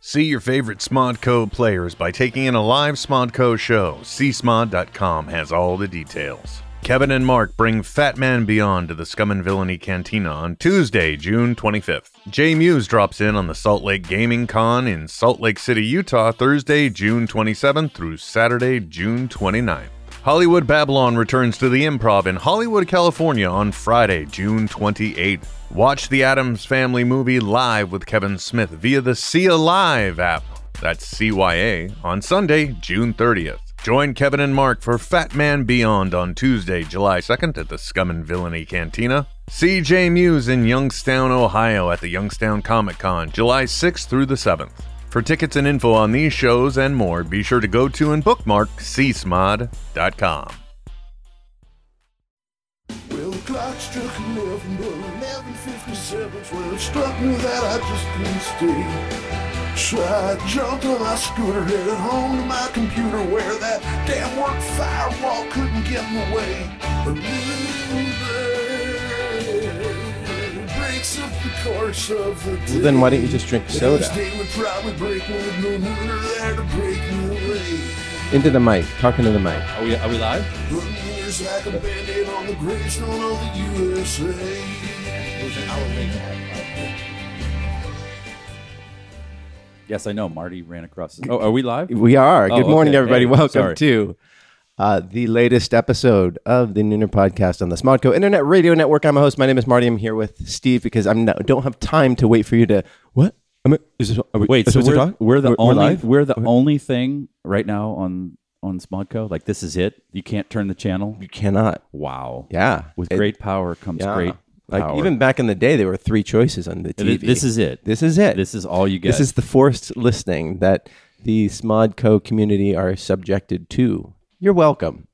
See your favorite Smodco players by taking in a live Smodco show. Csmod.com has all the details. Kevin and Mark bring Fat Man Beyond to the Scum and Villainy Cantina on Tuesday, June 25th. Jay Muse drops in on the Salt Lake Gaming Con in Salt Lake City, Utah, Thursday, June 27th through Saturday, June 29th. Hollywood Babylon returns to the improv in Hollywood, California on Friday, June 28th. Watch the Adams Family movie live with Kevin Smith via the See Alive app, that's CYA, on Sunday, June 30th. Join Kevin and Mark for Fat Man Beyond on Tuesday, July 2nd at the Scum and Villainy Cantina. CJ Muse in Youngstown, Ohio at the Youngstown Comic Con, July 6th through the 7th. For tickets and info on these shows and more, be sure to go to and bookmark csmod.com. Well, the clock struck 11, but 11.57 when it struck me that I just couldn't stay. So I jumped on my scooter, headed home to my computer where that damn work firewall couldn't get in the way. The moonlight breaks up the course of the day. Well, then why don't you just drink This soda day would probably break me with no nooner there to break me away. into the mic, talking to the mic? Are we, are we live? Running years like a band-aid on the gravestone of the USA. Yes, I know. Marty ran across. This. Oh, are we live? We are. Oh, Good morning, okay. everybody. Hey, Welcome sorry. to uh, the latest episode of the Nooner Podcast on the Smodco Internet Radio Network. I'm a host. My name is Marty. I'm here with Steve because I'm not, don't have time to wait for you to what? I mean, is this, are we, Wait, is so this a we're, talk? we're the we're only live? we're the only thing right now on on Smodco. Like this is it. You can't turn the channel. you cannot. Wow. Yeah, With It- great power comes yeah. great Like power. even back in the day, there were three choices on the Th- TV. this is it. This is it. This is all you get. This is the forced listening that the Smodco community are subjected to. You're welcome.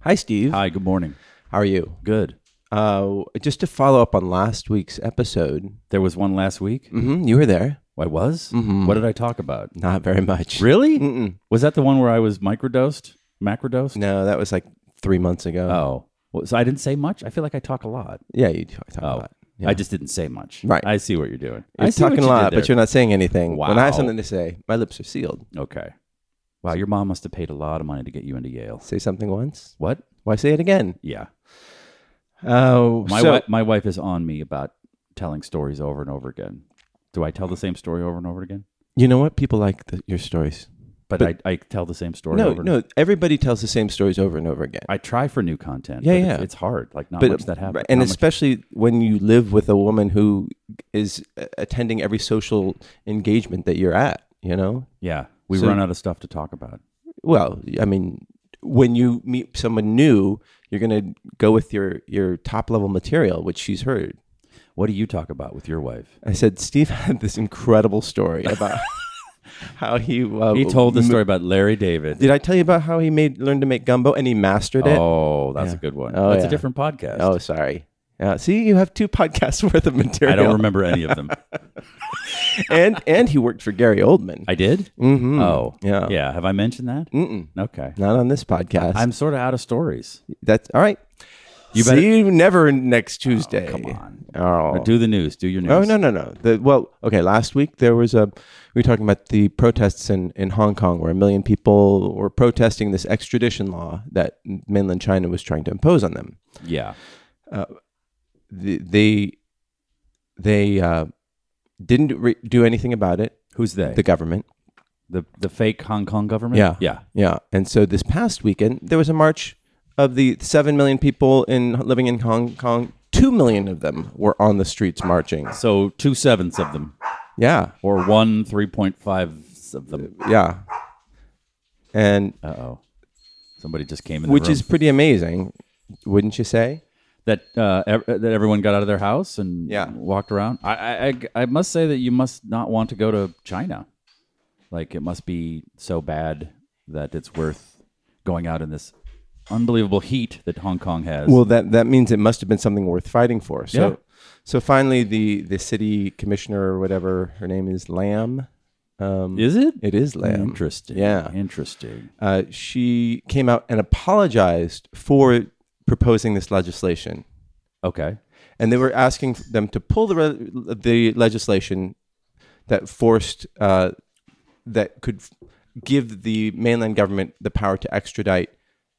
Hi, Steve. Hi. Good morning. How are you? Good. Uh, just to follow up on last week's episode, There was one last week. hmm you were there. I was. Mm-hmm. What did I talk about? Not very much. Really? Mm-mm. Was that the one where I was microdosed? Macrodosed? No, that was like three months ago. Oh. Well, so I didn't say much. I feel like I talk a lot. Yeah, you t- talk a Oh. lot. Yeah. I just didn't say much. Right. I see what you're doing. You're I see what talking you a did lot, there. but you're not saying anything. When I have Wow. something to say, my lips are sealed. Okay. Wow, your mom must have paid a lot of money to get you into Yale. Say something once. What? Why say it again? Yeah. Oh, My, so, wi- my wife is on me about telling stories over and over again. Do I tell the same story over and over again? you know what? People like the, your stories. But, I, I tell the same story No, over and no. Everybody tells the same stories over and over again. I try for new content. Yeah, but It's, yeah. it's hard. Like, not much that happens. And not much- especially when you live with a woman who is uh, attending every social engagement that you're at, you know? yeah, we so- run out of stuff to talk about. Well, I mean, when you meet someone new, you're going to go with your, your top level material, which she's heard. What do you talk about with your wife? I said, Steve had this incredible story about how he. Uh, He told the m- story about Larry David. Did I tell you about how he made learned to make gumbo and he mastered it? Oh, that's Yeah. a good one. Oh, that's yeah. a different podcast. Oh, sorry. Yeah, see, you have two podcasts worth of I material. don't remember any of them. and and he worked for Gary Oldman. I did? Mm-hmm. Oh, yeah. Yeah. Have I mentioned that? Mm-mm. Okay. Not on this podcast. I'm sort of out of stories. That's all right. You See better- you never next Tuesday. Come on. Oh. Or do the news. Do your news. Oh no no no. The, well, okay. Last week there was a we were talking about the protests in, in Hong Kong where a million people were protesting this extradition law that mainland China was trying to impose on them. Yeah. The, they they uh, didn't re- do anything about it. Who's they? The government. The, the fake Hong Kong government? Yeah. Yeah. Yeah. And so this past weekend, there was a march of the 7 million people in living in Hong Kong. 2 million of them were on the streets marching. So two sevenths of them, Yeah. or one 3.5 of them. Yeah. And Uh oh. Somebody just came in the which room. is pretty amazing, wouldn't you say? that uh, ev- that everyone got out of their house and Yeah. walked around. I, I I- I must say that you must not want to go to China. Like it must be so bad that it's worth going out in this unbelievable heat that Hong Kong has. Well, that that means it must have been something worth fighting for. So Yeah. so finally the the city commissioner or whatever her name is Lam. Um is it? it is Lam. Interesting. Yeah. Interesting. uh, she came out and apologized for proposing this legislation. Okay. and they were asking them to pull the re- the legislation that forced uh, that could f- give the mainland government the power to extradite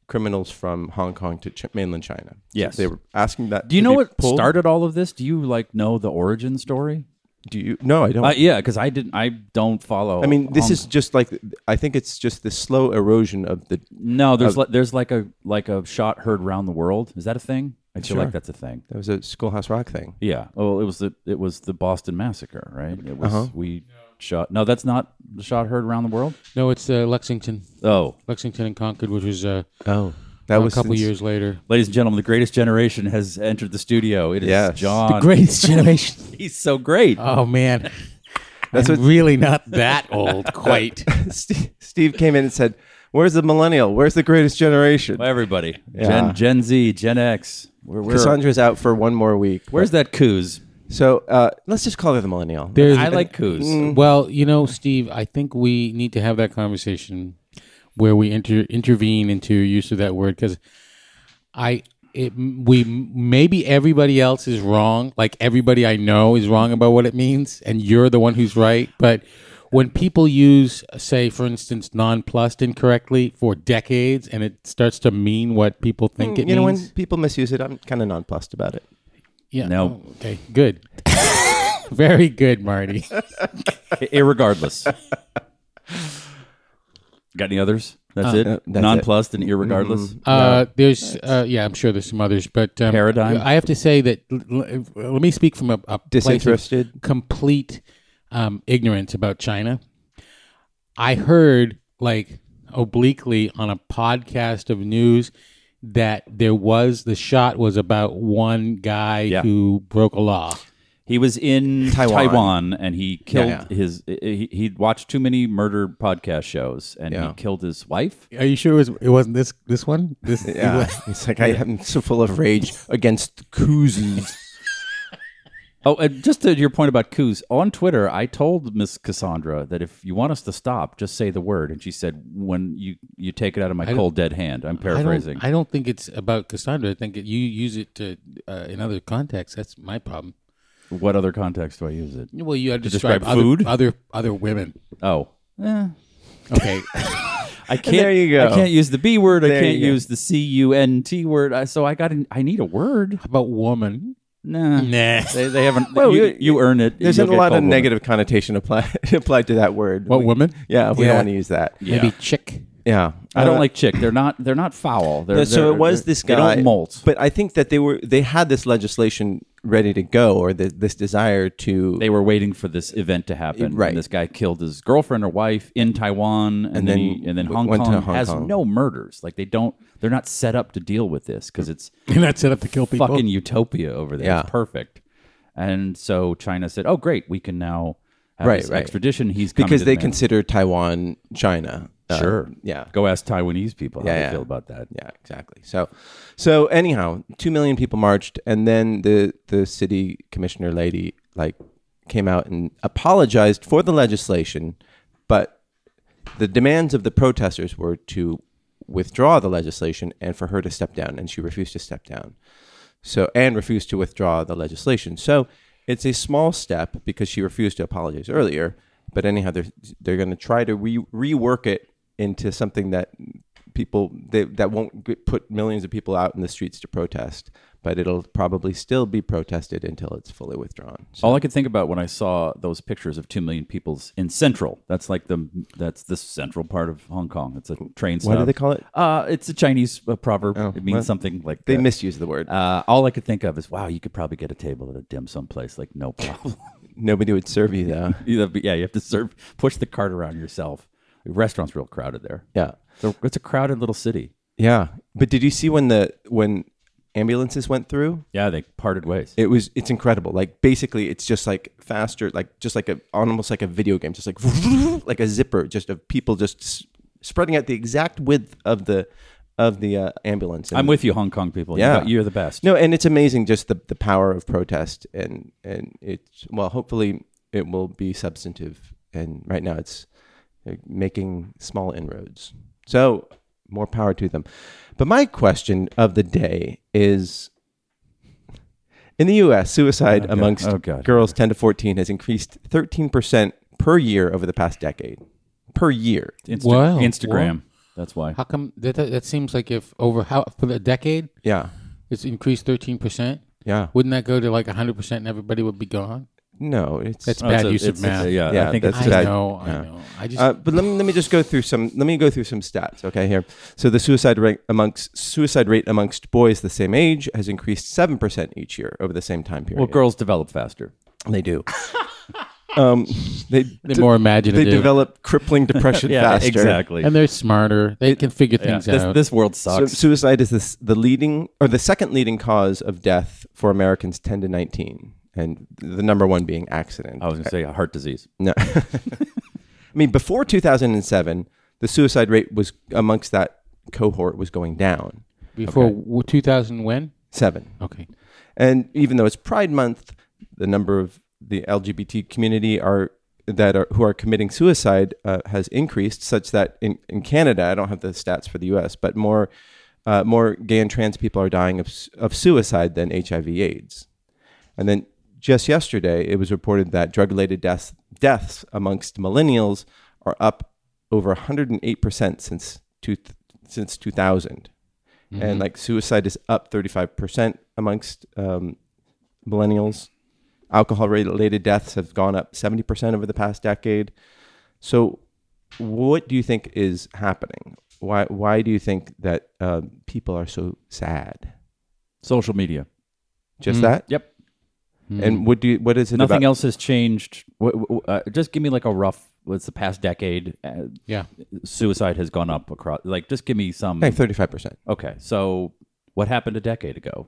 criminals from Hong Kong to Ch- mainland China. Yes. they were asking that. Do you to know be what pulled. started all of this? Do you like know the origin story? Do you? No, I don't. Uh, yeah, because I didn't. I don't follow. I mean, this Hong- is just like I think it's just the slow erosion of the. no. There's li- there's like a like a shot heard round the world. Is that a thing? I feel like that's a thing. That was a Schoolhouse Rock thing. Yeah. Well, it was the it was the Boston massacre, right? It was Uh-huh. we shot. No, that's not the shot heard around the world. No, it's uh, Lexington, Oh, Lexington and Concord, which was uh, Oh, that a was couple since- years later. ladies and gentlemen, the greatest generation has entered the studio. It is Yes. Uh, John. Greatest generation. He's so great. Oh man, that's I'm really not that old, quite. Steve, Steve came in and said, "Where's the millennial? Where's the greatest generation?" Everybody, Yeah. Gen Gen Z, Gen X. We're, we're, Cassandra's out for one more week. where's that coos? So uh, let's just call her the millennial. There's, I like coos. Mm. Mm-hmm. Well, you know, Steve, I think we need to have that conversation where we inter- intervene into your use of that word because I it we maybe everybody else is wrong. Like everybody I know is wrong about what it means, and you're the one who's right. But when people use, say, for instance, nonplussed incorrectly for decades, and it starts to mean what people think it Mm, you know, when means. people misuse it, I'm kind of nonplussed about it. yeah. No. oh, Okay. Good. Very good, Marty. I- Irregardless. Got any others? That's it. uh, that's it. Mm-hmm. Nonplussed and irregardless. Uh, there's, uh, yeah, I'm sure there's some others, but um, Paradigm? I have to say that. l- l- let me speak from a, a place of Disinterested? complete um, ignorance about China. I heard like obliquely on a podcast of news that there was the shot was about one guy Yeah. who broke a law. He was in Taiwan. Taiwan, and he killed yeah. his. He, he'd watched too many murder podcast shows, and Yeah. he killed his wife. Are you sure it, was, it wasn't this this one? This Yeah, it's like I am so full of rage against koozies. Oh, and just to your point about coups on Twitter, I told Miss Cassandra that if you want us to stop, just say the word, and she said, "When you you take it out of my cold dead hand." I'm I paraphrasing. don't, I don't think it's about Cassandra. I think it, you use it to uh, in other contexts. That's my problem. what other context do I use it? Well, you had to describe describe, food? other, other other women. Oh, eh. Okay, I can't. there you go. I can't use the B word. I There can't you go. use the C U N T word. I, so I got. An, I need a word. about woman. Nah. Nah. They, they haven't. Well, you, you- you earn it. There's You'll a get lot called of woman. negative connotation applied applied to that word. What We- woman? Yeah, we Yeah. don't want to use that. Maybe chick. Yeah, I don't Uh, like chick. They're not. They're not foul. They're, No, they're- so it was they're- this guy. They don't molt. But I think that they were they had this legislation ready to go, or the, this desire to. they were waiting for this event to happen. Right. And this guy killed his girlfriend or wife in Taiwan, and, then, then he- and then w- Hong went to Kong Hong has Kong. no murders. Like they don't. They're not set up to deal with this because it's You're not set up to kill people. fucking utopia over there. Yeah. It's perfect. And so China said, "Oh, great, we can now have Right, this right. extradition." He's coming because to they the mainland." consider Taiwan China. Uh, sure. Yeah. Go ask Taiwanese people how Yeah, they yeah. feel about that. Yeah, exactly. So, so anyhow, two million people marched, and then the the city commissioner lady like came out and apologized for the legislation, but the demands of the protesters were to withdraw the legislation and for her to step down, and she refused to step down. So and refused to withdraw the legislation. So it's a small step because she refused to apologize earlier. But anyhow, they're they're going to try to re- rework it into something that people they, that won't g put millions of people out in the streets to protest. But it'll probably still be protested until it's fully withdrawn. So, All I could think about when I saw those pictures of two million people in Central. That's like the that's the central part of Hong Kong. It's a train stop. why do they call it? Oh, Uh, it's a Chinese uh, proverb. it means well, something like They that. misuse the word. Uh, all I could think of is, wow, you could probably get a table at a dim sum place, like no problem. Nobody would serve you though. Either- but yeah, you have to serve, push the cart around yourself. The restaurant's real crowded there. yeah. So it's a crowded little city. Yeah, but did you see when the when ambulances went through? Yeah, they parted ways. It was it's incredible. Like basically, it's just like faster, like just like a almost like a video game, just like like a zipper, just of people just s- spreading out the exact width of the of the uh, ambulance. And- I'm with you, Hong Kong people. You Yeah. got- you're the best. no, and it's amazing just the the power of protest and and it's well, hopefully it will be substantive. And right now, it's uh, making small inroads. So more power to them. But my question of the day is. In the U.S., suicide amongst oh, God. girls 10 to 14 has increased 13% per year over the past decade. Per year. Insta- Wow. Instagram. Wow. That's why. How come that, that? That seems like if over how for the decade Yeah. it's increased thirteen percent. Yeah. Wouldn't that go to like hundred percent and everybody would be gone? No, it's That's Oh, bad it's a- use of it's- it's math. a- yeah, Yeah, I think that's it's I a bad- know. yeah. I know. I just Uh, but let me let me just go through some let me go through some stats, okay? Here, so the suicide rate amongst suicide rate amongst boys the same age has increased seven percent each year over the same time period. well, girls develop faster. they do. um, they they're de- more imaginative. they develop crippling depression faster. exactly. and they're smarter. They can figure Yeah, things this, out. this world So sucks. suicide is this, the leading or the second leading cause of death for Americans 10 to 19, and the number one being accident. I was going to say heart disease. No. I mean, before 2007, the suicide rate was amongst that cohort was going down Before w 2000, when? seven. Okay. And even though it's Pride Month, the number of the LGBT community are that are who are committing suicide uh, has increased, such that in, in Canada, I don't have the stats for the U.S., but more uh, more gay and trans people are dying of s- of suicide than HIV/AIDS. And then just yesterday, it was reported that drug-related deaths deaths amongst millennials are up over 108 percent since two, since 2000 and Mm-hmm. like suicide is up 35% amongst um, millennials alcohol related deaths have gone up 70% over the past decade so what do you think is happening why why do you think that uh, people are so sad Social media. just that Mm-hmm. Yep. and what do you, what is it Nothing about else has changed. Wh- wh- uh, just give me like a rough. What's the past decade? Uh, Yeah. suicide has gone up across. Like, just give me some. like 35% Okay, so what happened a decade ago?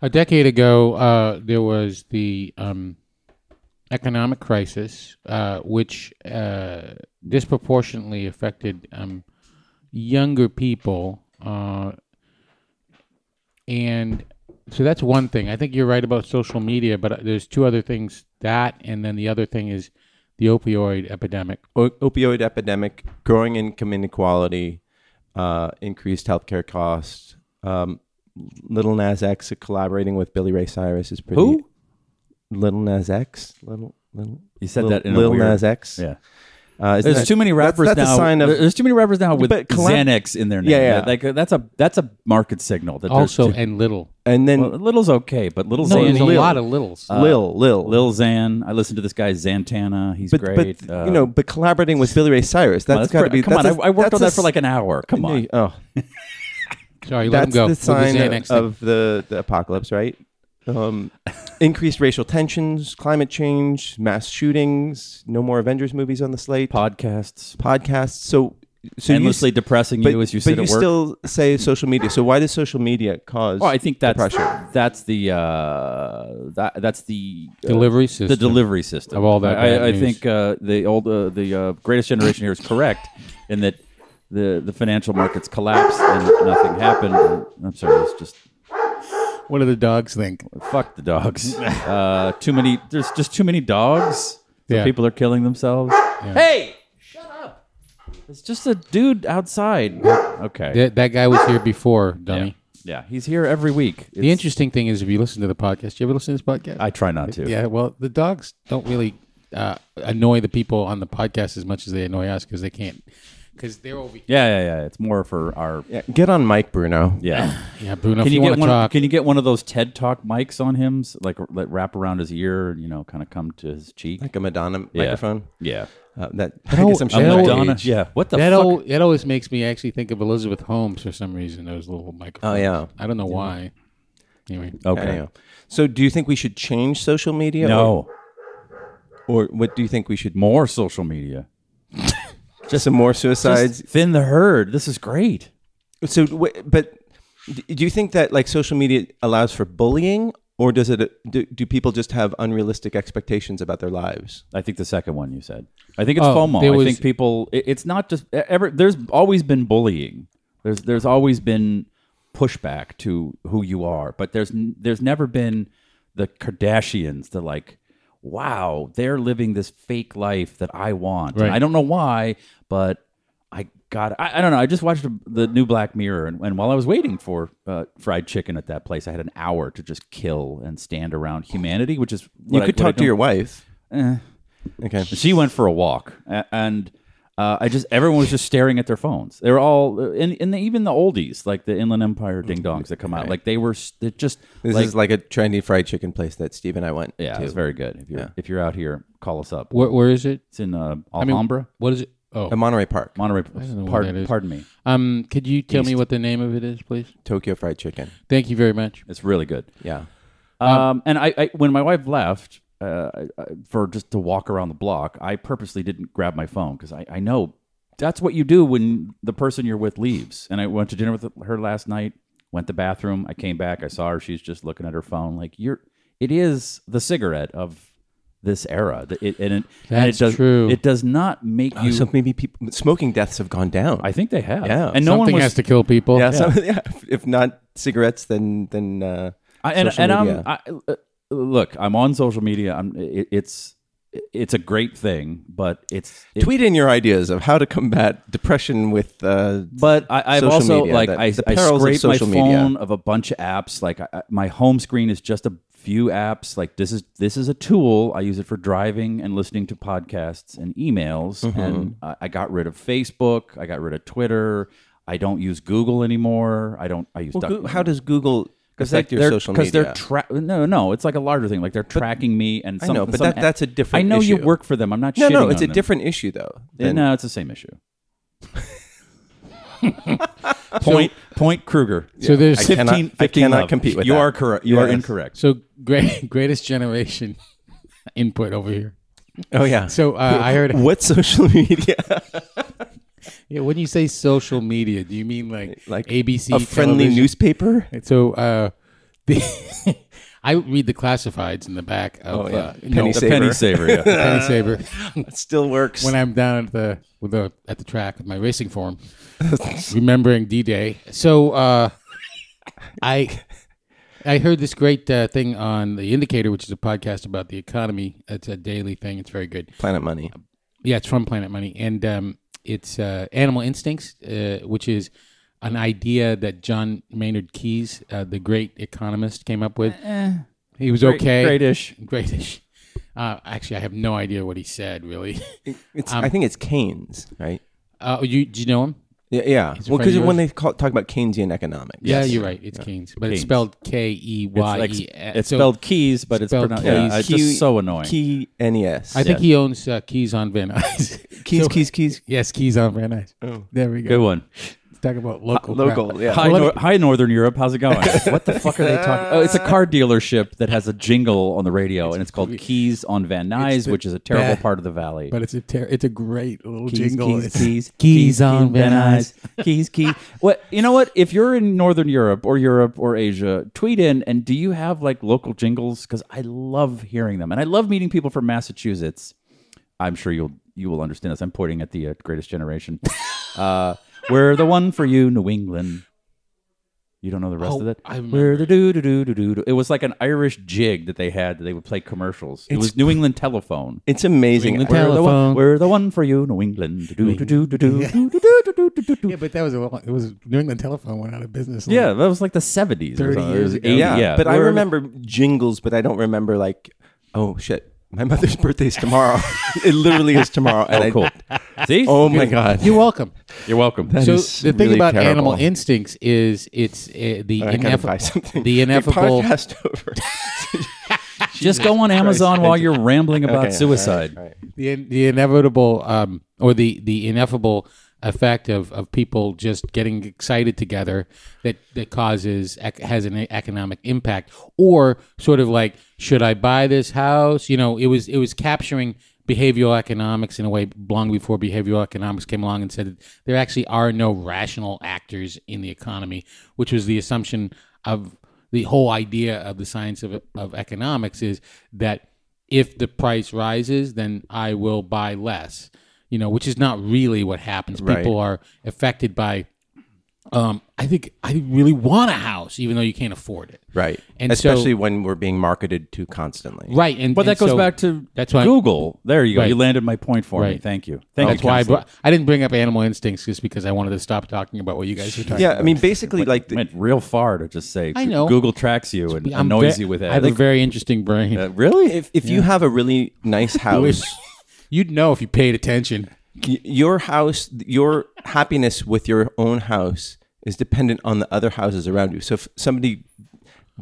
A decade ago, uh, there was the um, economic crisis, uh, which uh, disproportionately affected um, younger people. Uh, and so that's one thing. I think you're right about social media, but there's two other things that, and then the other thing is the opioid epidemic. o- opioid epidemic, growing income inequality, uh, increased healthcare costs. Um, Little Nas X collaborating with Billy Ray Cyrus is pretty. Who? Little Nas X. Little little. You said Lil- that in a Lil weird- Nas X. Yeah, Uh, isn't there's that- too many that's- rappers that's, now. a sign of. there's too many rappers now with But collab- Xanax in their name. Yeah, yeah. Like uh, that's a that's a market signal. That there's Also, too- and little. and then well, Little's okay, but Little Uh, No, Xan, there's a Lil, lot of littles. Lil Lil Lil Xan. I listened to this guy Zantana. He's But great. but Uh, you know, but collaborating with Billy Ray Cyrus. well, that's got to great. be. Come on, that's a- I I worked on that's that a for like an hour. Come s- on. Oh, Sorry, let him that's go. the With sign Xanax of, thing. of the, the apocalypse, right? Um, increased racial tensions, climate change, mass shootings, no more Avengers movies on the slate, Podcasts podcasts. So, so you endlessly s- depressing but, you as you but sit at work. still say social media. So why does social media cause? Oh, I think that's depression. that's the uh, that that's the uh, Delivery system. the delivery system Of all that I, bad I, I news. think uh, the old uh, the uh, greatest generation here is correct in that the the financial markets collapsed and nothing happened. And- I'm sorry, it's just What do the dogs think? fuck the dogs. Uh, too many. There's just too many dogs. So Yeah. People are killing themselves. Hey, shut up! It's just a dude outside. Okay. That, that guy was here before, dummy. yeah. Yeah, he's here every week. The It's- interesting thing is, if you listen to the podcast, you ever listen to this podcast? I try not to. yeah. Well, the dogs don't really uh, annoy the people on the podcast as much as they annoy us because they can't, because they're over. Yeah, yeah, yeah. It's more for our Yeah, get on Mike Bruno. yeah. Yeah, Bruno, Can if you, you, get want to one? talk, Can you get one of those TED Talk mics on him, s- like r- like wrap around his ear, and you know, kind of come to his cheek? like a Madonna Yeah. microphone. Yeah. Uh, that I guess I'm I showing my know- age. Madonna. Yeah. What the that fuck? al- that always makes me actually think of Elizabeth Holmes for some reason. Those little microphones. Oh, yeah. I don't know why. Anyway, okay. Anyhow. So, do you think we should change social media? No, Or, or what do you think we should? more social media. Just some more suicides. Just thin the herd. This is great. So, wh- but d- do you think that like social media allows for bullying, or does it? Do, do people just have unrealistic expectations about their lives? I think the second one you said. I think it's Oh, FOMO. there I was- think people. it- it's not just e, ever. There's always been bullying. There's there's always been pushback to who you are, but there's n- there's never been the Kardashians. The like, wow, they're living this fake life that I want. And Right. I don't know why, but I got. I, I don't know. I just watched the- the new Black Mirror, and, and while I was waiting for uh, fried chicken at that place, I had an hour to just kill and stand around humanity, which is what you I- could what I talk to don't- your wife. Eh. Okay. She went for a walk, a- and uh, I just everyone was just staring at their phones. They were all, and, and even the oldies, like the Inland Empire ding dongs that come out, like they were s- they're just This like is like a trendy fried chicken place that Steve and I went yeah, to. it's very good. If you're if you're out here, call us up. Where, where is it? It's in uh, I mean, Alhambra, What is it? Oh, a Monterey Park, Monterey. know what that Pardon, is. pardon me. um, could you tell me what the name of it is, please? Tokyo fried chicken. Thank you very much. It's really good. Yeah. Uh, Um, and I, I, when my wife left uh, I- I- for just to walk around the block, I purposely didn't grab my phone because I, I know that's what you do when the person you're with leaves. And I went to dinner with her last night. Went to the bathroom. I came back. I saw her. She's just looking at her phone. Like you're. It is the cigarette of this era. The- It, and it, and That's it does, true. It does not make Uh, you. so maybe people smoking deaths have gone down. I think they have. Yeah. And no Something one was, has to kill people. yeah, some- yeah. If not cigarettes, then then uh, I, and social and media. I'm I, uh, look, I'm on social media. I'm it, it's it's a great thing, but it's it- tweet in your ideas of how to combat depression with. Uh, But I, I've Social also media, like the- I, the I perils of scrape my social media. phone of a bunch of apps. Like I, I- my home screen is just a few apps. Like this is this is a tool. I use it for driving and listening to podcasts and emails. Mm-hmm. And I, I got rid of Facebook. I got rid of Twitter. I don't use Google anymore. I don't. I use well, Duck- Goo- how does Google affect they- your social media? they're tra- no, no, it's like a larger thing. Like they're tracking me and I some, know, but some- that- that's a different I know you issue. work for them. I'm not. no, no, shitting it's a on them. different issue though. Yeah, than- no, it's the same issue. point point Kruger. So there's I cannot- I cannot compete with you that. are correct. You are Yes. incorrect. so great greatest generation input over here. Oh yeah. So uh, I heard. what social media? Yeah, when you say social media, do you mean like like ABC, a friendly television? newspaper. So uh, the I read the classifieds in the back of Oh, yeah. uh, you Penny know, sa- The penny saver. Yeah. Penny Saver It still works. when I'm down at the with the at the track with my racing form, remembering D Day. So uh, I I heard this great uh, thing on the Indicator, which is a podcast about the economy. It's a daily thing. It's very good. Planet Money. Yeah, it's from Planet Money, and um, it's uh, Animal Instincts, uh, which is an idea that John Maynard Keyes, uh, the great economist, came up with. he was okay, Greatish. greatish. Uh, actually, I have no idea what he said. Really, It's, Um, I think it's Keynes, right? uh, you do you know him? Yeah, yeah. He's a Well, friend of because when yours? they call, talk about Keynesian economics, Yeah, you're right. It's Keynes, but it's Keynes. spelled K E Y like- E. S. it's So spelled keys, but it's spelled pronounced. keys. Yeah, it's just so annoying. Key N E S. I think he owns uh, Keys on Van Nuys. Keys, So- keys, keys. Yes, Keys on Van Nuys. there we Oh. Good go. one. Let's talk about local. crap. Local, yeah. Hi, nor- hi, Northern Europe. How's it going? what the fuck are they talking? Oh, it's a car dealership that has a jingle on the radio, and it's called Keys on Van Nuys, which is a terrible bad- part of the valley. But it's a ter- it's a great little keys, jingle. keys, It's- keys, Keys on Van Nuys. Keys, keys. What you know? What if you're in Northern Europe or Europe or Asia? Tweet in and do you have like local jingles? Because I love hearing them, and I love meeting people from Massachusetts. I'm sure you'll you will understand this. I'm pointing at the uh, Greatest Generation. uh, we're the one for you, New England. You don't know the rest Oh, of it. I remember. We're do do do do do do. It was like an Irish jig that they had that they would play commercials. It was New England Telephone. It's amazing. Ring the We're- tele- We're the, Telephone. one, we're the one for you, New England. Do, do, do, do, do, do, do, do, do, do, do, do. Yeah, but that was a long, it was New England Telephone went out of business. like, Yeah, that was like the 70s. or 30 something. years It was ago. 80, yeah, but I We're- remember jingles, but I don't remember like, oh shit, my mother's birthday's tomorrow. it literally is tomorrow. And Oh, I- cool. See? Oh my god. You're welcome. You're welcome. That so is the thing really about terrible. animal instincts is it's uh, the I gotta buy ineffable something. the Hey, ineffable podcast over. Just go on Amazon while you're rambling about Okay, suicide. all right, all right. the, in- the inevitable um, or the the ineffable effect of, of people just getting excited together that that causes ec- has an economic impact or sort of like should I buy this house you know it was it was capturing behavioral economics in a way long before behavioral economics came along and said that there actually are no rational actors in the economy which was the assumption of the whole idea of the science of, of economics is that if the price rises, then I will buy less. You know, which is not really what happens. People are affected by. Um, I think I really want a house, even though you can't afford it. Right. And Especially so, when we're being marketed to constantly. right, and But and that goes so back to that's why Google. There you go. Right. You landed my point for me. Right. Thank you. Thank That's you. why I, counselor. brought, I didn't bring up animal instincts just because I wanted to stop talking about what you guys were talking. Yeah, I mean, basically, like, the, went real far to just say I know. Google tracks you and I'm annoys ve- you with it. I have a very interesting brain. Uh, really? if, if you have a really nice house, You'd know if you paid attention. Y- your house, your happiness with your own house is dependent on the other houses around you. So if somebody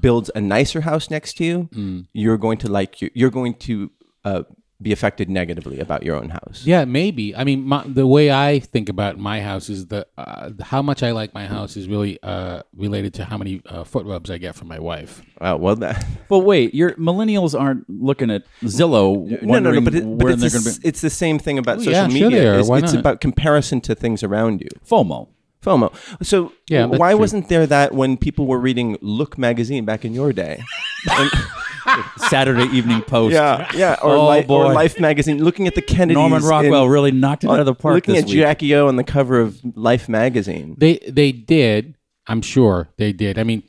builds a nicer house next to you, Mm. you're going to like you. You're going to uh, be affected negatively about your own house. Yeah, maybe. I mean, my, the way I think about my house is the uh, how much I like my house is really uh, related to how many uh, foot rubs I get from my wife. Wow, well, that But wait, your millennials aren't looking at Zillow w- no, wondering no, no. But, it, but where it's, they're the going s- to be. it's the same thing about social Oh, yeah, sure media. they are. It's, Why it's not? about comparison to things around you. FOMO. FOMO. So Yeah, that's why true. wasn't there that when people were reading Look magazine back in your day? Saturday Evening Post. yeah, yeah. Or, Oh, Li- or boy. Life magazine, looking at the Kennedys. Norman in- Rockwell really knocked it out of the park Looking this at week. Jackie O on the cover of Life magazine. They they did. I'm sure they did. I mean,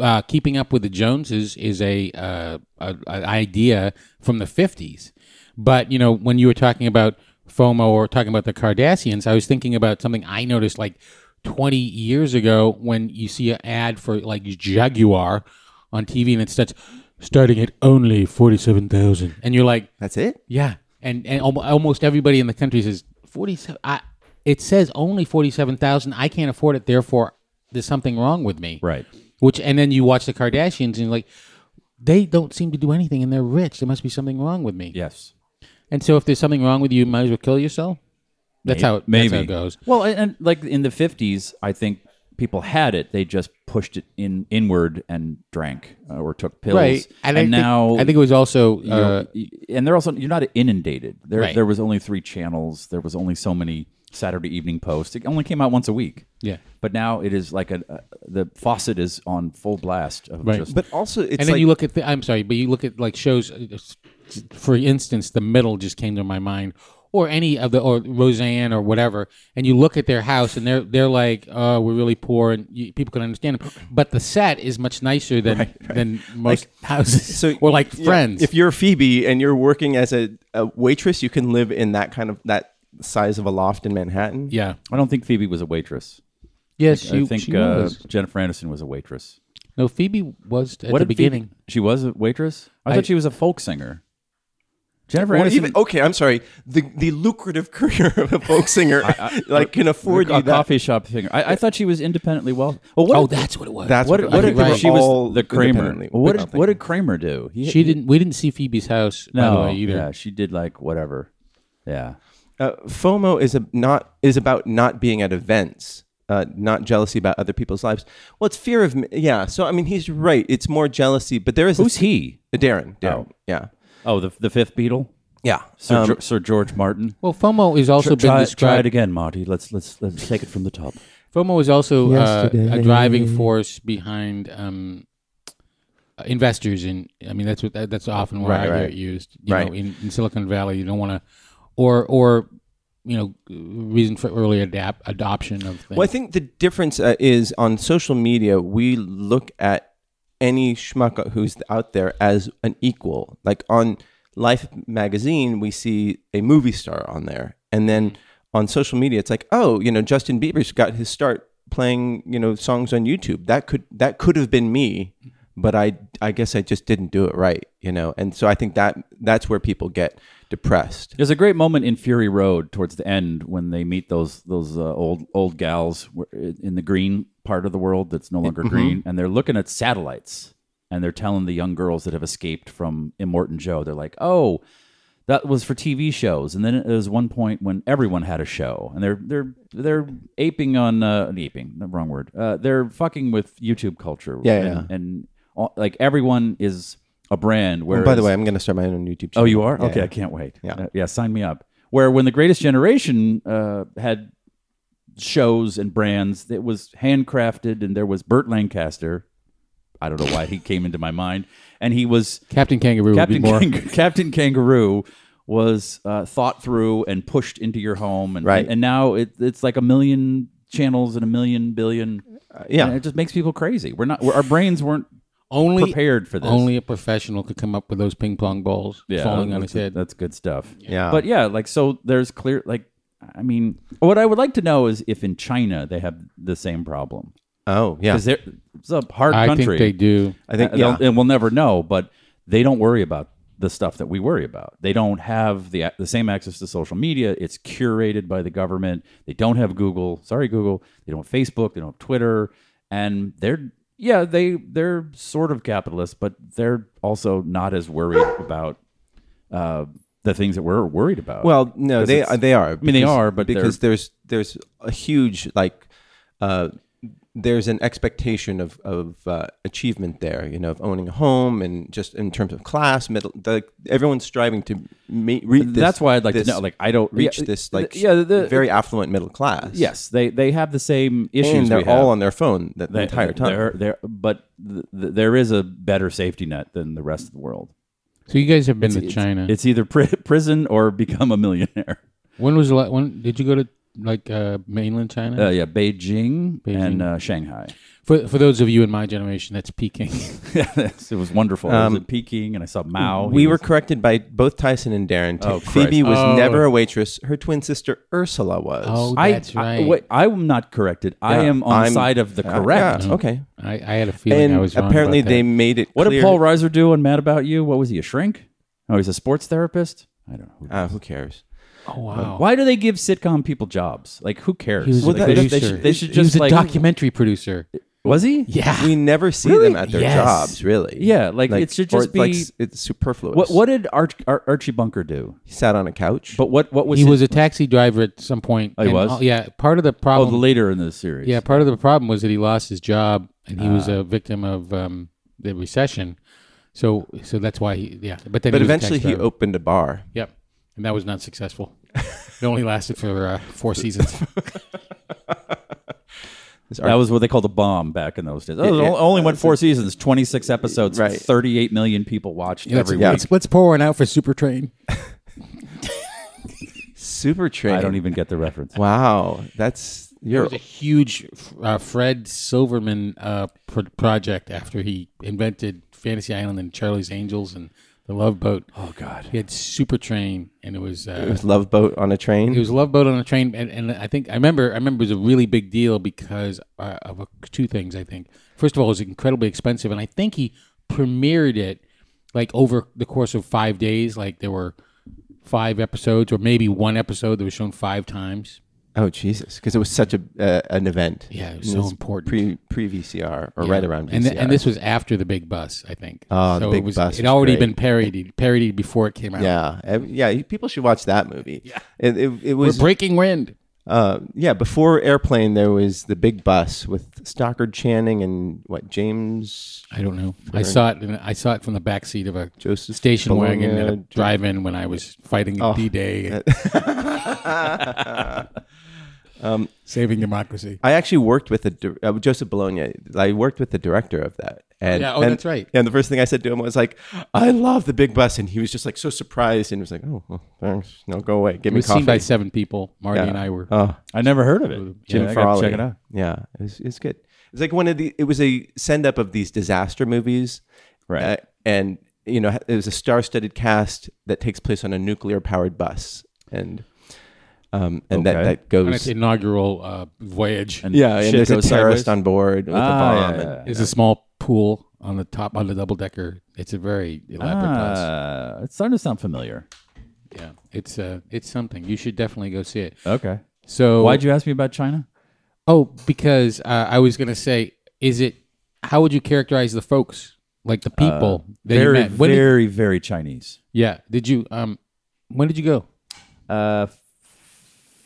uh, keeping up with the Joneses is a, uh, a, a idea from the 50s. But you know, when you were talking about FOMO or talking about the Kardashians, I was thinking about something I noticed like 20 years ago when you see an ad for like Jaguar on TV and it starts starting at only 47,000, and you're like, That's it. yeah, and and al- almost everybody in the country says forty seven. I it says only forty seven thousand. I can't afford it. Therefore, there's something wrong with me. Right. Which and then you watch the Kardashians and you're like they don't seem to do anything and they're rich. There must be something wrong with me. Yes. And so if there's something wrong with you, you might as well kill yourself. That's how it maybe that's how it goes. Well, and, and like in the fifties, I think people had it; they just pushed it in inward and drank uh, or took pills. Right. And, I think, now I think it was also you know, uh, y- and they're also you're not inundated. There, Right. there was only three channels. There was only so many Saturday Evening Post. It only came out once a week. Yeah. But now it is like a, a the faucet is on full blast of Right. just But also, it's and then like you look at the, I'm sorry, but you look at like shows. uh, s- For instance, The Middle just came to my mind, or any of the or Roseanne or whatever. And you look at their house, and they're they're like, "Oh, we're really poor," and you, people can understand them. But the set is much nicer than than most houses. so or like yeah, Friends. if you're Phoebe and you're working as a, a waitress, you can live in that kind of that size of a loft in Manhattan. yeah, I don't think Phoebe was a waitress. yes, she, I think she uh, was. Jennifer Anderson was a waitress. No, Phoebe was at the did Phoebe- beginning. she was a waitress. I, thought she was a folk singer. Jennifer Or Aniston, even oh, okay, I'm sorry. The the lucrative career of a folk singer, like can afford a you that. coffee shop singer. I, I thought she was independently wealthy. Well, what Oh, did- that's what it was. That's what, what, what I did, think they were she all was the Kramer. independently. Well, what I did think. what did Kramer do? He, she didn't. We didn't see Phoebe's house by No, the way either. yeah, she did like whatever. Yeah, uh, FOMO is a not is about not being at events, uh, not jealousy about other people's lives. Well, it's fear of m- yeah. So I mean, he's right. It's more jealousy, but there is a- who's he? Uh, Darren. Darren. Oh. Yeah. Oh, the the fifth Beatle, Yeah. Sir, Um, Geor- Sir George Martin. Well, FOMO is also been try, try described it again, Marty. Let's let's let's take it from the top. FOMO is also uh, a driving force behind um, uh, investors in. I mean, that's what that, that's often where I Right, right. get used. You Right. know, in, in Silicon Valley, you don't want to, or or you know, reason for early adapt adoption of things. Well, I think the difference uh, is on social media, we look at any schmuck who's out there as an equal. Like on Life magazine, we see a movie star on there. And then on social media, it's like, oh, you know, Justin Bieber's got his start playing, you know, songs on YouTube. That could that could have been me, but I I guess I just didn't do it right, you know. And so I think that that's where people get depressed. There's a great moment in Fury Road towards the end when they meet those those uh, old old gals wh- in the green part of the world that's no longer Mm-hmm. green, and they're looking at satellites and they're telling the young girls that have escaped from Immortan Joe, they're like, "Oh, that was for TV shows." And then there was one point when everyone had a show, and they're they're they're aping on uh, aping, the wrong word. Uh, they're fucking with YouTube culture, Yeah, and, yeah. and all, like everyone is a brand. Where Oh, By the way, I'm going to start my own YouTube channel. Oh, you are? Yeah. okay, I can't wait. Yeah. Uh, yeah, sign me up. Where when the Greatest Generation uh, had shows and brands, it was handcrafted, and there was Burt Lancaster. I don't know why he came into my mind, and he was Captain Kangaroo Captain would be more. Kang- Captain Kangaroo was uh, thought through and pushed into your home, and Right. And, now it, it's like a million channels and a million billion. Uh, yeah. And it just makes people crazy. We're not. We're, our brains weren't only prepared for this. Only a professional could come up with those ping pong balls falling on that's- his head. That's good stuff. Yeah. But yeah, like so there's clear like I mean what I would like to know is if in China they have the same problem. Oh, yeah. Because they're it's a hard I country. think they do. I think And they'll- and we'll never know, but they don't worry about the stuff that we worry about. They don't have the the same access to social media. It's curated by the government. They don't have Google. Sorry, Google. They don't have Facebook. They don't have Twitter. And they're yeah they they're sort of capitalist, but they're also not as worried about uh, the things that we're worried about. Well, no, 'Cause they uh, it's- they are. I mean, they are, but they're- because there's there's a huge like uh, there's an expectation of of uh, achievement there. You know, of owning a home and just in terms of class, middle, the, everyone's striving to meet. Re- this, that's why I'd like this- to know. Like I don't reach yeah, this th- like yeah the, very affluent middle class. yes they they have the same issues. and we they're have. all on their phone the, the They- entire time. There, there, but th- th- there is a better safety net than the rest of the world. So you guys have been to It's- China. It's either pri- prison or become a millionaire. when was the la- when did you go to like uh, mainland China? Uh, yeah, Beijing, Beijing. and uh, Shanghai. for for those of you in my generation, that's Peking. it was wonderful. I Um, was in Peking and I saw Mao. He We were was- corrected by both Tyson and Darren. Oh, Phoebe Christ. Oh. was never a waitress. Her twin sister Ursula was. oh, I, that's I- right. I, wait, I'm not corrected. I Yeah, am on I'm- the side of the Uh, correct. yeah, okay. I, had a feeling I And was wrong apparently about they that. made it. What clear- did Paul Reiser do on Mad About You? What was he, a shrink? Oh, he's a sports therapist? I don't know. Uh, who cares? Oh wow. Why do they give sitcom people jobs? Like, who cares? He was Like, a that- they, producer. should- they should, they should he was just a like. documentary producer. was he? Yeah. We never see them at their Yes. jobs, really. Yeah, like, it should or just it's like be- s- it's superfluous. What, what did Arch, Ar- Archie Bunker do? He sat on a couch. But what, what was he his- was a taxi driver at some point. Oh, he and was? all- yeah, part of the Oh, problem. later in the series. yeah, part of the problem was that he lost his job and he was a victim of um, the recession. So, so that's why he. Yeah, but then. But he was a eventually taxi he driver. opened a bar. Yep, and that was not successful. it only lasted for uh, four seasons. That was what they called a bomb back in those days. It, yeah. only went four seasons, 26 episodes, Right. 38 million people watched every yeah. week. Let's, let's pour one out for Super Train. Super train. I don't even get the Oh, reference. Wow, that's It you're was a huge uh, Fred Silverman uh, pro- project after he invented Fantasy Island and Charlie's Angels and the Love Boat. Oh, God. He had Super Train, and it was it uh, was Love Boat on a train. it was Love Boat on a train, and, and I think I remember I remember it was a really big deal because uh, of a, two things. I think first of all, it was incredibly expensive, and I think he premiered it like over the course of five days. Like there were five episodes, or maybe one episode that was shown five times. oh Jesus, because it was such a uh, an event. Yeah, it was And so it's important. Pre pre VCR or Yeah. right around VCR. And, th- and this was after the big bus, I think. Oh, the so Big it was, Bus It was already great. been parodied, parodied before it came out. yeah, ev- yeah. People should watch that movie. Yeah, it, it, it was We're breaking wind. Uh, yeah, before Airplane, there was the big bus with Stockard Channing and what James I don't know. I saw it. In, I saw it from the back seat of a Joseph Oh. station wagon at a Bologna, drive-in when I was fighting D-Day, and Um, saving democracy. I actually worked with a di- uh, Joseph Bologna. I worked with the director of that. And, Yeah, oh, and- that's right. And the first thing I said to him was like, "I love the big bus," and he was just like so surprised and was like, "Oh, well, thanks. No, go away. Give It me was coffee." seen by seven people. Marty Yeah. and I were. oh, I never heard of it. Jim yeah, I gotta Farley. Check it out. Yeah, it was, it's good. It's like one of the. It was a send up of these disaster movies, uh, Right. and you know, it was a star-studded cast that takes place on a nuclear-powered bus, and um, and that Okay. that on its goes. inaugural uh, voyage. And Yeah, shit and there's a goes terrorist sideways. on board with Ah, a bomb. yeah, and- yeah, There's a small pool on the top on the double decker. It's a very elaborate bus. Ah, it's starting to sound familiar. Yeah, it's uh, it's something. You should definitely go see it. Okay. So Why'd you ask me about China? Oh, because uh, I was gonna say, is it? How would you characterize the folks, like the people that you Uh, Very, met? When did- very, very Chinese. yeah. Did you? Um, when did you go? Uh, f-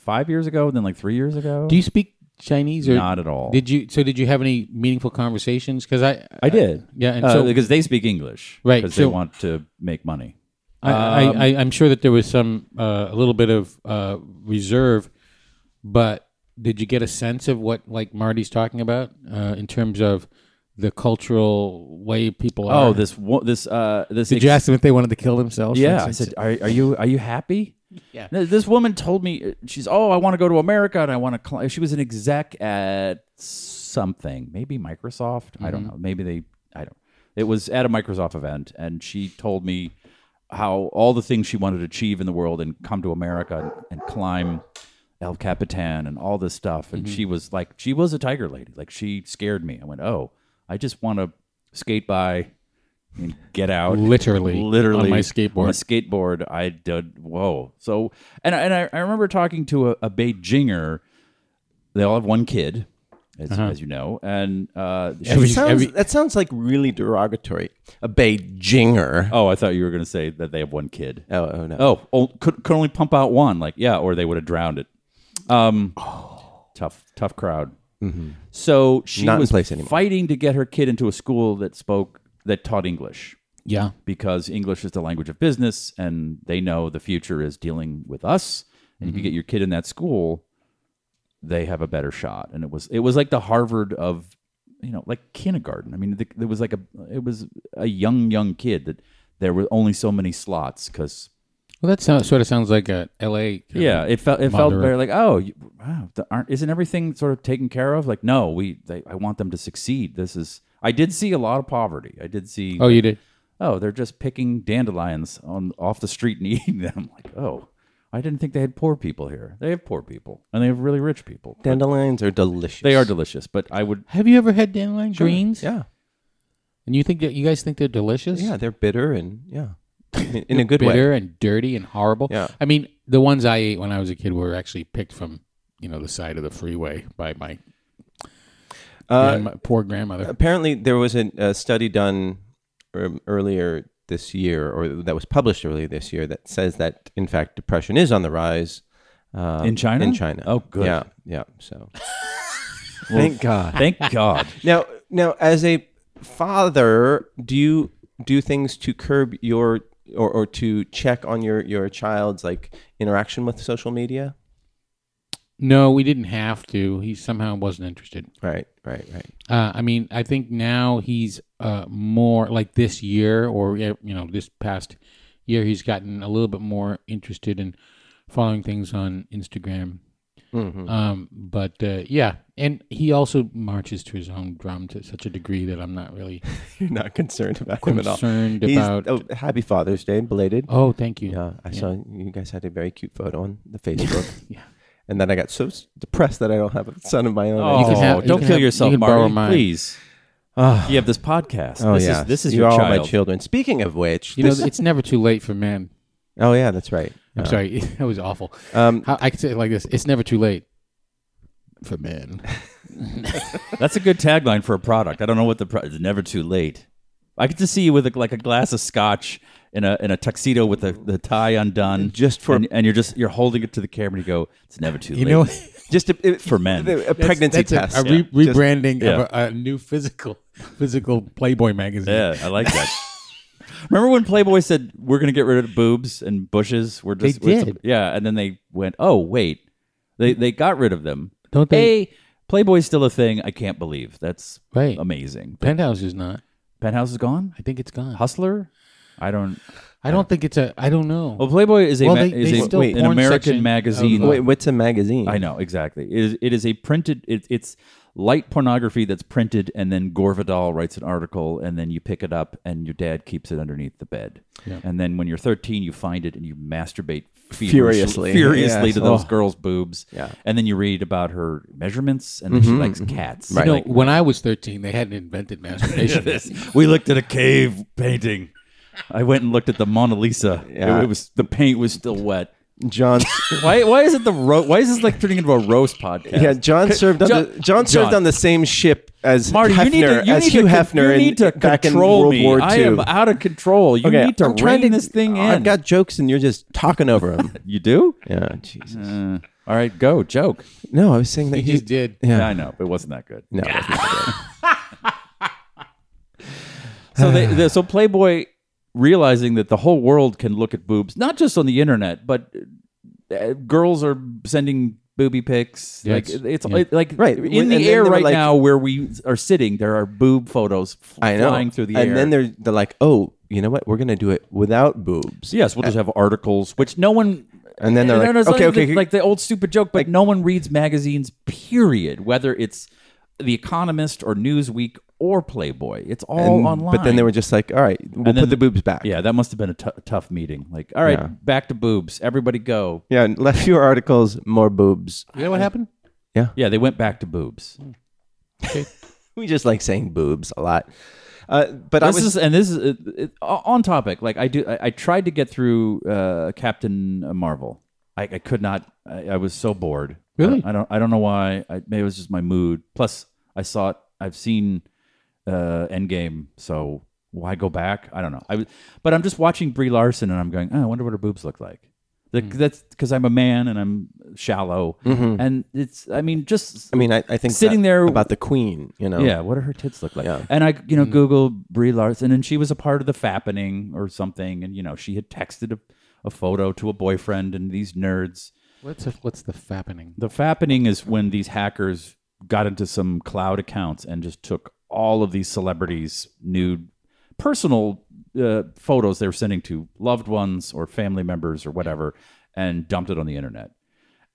five years ago, then like three years ago. Do you speak Chinese or Not at all. Did you? So did you have any meaningful conversations? Because I, I did. Yeah, and Uh, so- because they speak English, Right, Because they so- want to make money. I, Um, I, I, I'm sure that there was some uh, a little bit of uh, reserve, but did you get a sense of what like Marty's talking about uh, in terms of the cultural way people are? Oh, this wo- this uh this Did you ask them if they wanted to kill themselves? for Yeah, I instance? said, are, "Are you are you happy?" Yeah. This woman told me she's, "Oh, I want to go to America and I want to." Cl-. She was an exec at something, maybe Microsoft. I don't know. Maybe they. I don't. It was at a Microsoft event, and she told me how all the things she wanted to achieve in the world and come to America and, and climb El Capitan and all this stuff. And she was like, she was a tiger lady. Like she scared me. I went, "Oh, I just want to skate by." and get out. Literally literally on my on a skateboard. skateboard, I did. Whoa! So and I- and I, I remember talking to a, a Beijinger. They all have one kid, as, Uh-huh. as you know, and uh, she- Every- sounds, every- that sounds like really derogatory. A Beijinger. oh, I thought you were going to say that they have one kid. Oh, oh no. Oh, oh could, could only pump out one. Like, yeah, or they would have drowned it. Um, Tough, tough crowd. So she Mm-hmm. Not in was place anymore. fighting to get her kid into a school that spoke, that taught English yeah. because English is the language of business and they know the future is dealing with us. And if you get your kid in that school, they have a better shot. And it was, it was like the Harvard of, you know, like kindergarten. I mean, the, there was like a, it was a young, young kid that there were only so many slots because Well, that sounds, sort of sounds like a L.A. kind yeah, of- it felt it felt moderate. very like oh you, wow the, aren't isn't everything sort of taken care of? Like no, we they, I want them to succeed. This is I did see a lot of poverty. I did see oh, you did. oh they're just picking dandelions on off the street and eating them. Like oh I didn't think they had poor people here. They have poor people and they have really rich people. Dandelions are delicious. They are delicious, but I would Have you ever had dandelion greens? Yeah. And you think that you guys think they're delicious? Yeah, they're bitter and yeah. In, in a good bitter way. and dirty and horrible. Yeah. I mean, the ones I ate when I was a kid were actually picked from, you know, the side of the freeway by my, Uh, grandma- poor grandmother. apparently there was a, a study done um, earlier this year or that was published earlier this year that says that in fact depression is on the rise uh, Um, In China? in china Oh, good. yeah yeah so thank god thank God. now now as a father do you do things to curb your or, or to check on your your child's like interaction with social media No, we didn't have to. He somehow wasn't interested. right right right Uh, I mean, I think now he's uh, more like this year, or you know, this past year, he's gotten a little bit more interested in following things on Instagram. Mm-hmm. Um, but uh, yeah, and he also marches to his own drum to such a degree that I'm not really. you're not concerned about him at all Concerned He's- about- oh, happy father's day belated Oh, thank you. Yeah, I saw you guys had a very cute photo on the Facebook. yeah. And then I got so s- depressed that I don't have a son of my own. Oh, can have- you don't can kill have- yourself, you can borrow Marty. mine. Ah. Please. you have this podcast. Oh, this yeah. Is, this is You're your all child. my children. Speaking of which, You know, this- it's never too late for men. oh yeah, that's right. I'm Yeah. sorry, that was awful. Um, How, I could say it like this: It's never too late for men. That's a good tagline for a product. I don't know what the pro- it's never too late. I get to see you with a, like a glass of scotch in a in a tuxedo with the, the tie undone, Just for- and, and you're just you're holding it to the camera and you go, it's never too late. Just a, it- For men. a pregnancy That's a- test. A, re- Yeah. Just- rebranding yeah. of a, a new physical physical Playboy magazine. yeah, I like that. Remember when Playboy said we're gonna get rid of boobs and bushes? We're just They we're did. yeah, and then they went, oh wait, they they got rid of them. Don't they- Hey, Playboy's still a thing. I can't believe that's Right. amazing. Penthouse is not. Penthouse is gone. I think it's gone. Hustler. I don't. I don't think it's a. I don't know. Well, Playboy is a Well, ma- they- is they a- still an porn American section magazine. of- Wait, what's a magazine? I know exactly. It is, it is a printed. It, it's light pornography that's printed, and then Gore Vidal writes an article, and then you pick it up, and your dad keeps it underneath the bed. And then when you're 13, you find it and you masturbate feverishly- Furiously. furiously Yes. to those Oh. girls' boobs. Yeah. And then you read about her measurements, and that Mm-hmm. she likes cats. You know, Like, when I was 13, they hadn't invented masturbation. we looked at a cave painting. I went and looked at the Mona Lisa. Yeah. It, it was the paint was still wet. John. Why? Why is it the ro- Why is this like turning into a roast podcast? Yeah, John served on John- the, John served John. on the same ship as Marty, Hefner, you need to, you as need Hugh to, con- Hefner you in- need to back in control World me. War II. I am out of control. You need to I'm trying rein this thing in. I've got jokes and you're just talking over them. you do? yeah, Jesus. Uh, all right, go joke. No, I was saying that he he just did. Yeah. I know it wasn't that good. No, that's not good. So they, the, so Playboy realizing that the whole world can look at boobs, not just on the internet, but uh, girls are sending booby pics. Like Yes. it's Yeah. like Right. in And then the air they were right like- now where we are sitting. There are boob photos fl- I know. flying through the and air. then they're they're like, oh, you know what? We're gonna do it without boobs. Yes, we'll just have articles, which no one. And then they're like, it's okay, like, the- okay. like the old stupid joke, but no one reads magazines. Period. Whether it's The Economist or Newsweek or Playboy, it's all And- online. But then they were just like, all right, we'll then- put the boobs back. yeah, that must have been a tou- tough meeting. Like, all right, Yeah. back to boobs. Everybody go. Yeah. and Left fewer articles, more boobs. You know what happened? Yeah, they went back to boobs. We just like saying boobs a lot. Uh, but I This was is and this is it, it, o- on topic. Like I do, I, I tried to get through uh, Captain Marvel. I, I could not. I, I was so bored. Really? I, I don't. I don't know why. I, maybe it was just my mood. Plus, I saw it. I've seen uh, Endgame, so why go back? I don't know. I was, but I'm just watching Brie Larson, and I'm going. Oh, I wonder what her boobs look like. The, Hmm. That's because I'm a man and I'm shallow, and it's. I mean, just. Mm-hmm. I mean, I, I think Sitting that- there- about the Queen, you know. Yeah, what do her tits look like? Oh. Yeah. And I, you know, Google Brie Larson, and she was a part of the fappening or something, and you know, she had texted a, a photo to a boyfriend, and these nerds. What's the, what's the fappening? The fappening is when these hackers got into some cloud accounts and just took all of these celebrities' nude personal uh, photos they were sending to loved ones or family members or whatever, and dumped it on the internet.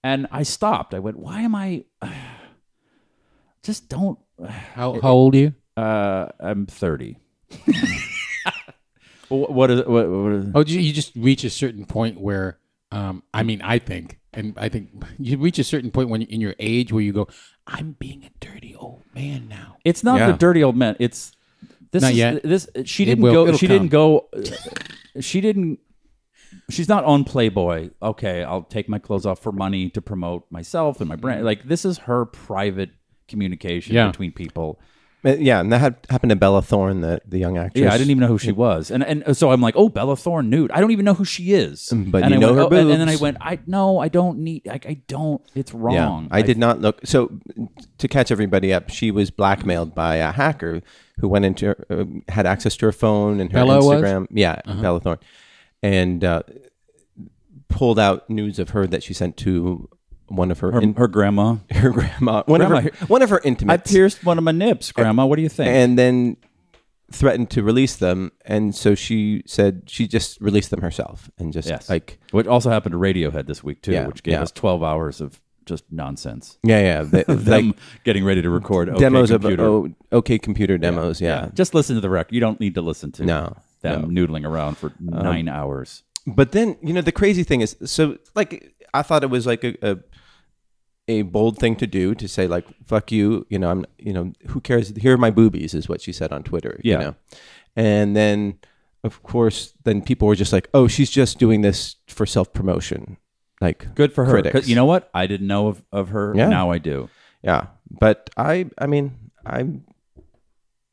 And I stopped. I went, "Why am I?" Just don't How, how old are you? uh, I'm 30. Wh- what is what, what is Oh, you, you just reach a certain point where, um, I mean, I think, and I think you reach a certain point when in your age where you go, I'm being a dirty old man now. It's not the dirty old man. It's this Not is, yet. this she didn't will- go it'll she come. didn't go uh, she didn't she's not on Playboy. Okay, I'll take my clothes off for money to promote myself and my brand. Like this is her private communication Yeah. between people. Uh, yeah, and that had, happened to Bella Thorne, the, the young actress. Yeah, I didn't even know who she was, and and so I'm like, oh, Bella Thorne, nude. I don't even know who she is. but and you I know went, her oh, and, and then I boobs. went, I no, I don't need, like, I don't. It's wrong. I did not look. So, to catch everybody up, she was blackmailed by a hacker who went into her, uh, had access to her phone and her Bella was? Instagram. Yeah, Uh-huh. Bella Thorne, and uh, pulled out news of her that she sent to one of her her, her grandma. her grandma, one Grandma. of her one of her I intimates, pierced one of my nips, Grandma. What do you think? and then threatened to release them. And so she said she just released them herself and just yes, like what also happened to Radiohead this week too, Yeah, which gave yeah. us twelve hours of just nonsense. yeah yeah they, Them like getting ready to record OK demos computer. of oh, okay computer demos yeah. Just listen to the record. You don't need to listen to No, Um, them noodling around for nine hours. But then you know the crazy thing is so like I thought it was like a, a a bold thing to do to say like fuck you you know I'm you know who cares here are my boobies is what she said on Twitter Yeah. you know and then of course then people were just like oh she's just doing this for self promotion like Good for her. 'Cause critics. You know what? I didn't know of, of her. Yeah. Now I do. yeah but I I mean I'm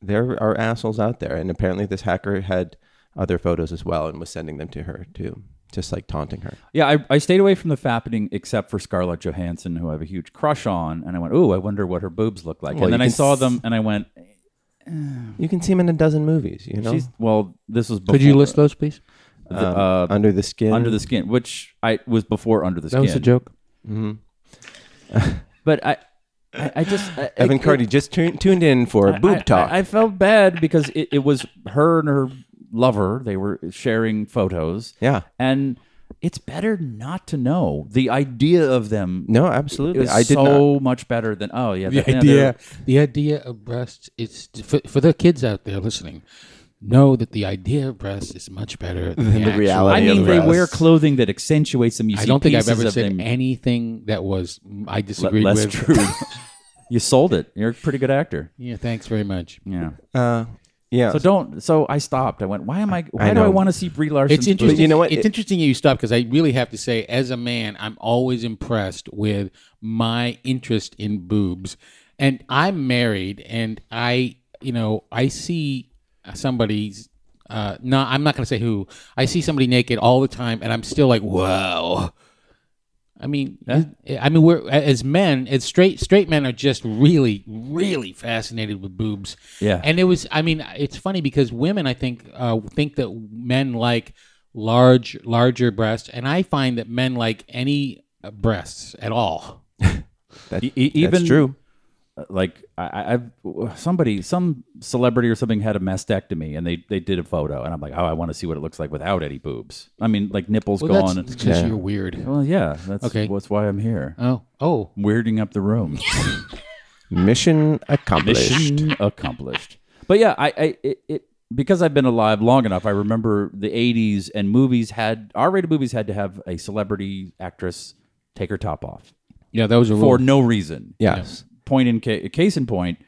there are assholes out there and apparently this hacker had other photos as well and was sending them to her too just like taunting her Yeah, I, I stayed away from the fappening except for Scarlett Johansson, who I have a huge crush on, and I went, "Ooh, I wonder what her boobs look like." Well, and then you I can saw s- them, and I went, you can see him in a dozen movies you know "She's well." This was before, Could you list those, please? the, uh, under the skin. under the skin, which I was before under the That skin. was a joke. Mm-hmm. But I, I, I just I, Evan I- Cardi just tu- tuned in for I- boob I- talk. I, felt bad because it, it was her and her lover. They were sharing photos. Yeah. and it's better not to know. The idea of them no, it absolutely. was I did so much better than oh yeah The that- yeah, they're- idea, the idea of breasts. It's for, for the kids out there listening. Know that the idea of breasts is much better than, the, the actual- reality. I Any mean, of they us. wear clothing that accentuates them. You I see don't think I've pieces ever of said them. anything that was mm, I Le- disagreed less with. true. you sold it. You're a pretty good actor. Yeah, thanks very much. Yeah. not. Uh, yeah. So don't. So I stopped. I went. Why am I? Why I do I know. want to see Brie Larson? It's interesting. you know what? It's It- interesting that you stop because I really have to say, as a man, I'm always impressed with my interest in boobs. And I'm married, and I, you know, I see somebody's. Uh, no, I'm not going to say who. I see somebody naked all the time, and I'm still like, wow. I mean, I mean, we're as men, as straight straight men are just really, really fascinated with boobs. Yeah. and it was. I mean, it's funny because women, I think, uh, think that men like large, larger breasts, and I find that men like any uh, breasts at all. that- E- e- even- uh, that's true. like I- I, I've somebody, some celebrity or something had a mastectomy, and they they did a photo, and I'm like, oh, I want to see what it looks like without any boobs. I mean, like nipples Well, gone. that's and- because you're weird. Well, yeah, that's Okay. That's why I'm here, Oh, oh, weirding up the room. Mission accomplished. Mission accomplished. But yeah, I, I it, it because I've been alive long enough. I remember the '80s and movies had R-rated movies had to have a celebrity actress take her top off yeah, that was a rule. for no reason. Yes. Point in ca- case in point,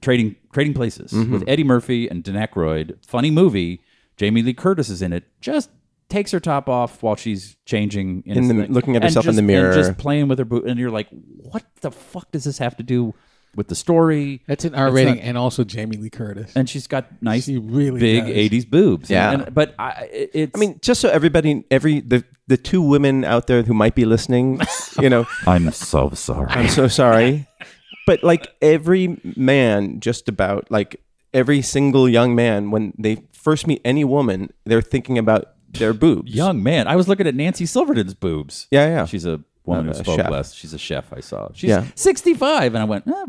Trading Trading Places Mm-hmm. with Eddie Murphy and Dan Aykroyd. Funny movie. Jamie Lee Curtis is in it. Just takes her top off while she's changing in, In his the- thing. looking at And herself in just- the mirror. and just playing with her boot. And you're like, what the fuck does this have to do with the story? That's an R rating, and also Jamie Lee Curtis. and she's got nice, She really big does. '80s boobs. Yeah. And- and- but I, it- it's. I mean, just so everybody, every the the two women out there who might be listening, you know, I'm so sorry. I'm so sorry, but like every man, just about like every single young man, when they first meet any woman, they're thinking about their boobs. Young man, I was looking at Nancy Silverton's boobs. Yeah, yeah. She's a woman Uh, who spoke chef. less. She's a chef. I saw. She's Yeah. 65, and I went, eh,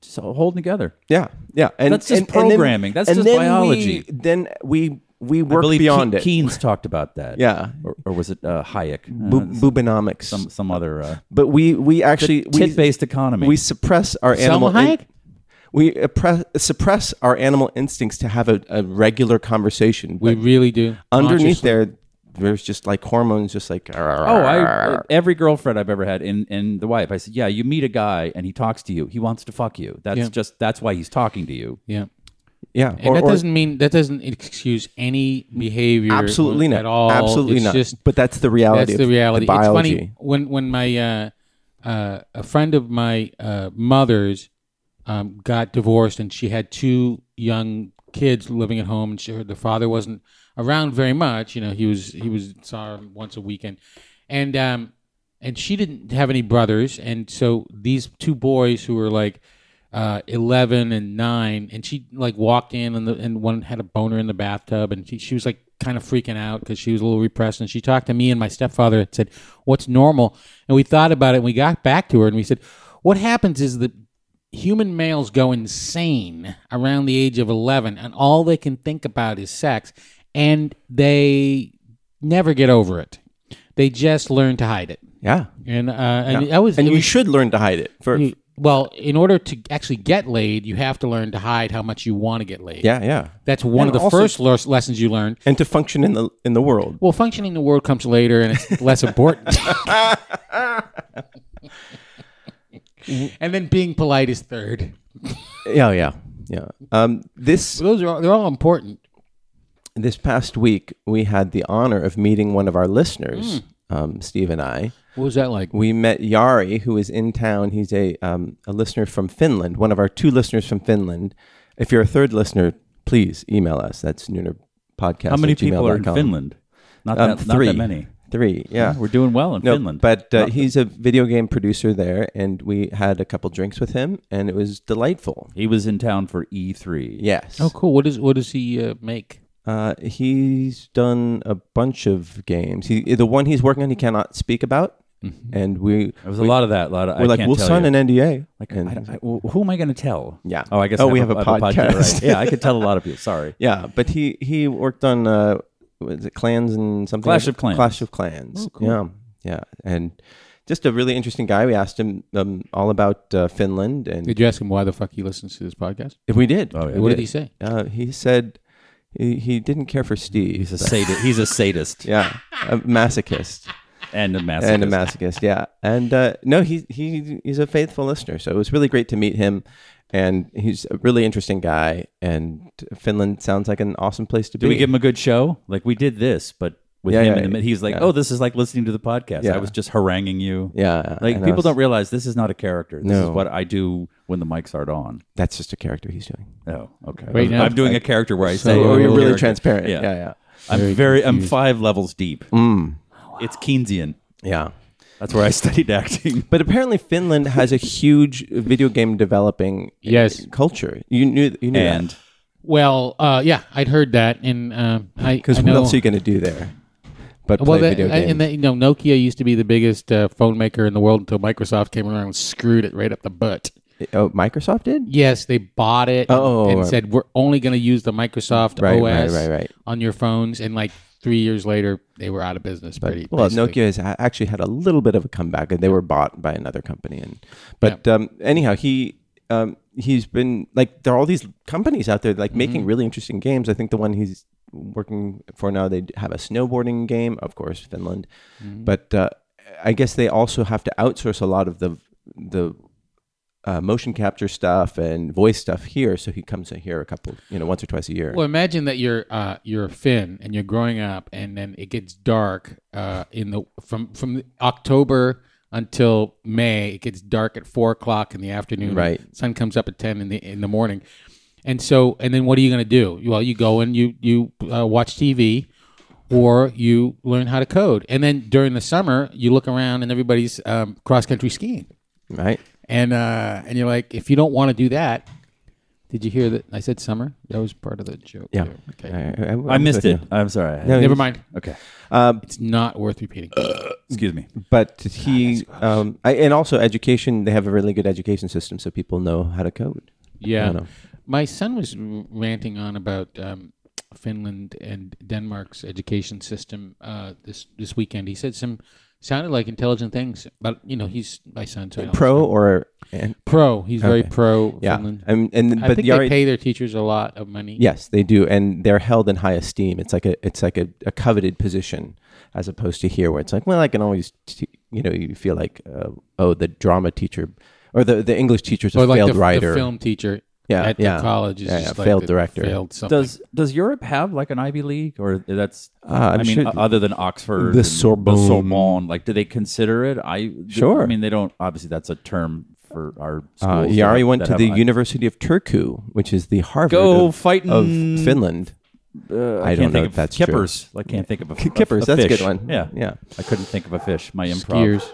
just holding together. Yeah, yeah. And That's just and- and then- programming. That's and just then biology. We, then we we I work believe beyond Ke- it. Keynes talked about that. Yeah. or, or was it uh, Hayek? Uh, Bo- boobonomics. some some other uh, but we we actually we- tit-based economy. We suppress our animal. Hayek? we oppress, suppress our animal instincts to have a, a regular conversation. we really do. underneath Consciously. there, there's just like hormones, just like Oh, I, every girlfriend I've ever had in, in the wife, I said, yeah, you meet a guy and he talks to you. He wants to fuck you. That's Yeah. just, that's why he's talking to you. yeah. yeah. And that doesn't mean that doesn't excuse any behavior. absolutely not at all. Absolutely It's not. Just but that's the reality. that's of the reality. it's biology. funny when when my uh, uh, a friend of my uh, mother's um, got divorced and she had two young kids living at home and she, her, the father wasn't around very much. You know, he was he was saw her once a weekend, and um, and she didn't have any brothers, and so these two boys who were like. Uh, eleven and nine, and she like walked in, and the, and one had a boner in the bathtub, and she, she was like kind of freaking out because she was a little repressed. And she talked to me and my stepfather and said, What's normal? And we thought about it and we got back to her and we said, What happens is that human males go insane around the age of 11 and all they can think about is sex and they never get over it. They just learn to hide it. Yeah. And, uh, and that was, And it you was- should learn to hide it. For you- well, in order to actually get laid, you have to learn to hide how much you want to get laid. yeah, yeah. That's one And of the also- first le- lessons you learn. And to function in the in the world. Well, functioning in the world comes later and it's less important. and then being polite is third. Yeah, yeah, yeah. Um, this So those are all, they're all important. this past week, we had the honor of meeting one of our listeners, Hmm. um, Steve and I. What was that like? We met Yari, who is in town. He's a um, a listener from Finland, one of our two listeners from Finland. If you're a third listener, please email us. That's Podcast. How many people are in Finland? Not that, Um, three. not that many. Three, yeah. We're doing well in no, Finland. but uh, he's a video game producer there, and we had a couple drinks with him, and it was delightful. he was in town for E E3. Yes. Oh, cool. What does what does he uh, make? Uh, he's done a bunch of games. He the one he's working on he cannot speak about, and we There was a lot of Mm-hmm. that. A lot of, we're I like can't we'll tell sign you. an NDA. Like, and, I don't- I- well, who am I going to tell? Yeah. Oh, I guess. Oh, I we have, have a I podcast. right? Yeah, I could tell a lot of people. Sorry. yeah, but he he worked on uh, was it Clans and something Clash like- of Clans. Oh, Clash of Clans. Yeah, yeah, and just a really interesting guy. We asked him um, all about uh, Finland, and Did you ask him why the fuck he listens to this podcast? we did. Oh, What did he say? Uh, he said he, he didn't care for Steve. He's a sadist. He's a sadist yeah, a masochist. and a masochist. and a masochist. Yeah, and uh, no, he he he's a faithful listener. So it was really great to meet him, and he's a really interesting guy. And Finland sounds like an awesome place to be. Did we give him a good show? Like we did this, but with Yeah, him yeah, in the mid, he's like, yeah. "Oh, this is like listening to the podcast. Yeah. I was just haranguing you." yeah, Like and I people was- don't realize this is not a character. This is No. what I do when the mics aren't on. That's just a character he's doing. Oh, okay. Right I'm, now- I'm doing a character where I say, Oh, "Oh, you're really character." transparent. Yeah. Yeah, Mm. yeah, I'm very. I'm five levels deep. It's Keynesian. yeah. That's where I studied acting. But apparently, Finland has a huge video game developing Yes. culture. You knew you knew And Well, uh, yeah, I'd heard that, and uh, I because I what know- else are you going to do there? But play well, that, video I- games. and that, you know, Nokia used to be the biggest uh, phone maker in the world until Microsoft came around and screwed it right up the butt. oh, Microsoft did. Yes, they bought it Oh, and right. said we're only going to use the Microsoft Right, right, OS right, right. on your phones. And like three years later, they were out of business. Pretty Well, basically. Nokia has a- actually had a little bit of a comeback, and they were bought by another company. And but um, anyhow, he um, he's been like there are all these companies out there like making really interesting games. I think the one he's working for now they have a snowboarding game, of course, Finland. But uh, I guess they also have to outsource a lot of the the uh, motion capture stuff and voice stuff here. So he comes here a couple, you know, once or twice a year. Well, imagine that you're uh, you're a Finn and you're growing up, and then it gets dark uh, in the from from October until May. It gets dark at four o'clock in the afternoon. Right. Sun comes up at ten in the in the morning, and so and then what are you going to do? Well, you go and you you uh, watch TV, or you learn how to code, and then during the summer you look around and everybody's um, cross country skiing right? and uh, and you're like, if you don't want to do that, did you hear that I said summer? That was part of the joke. Yeah. there. Okay. I, I missed it. I'm sorry. No, Never mind. Okay. It's not worth repeating. Excuse me. But he, um, I, and also education, they have a really good education system, so people know how to code. I yeah. know. My son was r- ranting on about um, Finland and Denmark's education system uh, this this weekend. He said some sounded like intelligent things, but you know, he's my son. So I don't Pro know. or and, pro. He's very Okay. pro yeah, Finland. and and I but think the they RA pay their teachers a lot of money. yes, they do, and they're held in high esteem. It's like a it's like a, a coveted position, as opposed to here where it's like, well, I can always, t- you know, you feel like, uh, oh, the drama teacher or the the English teacher's Or a like failed the, the writer. film teacher Yeah, at the yeah. college is Yeah, just yeah, like failed the director. Failed something. Does Does Europe have like an Ivy League or that's Ah, I'm I mean sure- o- other than Oxford, The and Sorbonne. the Sorbonne, like do they consider it? I Sure. I mean, they don't. Obviously, that's a term for our Uh, schools. that Yari have- went that to have the I- University of Turku, which is the Harvard Go of, fighting- of Finland. I Uh, I, don't can't know think if of that's true. kippers. I can't think of a Kippers, that's a good fish. one. Yeah, Yeah. I couldn't think of a fish. My improv skiers,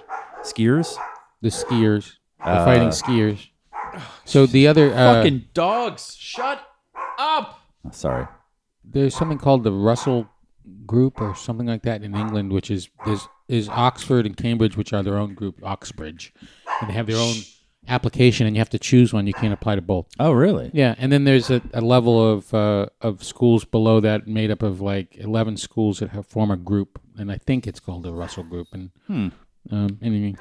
skiers. the skiers, the Uh, fighting skiers. So the other uh, Fucking dogs! Shut up! Sorry. there's something called the Russell Group or something like that in England, which is there's is Oxford and Cambridge, which are their own group, Oxbridge, and they have their own application, and you have to choose one. You can't apply to both. Oh, really? Yeah, and then there's a, a level of uh, of schools below that made up of like eleven schools that have form a group, and I think it's called the Russell Group. And um, anyway,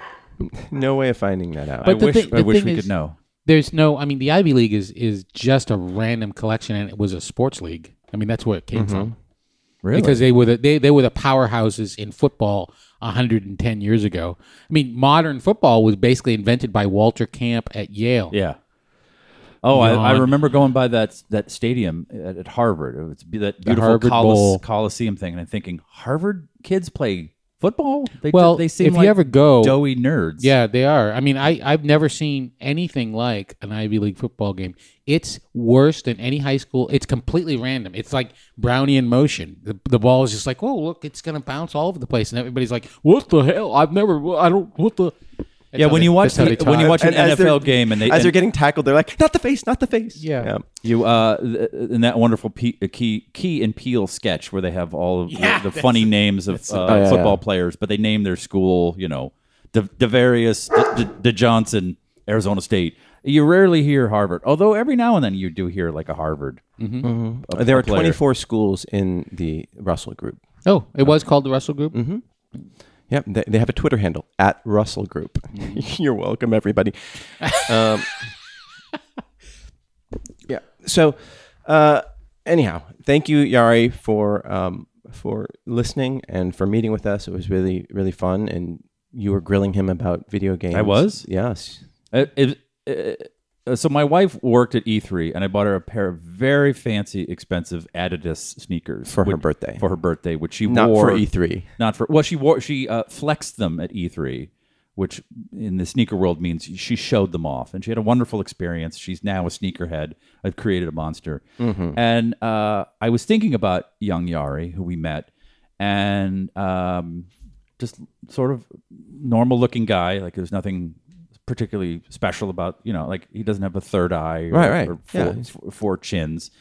No way of finding that out. Hmm. I But the wish. thing- I the wish thing we is- could know. There's no, I mean, the Ivy League is is just a random collection, and it was a sports league. I mean, that's where it came from Really? because they were the they, they were the powerhouses in football 110 years ago. I mean, modern football was basically invented by Walter Camp at Yale. Yeah. Oh, I, I Yawn. remember going by that that stadium at, at Harvard. It was be- that beautiful Harvard Bowl. Colos, Coliseum thing, and I'm thinking Harvard kids play football. They, Well, they seem if you like ever go- doughy nerds. Yeah, they are. I mean, I, I've never seen anything like an Ivy League football game. It's worse than any high school. It's completely random. It's like Brownian motion. The, the ball is just like, oh, look, it's going to bounce all over the place. And everybody's like, what the hell? I've never, I don't, what the. That's yeah. how When they- you watch that's how the, they when you talk. watch an as they're- NFL game and they as they're and getting tackled, they're like, "Not the face, not the face." Yeah. you uh th- in that wonderful P- uh, key key and peel sketch where they have all of the- the, funny names of Oh, uh, yeah, football yeah. players, but they name their school. You know, De, DeVarius, De, De, De Johnson, Arizona State. You rarely hear Harvard, although every now and then you do hear like a Harvard. Uh, There are player. 24 schools in the Russell Group. Oh, it was called the Russell Group? Yep, they, they have a Twitter handle at Russell Group. You're welcome, everybody. Um, yeah. So, uh, anyhow, thank you, Yari, for um, for listening and for meeting with us. It was really really fun, and you were grilling him about video games. was? Yes. Uh, it- uh, so my wife worked at E3, and I bought her a pair of very fancy, expensive Adidas sneakers For her which- birthday. For her birthday, which she Not wore for E E3. Not for well, she wore she uh, flexed them at E3, which in the sneaker world means she showed them off, and she had a wonderful experience. She's now a sneakerhead. I've created a monster, Mm-hmm. and uh, I was thinking about young Yari, who we met, and um, just sort of normal looking guy. Like there's nothing particularly special about you know, like he doesn't have a third eye, or, Right, right. or four, Yeah. four, four chins.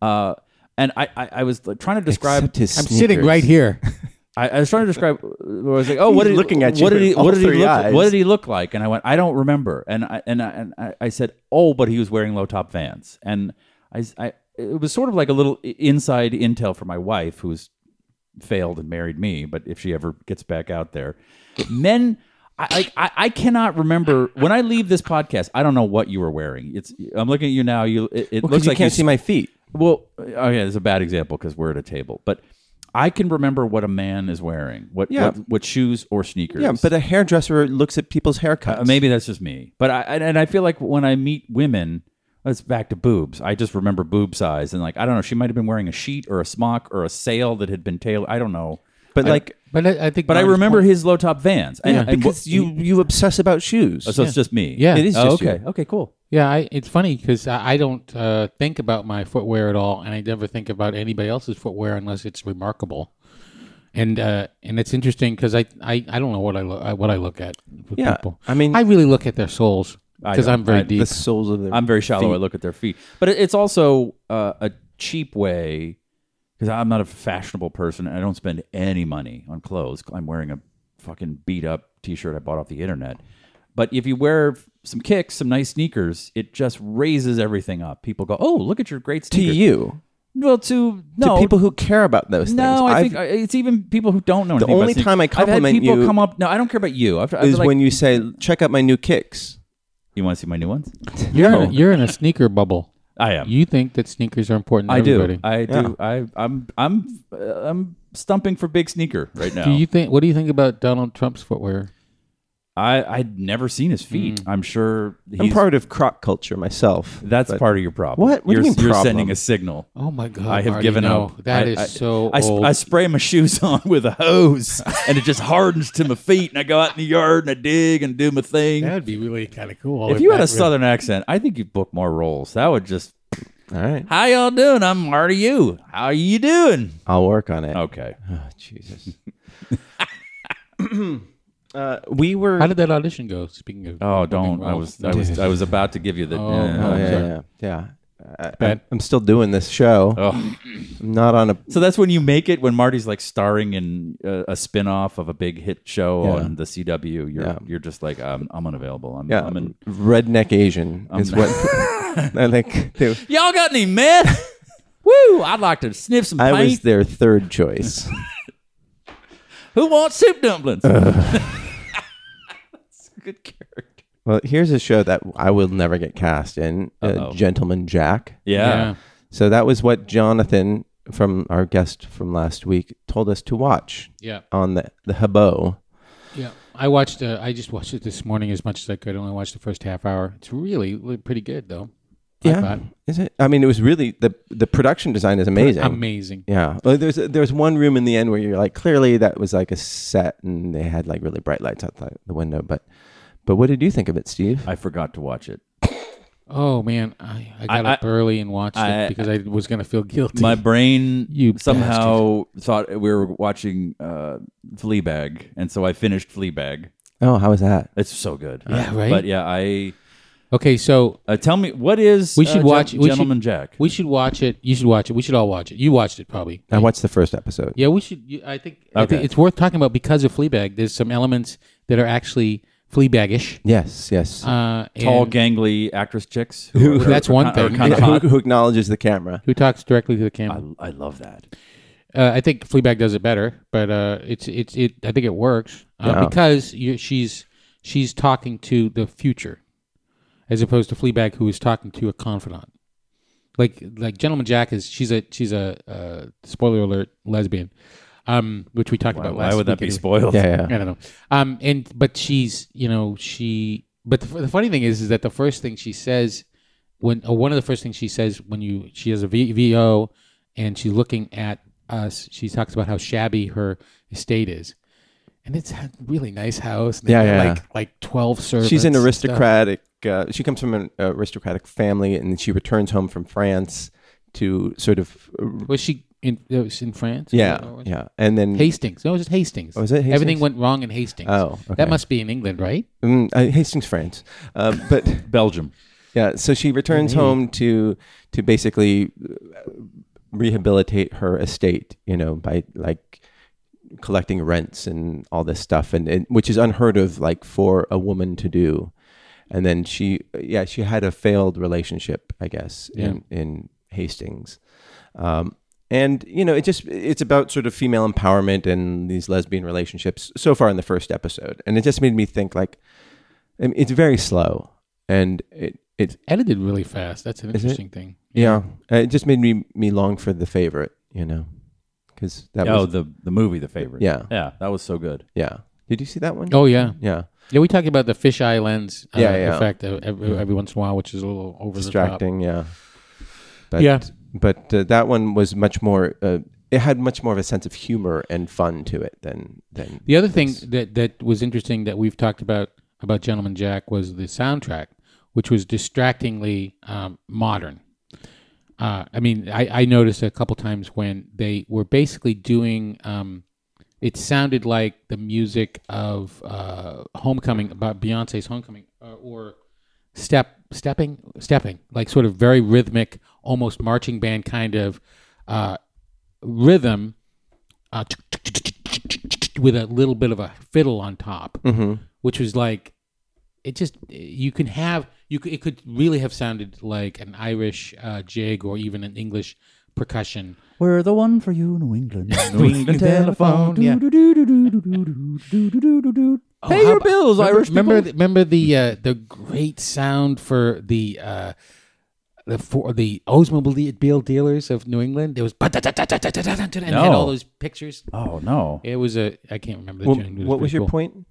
Uh, and I, I, I was like, trying to describe Except his I'm sitting sneakers. right here. I, I was trying to describe. I was like, "Oh, what He's did looking at you What did he? with all What did he three look? eyes. What did he look like?" And I went, "I don't remember." And I and I, and I, I said, "Oh, but he was wearing low top Vans." And I, I it was sort of like a little i- inside intel for my wife, who's failed and married me. But if she ever gets back out there, men. I, I I cannot remember when I leave this podcast. I don't know what you were wearing. It's I'm looking at you now. You it, it Well, 'cause looks you like can't you see my feet. well, oh yeah, it's a bad example because we're at a table, but I can remember what a man is wearing, what Yeah. what, what shoes or sneakers. Yeah, but a hairdresser looks at people's haircuts. Uh, maybe that's just me. But I and and I feel like when I meet women, it's back to boobs. I just remember boob size and like I don't know. She might have been wearing a sheet or a smock or a sail that had been tailored. I don't know. but like, But I, I think. But I Don's remember point- his low top Vans. And, Yeah. and because what- you you obsess about shoes. So it's just me. Yeah. It is Oh, just you. okay. Okay. Cool. Yeah, I, it's funny because I, I don't uh, think about my footwear at all, and I never think about anybody else's footwear unless it's remarkable. And uh, and it's interesting because I, I, I don't know what I look I- what I look at with Yeah, people. I mean- I really look at their souls because don't. I'm very I- deep. the soles of their. I'm very shallow. feet. I look at their feet, but it, it's also uh, a cheap way because I'm not a fashionable person and I don't spend any money on clothes. I'm wearing a fucking beat up T-shirt I bought off the internet. But if you wear some kicks, some nice sneakers, it just raises everything up. People go, "Oh, look at your great to sneakers." you, well, to to no people who care about those things. No, I I've- think I- it's even people who don't know. anything about only sneakers. time I I've had compliment people you come up. No, I don't care about you. I've, I've is like, when you say, "Check out my new kicks." you want to see my new ones. you're, in a, you're in a sneaker bubble. I am. You think that sneakers are important to I everybody. do. I do. I, I'm I'm uh, I'm stumping for big sneaker right now. do you think? What do you think about Donald Trump's footwear? I I'd never seen his feet. Mm. I'm sure he's. I'm part of crop culture myself. that's but- part of your problem. What? What do you're, you mean you're problem? sending a signal. Oh my God! I have Marty, given no. up. That I- is I- so I, sp- old. I spray my shoes on with a hose, and it just hardens to my feet. And I go out in the yard and I dig and do my thing. That'd be really kind of cool. if you had that a really- southern accent, I think you'd book more roles. That would just. All right, How y'all doing? I'm Marty. You. How you doing? I'll work on it. Okay. Oh, Jesus. uh, we were. how did that audition go? Speaking of, Oh, don't. I wrong. was. I was. I was about to give you the. Yeah. oh, yeah, yeah, yeah. I- I, Bad. am still doing this show. Oh. I'm not on a. So that's when you make it when Marty's like starring in a, a spin-off of a big hit show Yeah. on the CW. You're Yeah. you're just like I'm, I'm unavailable. I'm, Yeah, I'm in. redneck Asian is what I think. They, Y'all got any meth? Woo! I'd like to sniff some I paint. was their third choice. Who wants soup dumplings? that's a good character. well, here's a show that I will never get cast in. Uh, Gentleman Jack. Yeah. So that was what Jonathan from our guest from last week told us to watch yeah, on the the Habo. yeah. I watched. Uh, I just watched it this morning as much as I could. I only watched the first half hour. It's really, really pretty good though. I Yeah, thought. is it? I mean, it was really the the production design is amazing. amazing. Yeah. Well, there's there's one room in the end where you're like, clearly that was like a set, and they had like really bright lights out the, the window. But but what did you think of it, Steve? I forgot to watch it. Oh man, I, I got I- up early and watched I- it because I was gonna feel guilty. My brain You somehow thought we were watching uh, Fleabag, and so I finished Fleabag. Oh, how was that? It's so good. Yeah, right? But yeah, I okay, so uh, tell me what is We uh, should watch- Gen- we should- Gentleman Jack. we should watch it. You should watch it. We should all watch it. You watched it probably. I watched the first episode. Yeah, we should. you- I think, I think Okay. it's worth talking about because of Fleabag. There's some elements that are actually Fleabagish. Yes, yes. Uh, tall, and gangly actress chicks. Who, Well, that's one thing. Kind of who, hot. who acknowledges the camera? who talks directly to the camera. I, I love that. Uh, I think Fleabag does it better, but uh, it's it's it. I think it works uh, Yeah. because you, she's she's talking to the future, as opposed to Fleabag, who is talking to a confidant. Like like Gentleman Jack is she's a she's a uh, spoiler alert lesbian, um, which we talked about last. Why would that week be anyway. spoiled? Yeah, yeah. I don't know. Um, and but she's you know she. But the, the funny thing is, is that the first thing she says when or one of the first things she says when you she has a v, VO and she's looking at us, she talks about how shabby her estate is, and it's a really nice house. and they Yeah, got, yeah. Like like twelve servants. She's an and stuff. aristocratic. Uh, she comes from an aristocratic family, and she returns home from France to sort of. uh, Was she in? It was in France. Yeah, yeah. And then Hastings. No, it was just Hastings. Oh, is it Hastings? Everything went wrong in Hastings. Oh, okay. that must be in England, right? Mm, uh, Hastings, France. Uh, but. Belgium. Yeah, so she returns home to to basically uh, rehabilitate her estate, you know, by like collecting rents and all this stuff, and, and which is unheard of, like for a woman to do. And then she, yeah, she had a failed relationship, I guess, in, in Hastings. Um, and you know, it just it's about sort of female empowerment and these lesbian relationships so far in the first episode, and it just made me think like, I mean, it's very slow, and it it Edited really fast. That's an Is it? Uh, interesting thing. yeah, it just made me me long for the favorite, you know, because that Oh, was the the movie, The Favorite. Yeah. yeah, that was so good. yeah. Did you see that one? Oh yeah, yeah. yeah. We talk about the fisheye lens uh, Yeah, yeah. effect uh, every, every once in a while, which is a little over distracting. Yeah. But, Yeah. But uh, that one was much more. Uh, it had much more of a sense of humor and fun to it than than. The other thing that that was interesting that we've talked about about Gentleman Jack was the soundtrack, which was distractingly um, modern. Uh, I mean, I, I noticed a couple times when they were basically doing. Um, it sounded like the music of uh, Homecoming, about Beyonce's Homecoming, uh, or step stepping stepping like sort of very rhythmic almost marching band kind of uh, rhythm uh, with a little bit of a fiddle on top which was like it just you can have you could, it could really have sounded like an irish uh, jig or even an english percussion We're the one for you, New England. New England telephone, yeah. Oh, Pay how your about- bills, remember, Irish remember people. The, remember the uh, the great sound for the uh, the for the Oldsmobile dealers of New England. It was and had No. all those pictures. oh no, It was a I can't remember the Well, tune. It what was pretty your cool. point?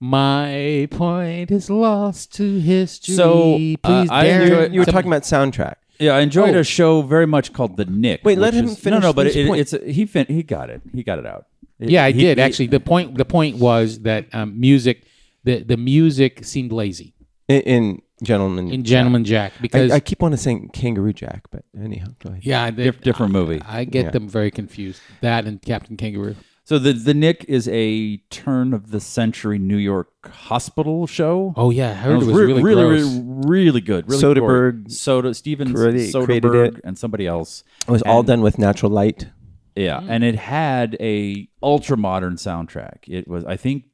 My point is lost to history. So, uh, please, I Darren, enjoy- You were some- talking about soundtrack. yeah, I enjoyed Oh. a show very much called The Nick. Wait, let which him is- finish No, no, but his it, point. it's a, he fin- he got it. He got it out. It- Yeah, I he- did he- actually. The point the point was that um, music the the music seemed lazy In, in Gentleman. in Gentleman Jack I, because I keep on saying Kangaroo Jack, but anyhow, go ahead. yeah, they- Dif- different movie. I get them very confused. That and Captain Kangaroo. So the the Nick is a turn of the century New York hospital show. Oh yeah, I heard it was, re- really, really, gross. really, really good. Really Soderbergh gory. Soda, Steven created- created Soderbergh, it. and somebody else. It was all done with natural light. Yeah, Mm. and it had a ultra modern soundtrack. It was, I think,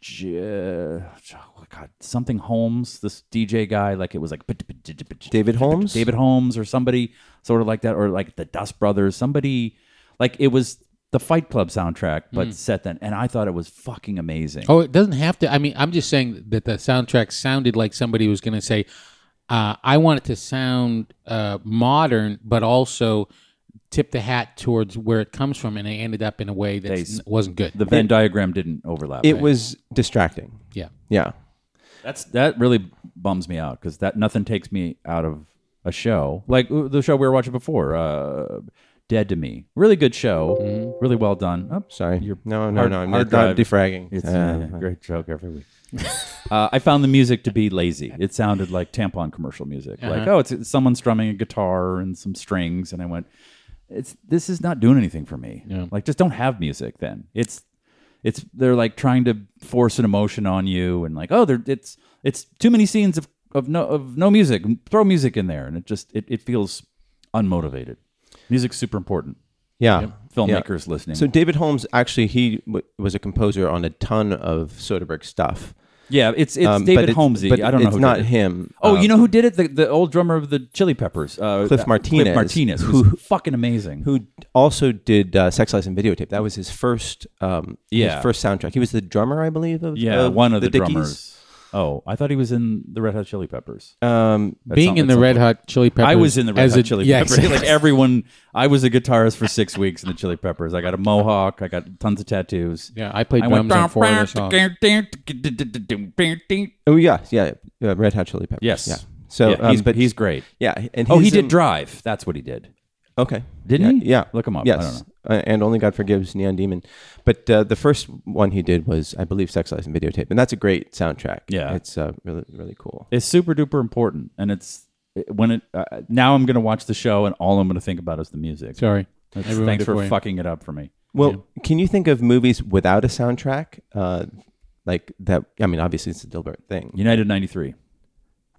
J- oh, God, something Holmes, this DJ guy. Like it was like David Holmes? David Holmes, or somebody sort of like that, or like the Dust Brothers. Somebody like it was the Fight Club soundtrack, Mm. but set then. And I thought it was fucking amazing. Oh, it doesn't have to. I mean, I'm just saying that the soundtrack sounded like somebody was going to say, uh, "I want it to sound uh, modern, but also tip the hat towards where it comes from," and they ended up in a way that s- wasn't good. The Venn diagram didn't overlap. It was distracting. yeah, Yeah. That's that really bums me out because that nothing takes me out of a show like uh, the show we were watching before, uh, Dead to Me. Really good show, really well done. Oh, Sorry. your no, no, hard- no. I'm hard not, not drive. defragging. It's Uh, a great joke every week. uh, I found the music to be lazy. It sounded like tampon commercial music. Uh-huh. Like oh, it's, it's someone strumming a guitar and some strings, and I went, it's this is not doing anything for me. Like just don't have music then. It's it's they're like trying to force an emotion on you and like oh they're it's it's too many scenes of of no of no music throw music in there and it just it, it feels unmotivated music's super important yeah. yeah. filmmakers listening So David Holmes actually he w- was a composer on a ton of Soderbergh stuff. yeah it's it's Um, but david it's- holmesy but i don't know It's who not did it. him. oh um, you know who did it the, the old drummer of the chili peppers uh, Cliff uh, Martinez, cliff martinez who's fucking amazing who also did uh, Sex Lies and Videotape. That was his first um Yeah. his first soundtrack. He was the drummer, I believe, of yeah of one of the, Dickies. drummers oh i thought he was in the red hot chili peppers Um being some- that's in the some- Red Hot Chili Peppers. I was in the Red as Hot a- Chili yeah, Peppers. Like everyone, I was a guitarist for six weeks in the Chili Peppers. I got a mohawk. I got tons of tattoos. Yeah, I played I drums on four of their songs. oh yeah, yeah, yeah, Red Hot Chili Peppers. Yes. Yeah. So Yeah, um, he's, but he's great. yeah, and Oh, he he's did in- Drive. That's what he did. Okay. Didn't yeah, he? Yeah. Look him up. I Yes. don't know. Uh, and Only God Forgives Neon Demon. But uh, the first one he did was, I believe, Sex, Lies, and Videotape. And that's a great soundtrack. Yeah. It's uh, really, really cool. It's super duper important, and it's when it. Uh, now I'm going to watch the show, and all I'm going to think about is the music. Sorry, That's- Everyone thanks did for you. fucking it up for me. Well, can you think of movies without a soundtrack? Uh, like that, I mean, obviously it's a Dilbert thing. United '93.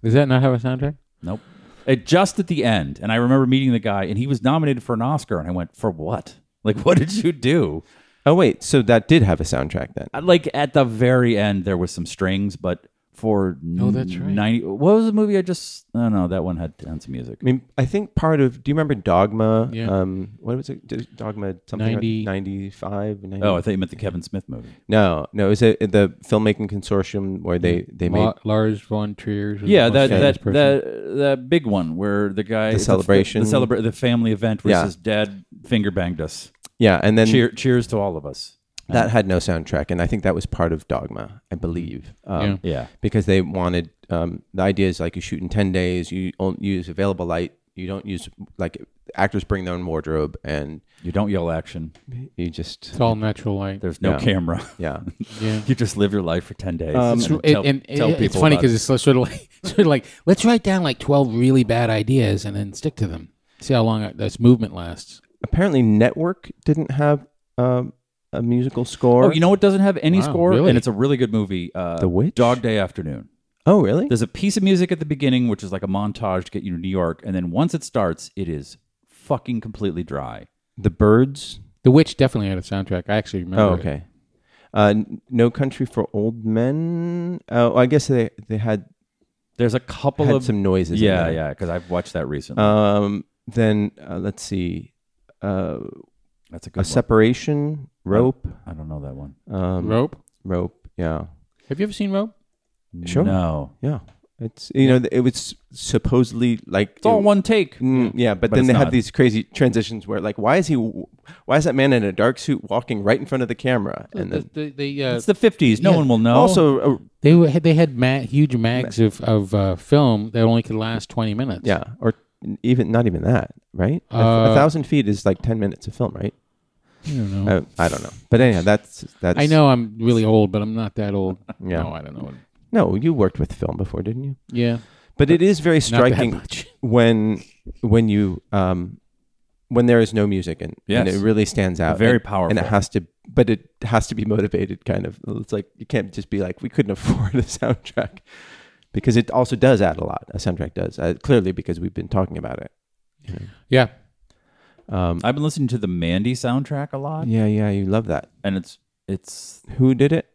Does that not have a soundtrack? Nope. It just at the end, and I remember meeting the guy, and he was nominated for an Oscar, and I went, "For what? Like, what did you do?" Oh, wait. So that did have a soundtrack then. like at the very end there was some strings but for Oh, that's right. 90 what was the movie i just no no that one had tons of music I mean, I think part of, do you remember Dogma? Yeah. Um, what was it? D- Dogma something? or 90 95? 90? oh i thought you meant the kevin smith movie no, no. It was a, the filmmaking consortium where they, they made La- Lars von Trier. was the yeah most that famous that, person. that that big one where the guy the celebration. the, celebra- the family event where Yeah. his dad finger banged us Yeah, and then Cheer, cheers to all of us. that had no soundtrack, and I think that was part of Dogma, I believe. Um, Mm. Yeah. because they wanted um, the idea is like you shoot in 10 days you don't use available light you don't use like actors bring their own wardrobe and You don't yell action. you just It's all natural light. There's no Yeah. camera. yeah Yeah. You just live your life for ten days. Um, and It's- tell- it- and it- tell it's people funny about it. because it's sort of like sort of like let's write down like twelve really bad ideas and then stick to them. See how long this movement lasts. apparently network didn't have um, a musical score oh, you know what doesn't have any Wow, score, really? and it's a really good movie. Uh, The Witch? Dog Day Afternoon. oh really There's a piece of music at the beginning, which is like a montage to get you to New York, and then once it starts, it is fucking completely dry. the birds The Witch definitely had a soundtrack. I actually remember. oh it. okay uh, n- no country for old men oh i guess they they had There's a couple had of some noises in yeah, there. yeah, because I've watched that recently. um then uh, let's see uh, That's a good a one. separation rope I don't know that one. um, Rope. rope yeah Have you ever seen Rope? Sure. No, Yeah, it's you know it was supposedly like it's all one take. Mm, yeah, but, But then it's they have not. these crazy transitions where like why is he why is that man in a dark suit walking right in front of the camera and then the, the, the, uh, It's the '50s. No Yeah. one will know. also uh, they were, they had ma- huge mags of of uh, film that only could last twenty minutes. yeah or even not even that right A th- a, Uh, thousand feet is like ten minutes of film right I don't know. uh, I don't know but anyhow that's that's I know I'm really old, but I'm not that old. Yeah. No, I don't know. no you worked with film before didn't you Yeah. but it is very Not that striking much. when when you um when there is no music and, and Yes. it really stands out Very and, and powerful. it has to but it has to be motivated kind of it's like you can't just be like we couldn't afford a soundtrack because it also does add a lot a soundtrack does uh, clearly because we've been talking about it Yeah. um I've been listening to the Mandy soundtrack a lot, yeah yeah you love that and it's it's who did it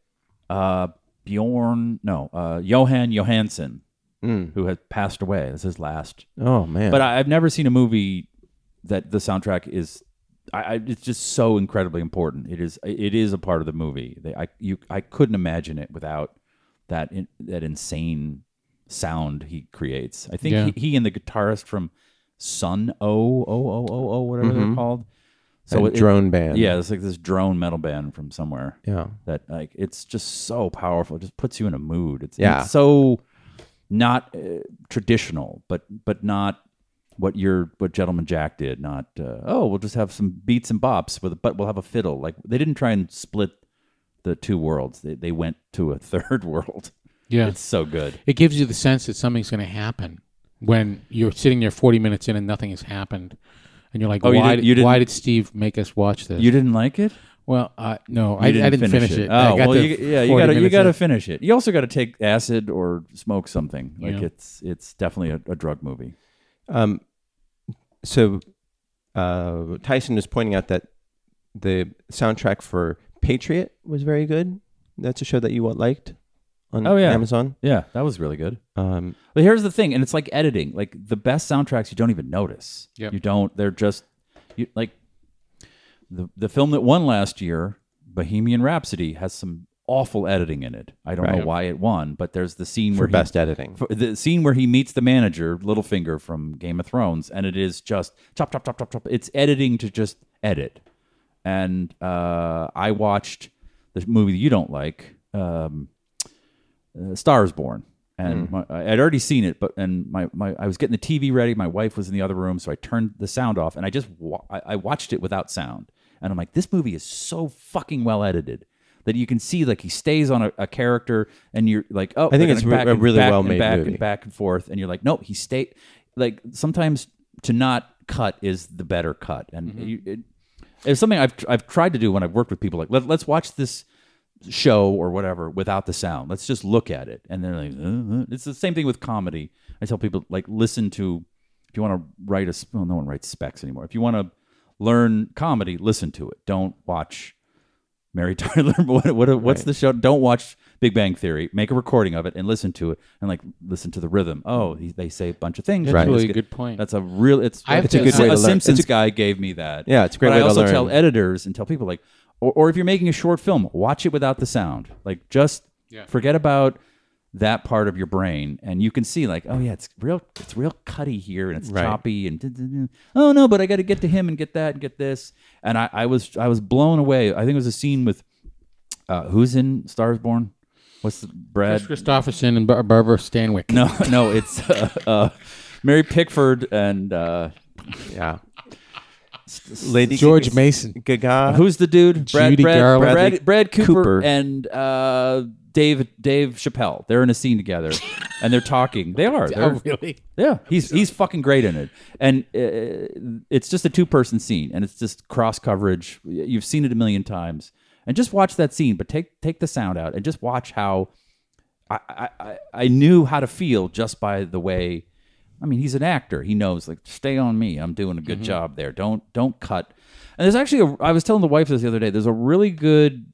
uh, Bjorn, no, uh, Johan Johansson, Mm. who had passed away. This is his last. oh man But I, I've never seen a movie that the soundtrack is. I, I, it's just so incredibly important. It is. It is a part of the movie. They, I you I couldn't imagine it without that in, that insane sound he creates. I think Yeah. he, he and the guitarist from Sun O O O O O whatever they're called. so it- it- drone band yeah, it's like this drone metal band from somewhere yeah that like it's just so powerful. It just puts you in a mood. It's, Yeah. it's so not uh, traditional, but but not what your what Gentleman Jack did. Not uh, oh, we'll just have some beats and bops with, but we'll have a fiddle. Like they didn't try and split the two worlds. They they went to a third world. Yeah. It's so good. it gives you the sense that something's going to happen when you're sitting there 40 minutes in and nothing has happened. And you're like, Oh, you why, didn't- did, you didn't- why did Steve make us watch this? You didn't like it? well, uh, no, I, I didn't finish, it. Oh I got well, to you, yeah, you 40 gotta you minutes gotta in. finish it. You also gotta take acid or smoke something. Like Yeah. it's it's definitely a, a drug movie. Um, so uh, Tyson is pointing out that the soundtrack for Patriot was very good. That's a show that you all liked on Oh, yeah. Amazon. Yeah, that was really good. Um, But here's the thing, and it's like editing. Like the best soundtracks, you don't even notice. Yep. You don't. They're just you like the the film that won last year, Bohemian Rhapsody, has some awful editing in it. I don't know Right. why it won, but there's the scene for where he- best editing. for the scene where he meets the manager, Littlefinger from Game of Thrones, and it is just chop, chop, chop, chop, chop. It's editing to just edit. And uh, I watched the movie that you don't like, um, uh, Stars Born, and Hmm. my, I- I'd already seen it, but and my, my I was getting the TV ready. My wife was in the other room, so I turned the sound off, and I just wa- I, I watched it without sound, and I'm like, this movie is so fucking well edited. That you can see, like he stays on a, a character, and you're like, oh, I think they're it's gonna re- back a and really back and well-made back movie. And back and forth, and you're like, no, he stayed. Like sometimes to not cut is the better cut, and Mm-hmm. you, it, it's something I've I've tried to do when I've worked with people. Like Let, let's watch this show or whatever without the sound. Let's just look at it, and they're like, "Uh, uh." it's the same thing with comedy. I tell people like listen to if you want to write a sp- well, no one writes specs anymore. If you want to learn comedy, listen to it. Don't watch Mary Tyler. What, what, what's the show? Don't watch Big Bang Theory. Make a recording of it and listen to it, and like listen to the rhythm. Oh, he, they say a bunch of things. That's Right. really Let's a good point. That's a real. It's I have it's to- a good It's a way. way A to learn. Simpsons It's a- guy gave me that. Yeah, it's a great But way I to also learn. tell editors and tell people like, or, or if you're making a short film, watch it without the sound. Like just forget about that part of your brain, and you can see like, oh yeah, it's real, it's real cutty here, and it's choppy, and duh, duh, duh. oh no, but I got to get to him and get that and get this, and I, I was I was blown away. I think it was a scene with uh, who's in Stars Born? What's the Brad? Christopherson and Bar- Barbara Stanwyck. No, no, it's uh, uh, Mary Pickford and uh, Yeah. Lady George Gaga- Mason. Gaga. who's the dude? Judy Brad, Garland. Brad, Brad Cooper, Cooper. and uh, Dave Dave Chappelle. They're in a scene together, and they're talking. They are. They're- Oh, really? Yeah, he's he's fucking great in it, and uh, it's just a two person scene, and it's just cross coverage. You've seen it a million times, and just watch that scene, but take take the sound out and just watch how I I, I- I knew how to feel just by the way. I mean, he's an actor. He knows like stay on me. I'm doing a good job there. Don't don't cut. And there's actually a, I was telling the wife this the other day. There's a really good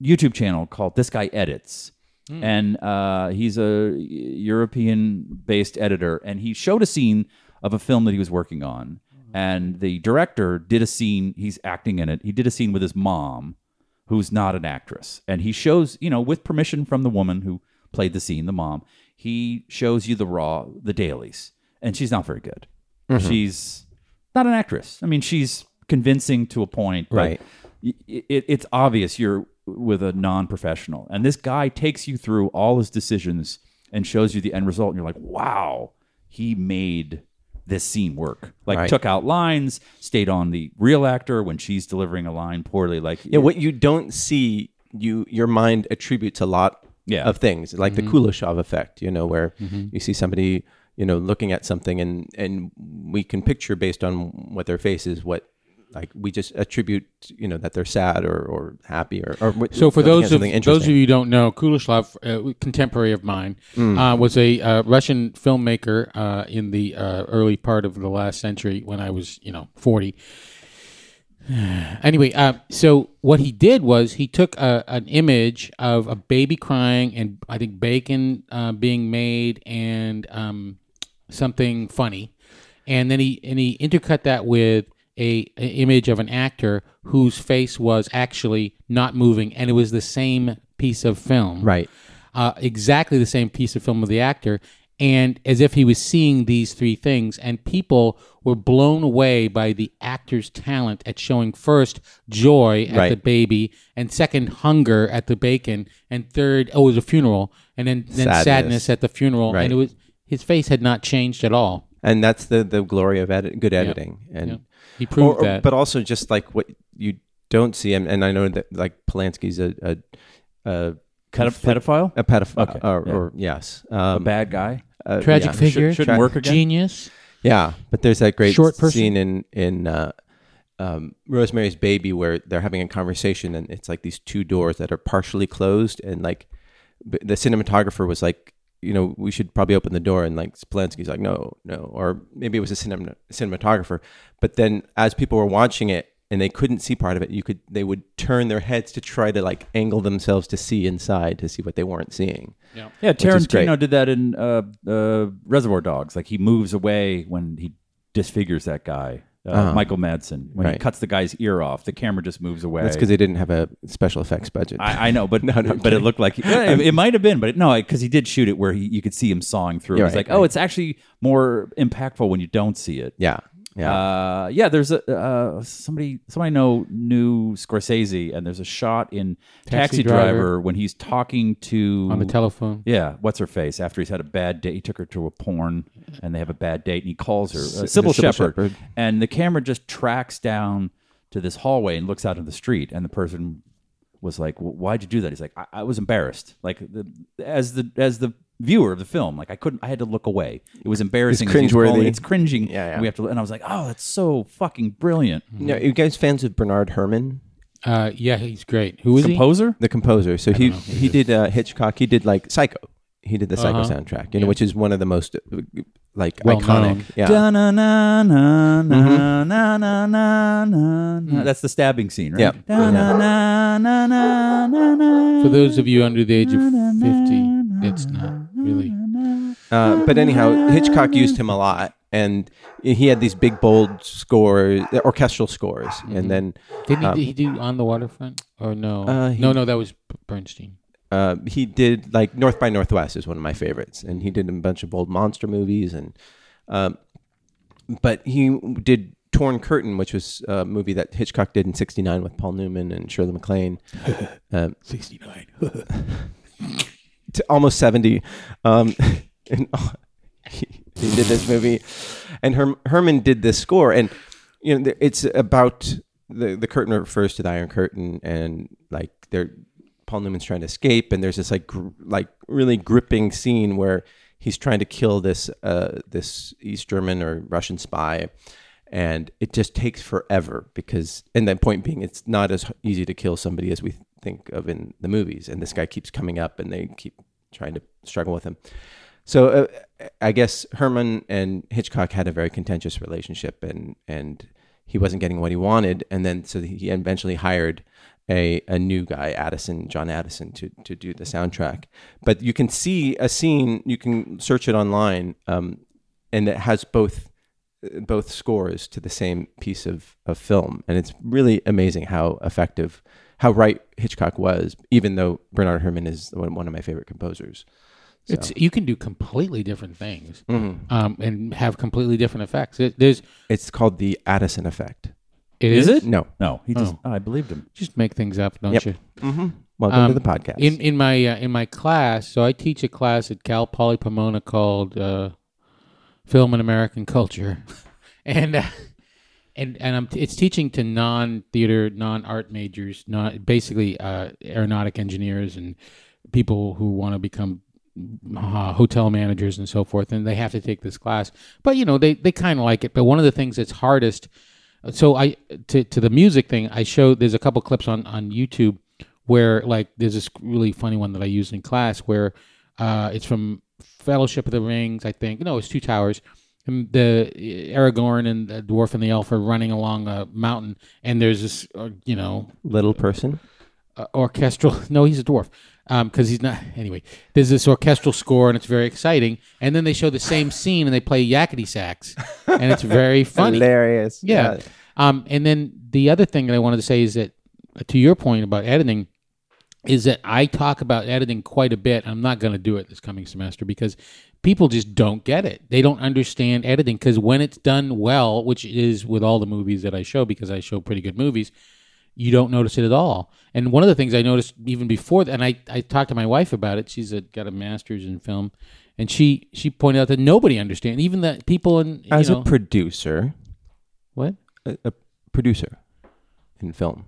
YouTube channel called This Guy Edits. And uh, he's a European based editor. And he showed a scene of a film that he was working on. And the director did a scene, he's acting in it. He did a scene with his mom, who's not an actress. And he shows, you know, with permission from the woman who played the scene, the mom, he shows you the raw, the dailies. And she's not very good. Mm-hmm. She's not an actress. I mean, she's convincing to a point, but Right. y- it, it's obvious you're with a non-professional and this guy takes you through all his decisions and shows you the end result and you're like wow he made this scene work like Right. took out lines stayed on the real actor when she's delivering a line poorly like Yeah, what you don't see, you your mind attributes a lot Yeah. of things, like the Mm-hmm. Kuleshov effect, you know, where you see somebody, you know, looking at something and and we can picture based on what their face is what like we just attribute, you know, that they're sad or, or happy or, or what- So for looking at those of something those of interesting. you who don't know, Kuleshov, uh, contemporary of mine, Mm. uh, was a uh, Russian filmmaker uh, in the uh, early part of the last century when I was, you know, forty. anyway, uh, so what he did was he took a, an image of a baby crying and I think bacon uh, being made and um, something funny, and then he and he intercut that with a, a image of an actor whose face was actually not moving, and it was the same piece of film, Right. uh, exactly the same piece of film with the actor, and as if he was seeing these three things. And people were blown away by the actor's talent at showing first joy at Right. the baby, and second hunger at the bacon, and third oh it was a funeral, and then then sadness, Sadness. at the funeral, Right. and it was his face had not changed at all. and that's the the glory of edit, good editing and He proved or- or- that. but also just like what you don't see and, and i know that like polanski's a a, a pedophile a pedophile Okay, or, yeah. or yes a um, bad guy uh, yeah. Tragic figure, shouldn't work again genius. Yeah, but there's that great Short person. scene in in uh, um, Rosemary's Baby where they're having a conversation and it's like these two doors that are partially closed and like b- the cinematographer was like, you know, we should probably open the door and like Polanski's like, no, no, or maybe it was a cinema cinematographer, but then as people were watching it and they couldn't see part of it, you could they would turn their heads to try to like angle themselves to see inside to see what they weren't seeing. yeah is great. tarantino did that in uh, uh, reservoir dogs like he moves away when he disfigures that guy uh, michael madsen when Uh-huh. he Right. cuts the guy's ear off the camera just moves away That's because they didn't have a special effects budget. I, I know, but No, no, I'm but it kidding. looked like yeah, it, it might have been, but it, no, because he did shoot it where he, you could see him sawing through. Yeah, It's right, like, oh, right. it's actually more impactful when you don't see it. yeah, yeah. Uh, yeah, there's a uh, somebody somebody I know knew Scorsese, and there's a shot in Taxi, Taxi Driver. Driver. when he's talking to On the telephone. Yeah, what's her face? After he's had a bad date, he took her to a porn, and they have a bad date, and he calls her uh, Sybil Sybil Shepherd, Shepherd. and the camera just tracks down to this hallway and looks out into the street, and the person was like, well, "Why'd you do that?" He's like, "I, I was embarrassed, like the, as the as the." Viewer of the film, like I couldn't, I had to look away. It was embarrassing. as he's cringeworthy. calling- It's cringing. Yeah, yeah. We have to, and I was like, oh, that's so fucking brilliant. No, you guys fans of Bernard Herman, Uh, yeah, he's great. Who is Composer? the composer? So he he did uh, Hitchcock. He did like Psycho. He did the Psycho soundtrack, you know, which is one of the most uh, like Well iconic. known. Yeah, Mm-hmm. Da-na-na-na-na-na-na-na. That's the stabbing scene, right? Yeah. he? Da-na-na-na-na-na-na. For those of you under the age of fifty, it's not really. Uh, but anyhow, Hitchcock used him a lot, and he had these big bold scores, orchestral scores, and then Didn't he, he do on the waterfront? Or no? Um, Uh, he- no, no, that was B- Bernstein. uh, he did like North by Northwest is one of my favorites, and he did a bunch of old monster movies and um, but he did Torn Curtain, which was a movie that Hitchcock did in '69 with Paul Newman and Shirley MacLaine. um, '69, to almost '70, um, and he, he did this movie, and Herm, Herman did this score, and you know it's about the the curtain refers to the Iron Curtain, and like they're Paul Newman's trying to escape, and there's this like gr- like really gripping scene where he's trying to kill this uh, this East German or Russian spy, and it just takes forever because. And the point being, it's not as easy to kill somebody as we think of in the movies, and this guy keeps coming up, and they keep trying to struggle with him. So uh, I guess Herman and Hitchcock had a very contentious relationship, and and he wasn't getting what he wanted, and then so he eventually hired a, a new guy, Addison, John Addison, to to do the soundtrack. But you can see a scene, you can search it online, um, and it has both both scores to the same piece of, of film, and it's really amazing how effective, how right Hitchcock was, even though Bernard Herrmann is one one of my favorite composers. It's you can do completely different things Mm-hmm. um, and have completely different effects. It, there's It's called the Addison effect. it Is it? No, No, he just. I believed him. Just make things up, don't Yep. you? welcome to the podcast. Um, In in my uh, in my class, so I teach a class at Cal Poly Pomona called uh, Film and American Culture, and uh, and and I'm it's teaching to non theater, non art majors, not basically uh, aeronautic engineers and people who want to become uh, hotel managers and so forth, and they have to take this class. But you know, they they kind of like it. But one of the things that's hardest. So I to to the music thing, I show there's a couple clips on on YouTube where like there's this really funny one that I used in class where uh, it's from Fellowship of the Rings, I think. No, it's Two Towers. And the uh, Aragorn and the dwarf and the elf are running along a mountain, and there's this, uh, you know, Little person. uh, orchestral. No, he's a dwarf because he's not. Anyway, there's this orchestral score and it's very exciting. And then they show the same scene and they play yakety sax, and it's very funny. Hilarious. Yeah. Um, and then the other thing that I wanted to say is that, uh, to your point about editing, is that I talk about editing quite a bit. I'm not going to do it this coming semester because people just don't get it. They don't understand editing because when it's done well, which it is with all the movies that I show, because I show pretty good movies, you don't notice it at all. And one of the things I noticed even before, th- and I, I talked to my wife about it. She's a, got a master's in film, and she she pointed out that nobody understands, even the people in you As know a producer, what. a, a producer in film.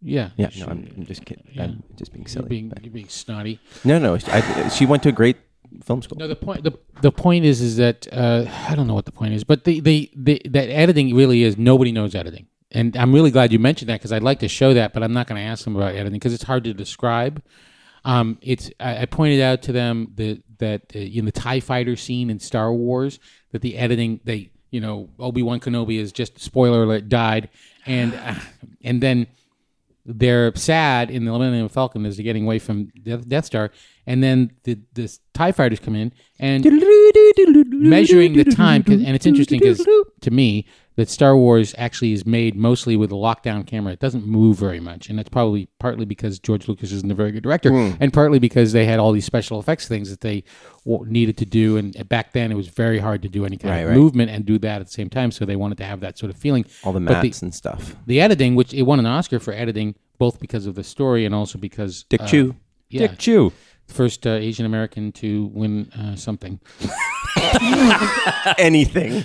Yeah, Yeah, she- no, I'm, I'm just kidding. I'm just being You're silly. being, but- you're being snotty. no, no. I, she went to a great film school. No, the point the, the point is is that uh, I don't know what the point is, but the, the the that editing really is nobody knows editing, and I'm really glad you mentioned that because I'd like to show that, but I'm not going to ask them about editing because it's hard to describe. Um, it's I, I pointed out to them the, that uh, in the Tie Fighter scene in Star Wars that the editing they you know Obi Wan Kenobi is just spoiler alert died, and uh, and then they're sad in the Millennium Falcon as they're getting away from Death, Death Star, and then the the Tie Fighters come in and measuring the time. 'cause- and it's interesting because to me that Star Wars actually is made mostly with a lockdown camera. It doesn't move very much, and that's probably partly because George Lucas isn't a very good director, Hmm. and partly because they had all these special effects things that they w- needed to do. And back then, it was very hard to do any kind of right. movement and do that at the same time. So they wanted to have that sort of feeling. All the But mats and stuff. the editing, which it won an Oscar for editing, both because of the story and also because Dick uh, Chu. yeah, Dick Chew. first uh, Asian American to win uh, something. Anything.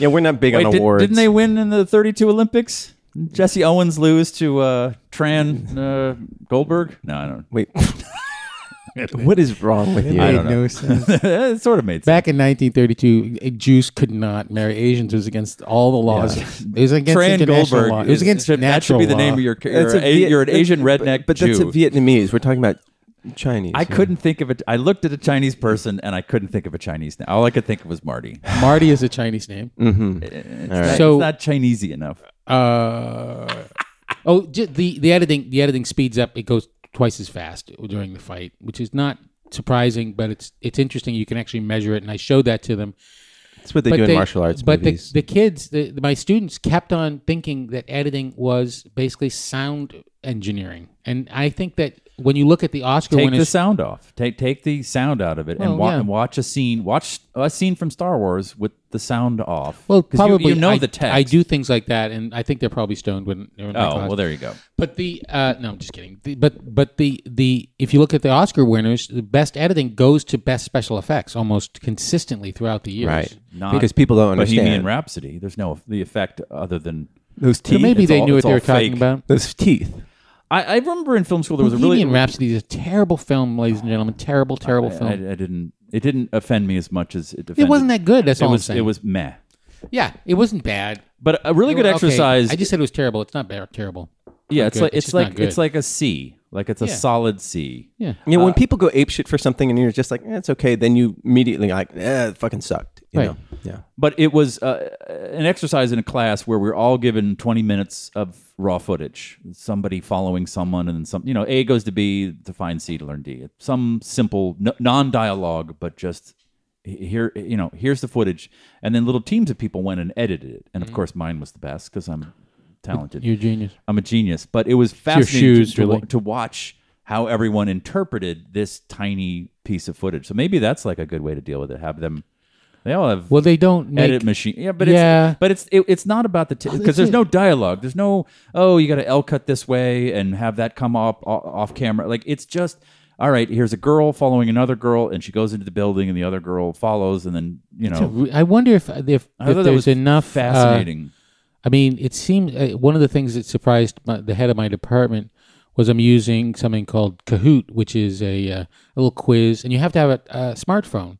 yeah, we're not big Wait, on did, awards. not they win in the 32 Olympics? Jesse Owens lose to uh, Tran uh, Goldberg? No, I don't. Wait. what is wrong with you? I don't know. it sort of made sense. Back in 1932, Jews could not marry Asians. It was against all the laws. It was against Tran international Goldberg. law. is- It was against should- that should natural be the name law. of your. That's You're, a a, Viet- you're an that's- Asian but- redneck But that's a Jew. Vietnamese. We're talking about Chinese. I couldn't think of it. I looked at a Chinese person and I couldn't think of a Chinese name. All I could think of was Marty. Marty is a Chinese name. So So- it's not Chinesey enough. Uh, oh, j- the the editing the editing speeds up. It goes twice as fast during the fight, which is not surprising, but it's it's interesting. You can actually measure it, and I showed that to them. That's what they but do in they- martial arts but the- movies. The, kids, the, my students, kept on thinking that editing was basically sound engineering, and I think that when you look at the Oscar Take the winners, sound off. Take take the sound out of it and, Well, wa- yeah. and watch a scene. Watch a scene from Star Wars with the sound off. well, 'Cause you- probably you, know I, the text. I do things like that, and I think they're probably stoned when. Oh Oh well, there you go. But the uh, no, I'm just kidding. The, but but the the if you look at the Oscar winners, the best editing goes to best special effects almost consistently throughout the years. right? Not because people don't understand Bohemian Rhapsody. There's no the effect other than those So teeth. maybe It's they all- knew what it's they were all talking fake. about. those teeth. I, I remember in film school there was a really Bohemian Rhapsody is a terrible film, ladies and gentlemen. Terrible, terrible I, film. I- I didn't. It didn't offend me as much as it. it Offended. wasn't that good. That's It all was. I'm saying. It was meh. Yeah, it wasn't bad. But a really good Okay, exercise. I just said it was terrible. It's not bad. Terrible. yeah, it's good. like It's it's, just not like good. it's like a C. Like it's a Yeah. solid C. Yeah. You know, when people go apeshit for something and you're just like, eh, it's okay, then you immediately like, eh, it fucking sucked. You Right. know? Yeah. But it was uh, an exercise in a class where we are all given 20 minutes of raw footage. Somebody following someone, and then some. You know, A goes to B to find C to learn D. Some simple, n- non-dialogue, but just he- here. You know, here's the footage, and then little teams of people went and edited it. And of course, mine was the best because I'm talented. Mm-hmm. You're a genius. I'm a genius, but it was fascinating shoes, to, to, really. wa- to watch how everyone interpreted this tiny piece of footage. So maybe that's like a good way to deal with it. Have them, they all have Well, they don't make. edit machine. Yeah, but Yeah. it's but it's it, it's not about the because that's there's it. no dialogue. There's no oh you got to L cut this way and have that come up o- off camera. Like it's just all right. Here's a girl following another girl, and she goes into the building, and the other girl follows, and then you know. I wonder if if, if I thought there's that was enough uh, fascinating. I mean, it seems uh, one of the things that surprised my, the head of my department was I'm using something called Kahoot, which is a, uh, a little quiz, and you have to have a, a smartphone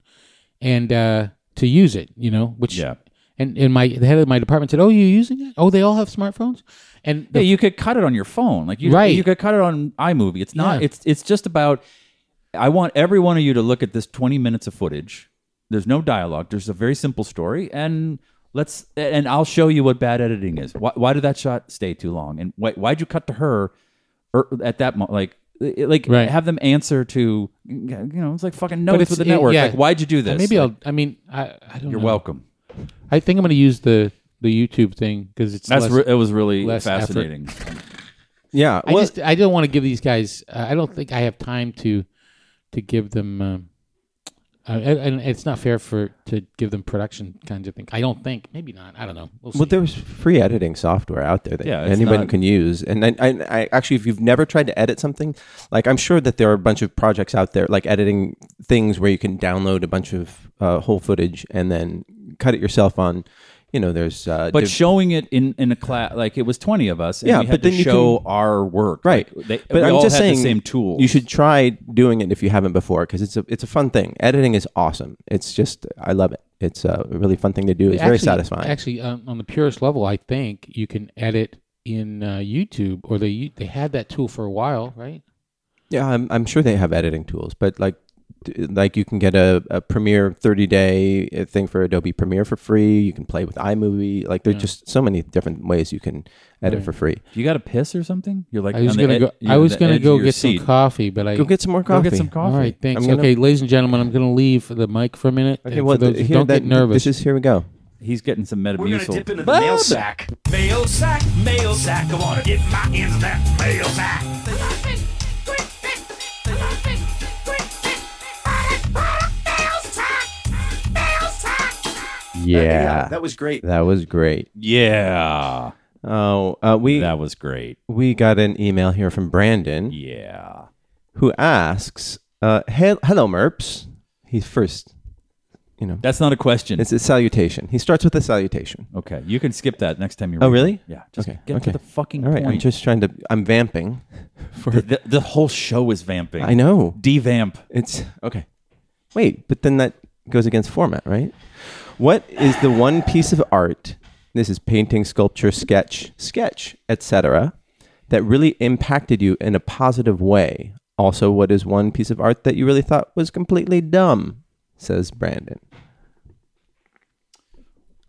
and uh, to use it, you know. Which Yeah. And and my the head of my department said, "Oh, you're using it? Oh, they all have smartphones." And Yeah, the, you could cut it on your phone. Like you, Right. you could cut it on iMovie. It's not. Yeah. It's it's just about. I want every one of you to look at this twenty minutes of footage. There's no dialogue. There's a very simple story, and let's and I'll show you what bad editing is. Why, why did that shot stay too long? And why why'd you cut to her or at that moment? Like it- like Right. have them answer to you know it's like fucking notes it's- with the it- network. yeah. Like why'd you do uh, this? maybe Like, I'll. I mean, I, I don't. you're know. welcome. I think I'm going to use the the YouTube thing because it's That's less- re- it was really less effort. fascinating. Yeah. I well, just I don't want to give these guys. Uh, I don't think I have time to to give them. um uh, and and it's not fair for to give them production kinds of things. I don't think. Maybe not. I don't know. We'll see. well, there's free editing software out there that Yeah, it's anyone not- can use. And I, I, I actually, if you've never tried to edit something, like I'm sure that there are a bunch of projects out there, like editing things where you can download a bunch of uh, whole footage and then cut it yourself on. You know, there's uh, but div- showing it in in a class like it was 20 of us and Yeah, we had but to then you show can- our work right. Like, they, but we I'm all just had saying, the same tool You should try doing it if you haven't before, because it's a it's a fun thing. Editing is awesome. It's just I love it. It's a really fun thing to do. It's very Actually- satisfying. Actually, um, on the purest level, I think you can edit in uh, YouTube, or they u- they had that tool for a while, right? yeah, I'm I'm sure they have editing tools, but like d- like you can get a, a Premiere 30 day thing for Adobe Premiere for free. You can play with iMovie. Like there's just so many different ways you can edit for free. you got to piss or something you're like I was on the e, gonna ed- go. you're I on was the gonna edge of go your get seat. some coffee, but I Go get some more Go coffee. get some coffee. All right, thanks. I'm gonna- okay, ladies and gentlemen, I'm going to leave the mic for a minute. Okay, and for well, those who here, don't that- get nervous. This is here we go. he's getting some We're gonna metamucil dip into the mail sack. Mail sack, mail sack. I wanna get my ends of that mail sack. Yeah, that was great. that was great. yeah Oh, uh, we that was great we got an email here from Brandon. yeah who asks, uh, "Hel- "Hello, Merps." He's first, you know. that's not a question It's a salutation. He starts with a salutation. okay you can skip that next time you Oh, read it. really? yeah just Okay, get okay. to the fucking All right, I'm point just trying to. I'm vamping. For the, the, the whole show is vamping I know devamp it's okay. Wait, but then that goes against format, right? What is the one piece of art? This is painting, sculpture, sketch, sketch, etc. That really impacted you in a positive way. Also, what is one piece of art that you really thought was completely dumb? Says Brandon.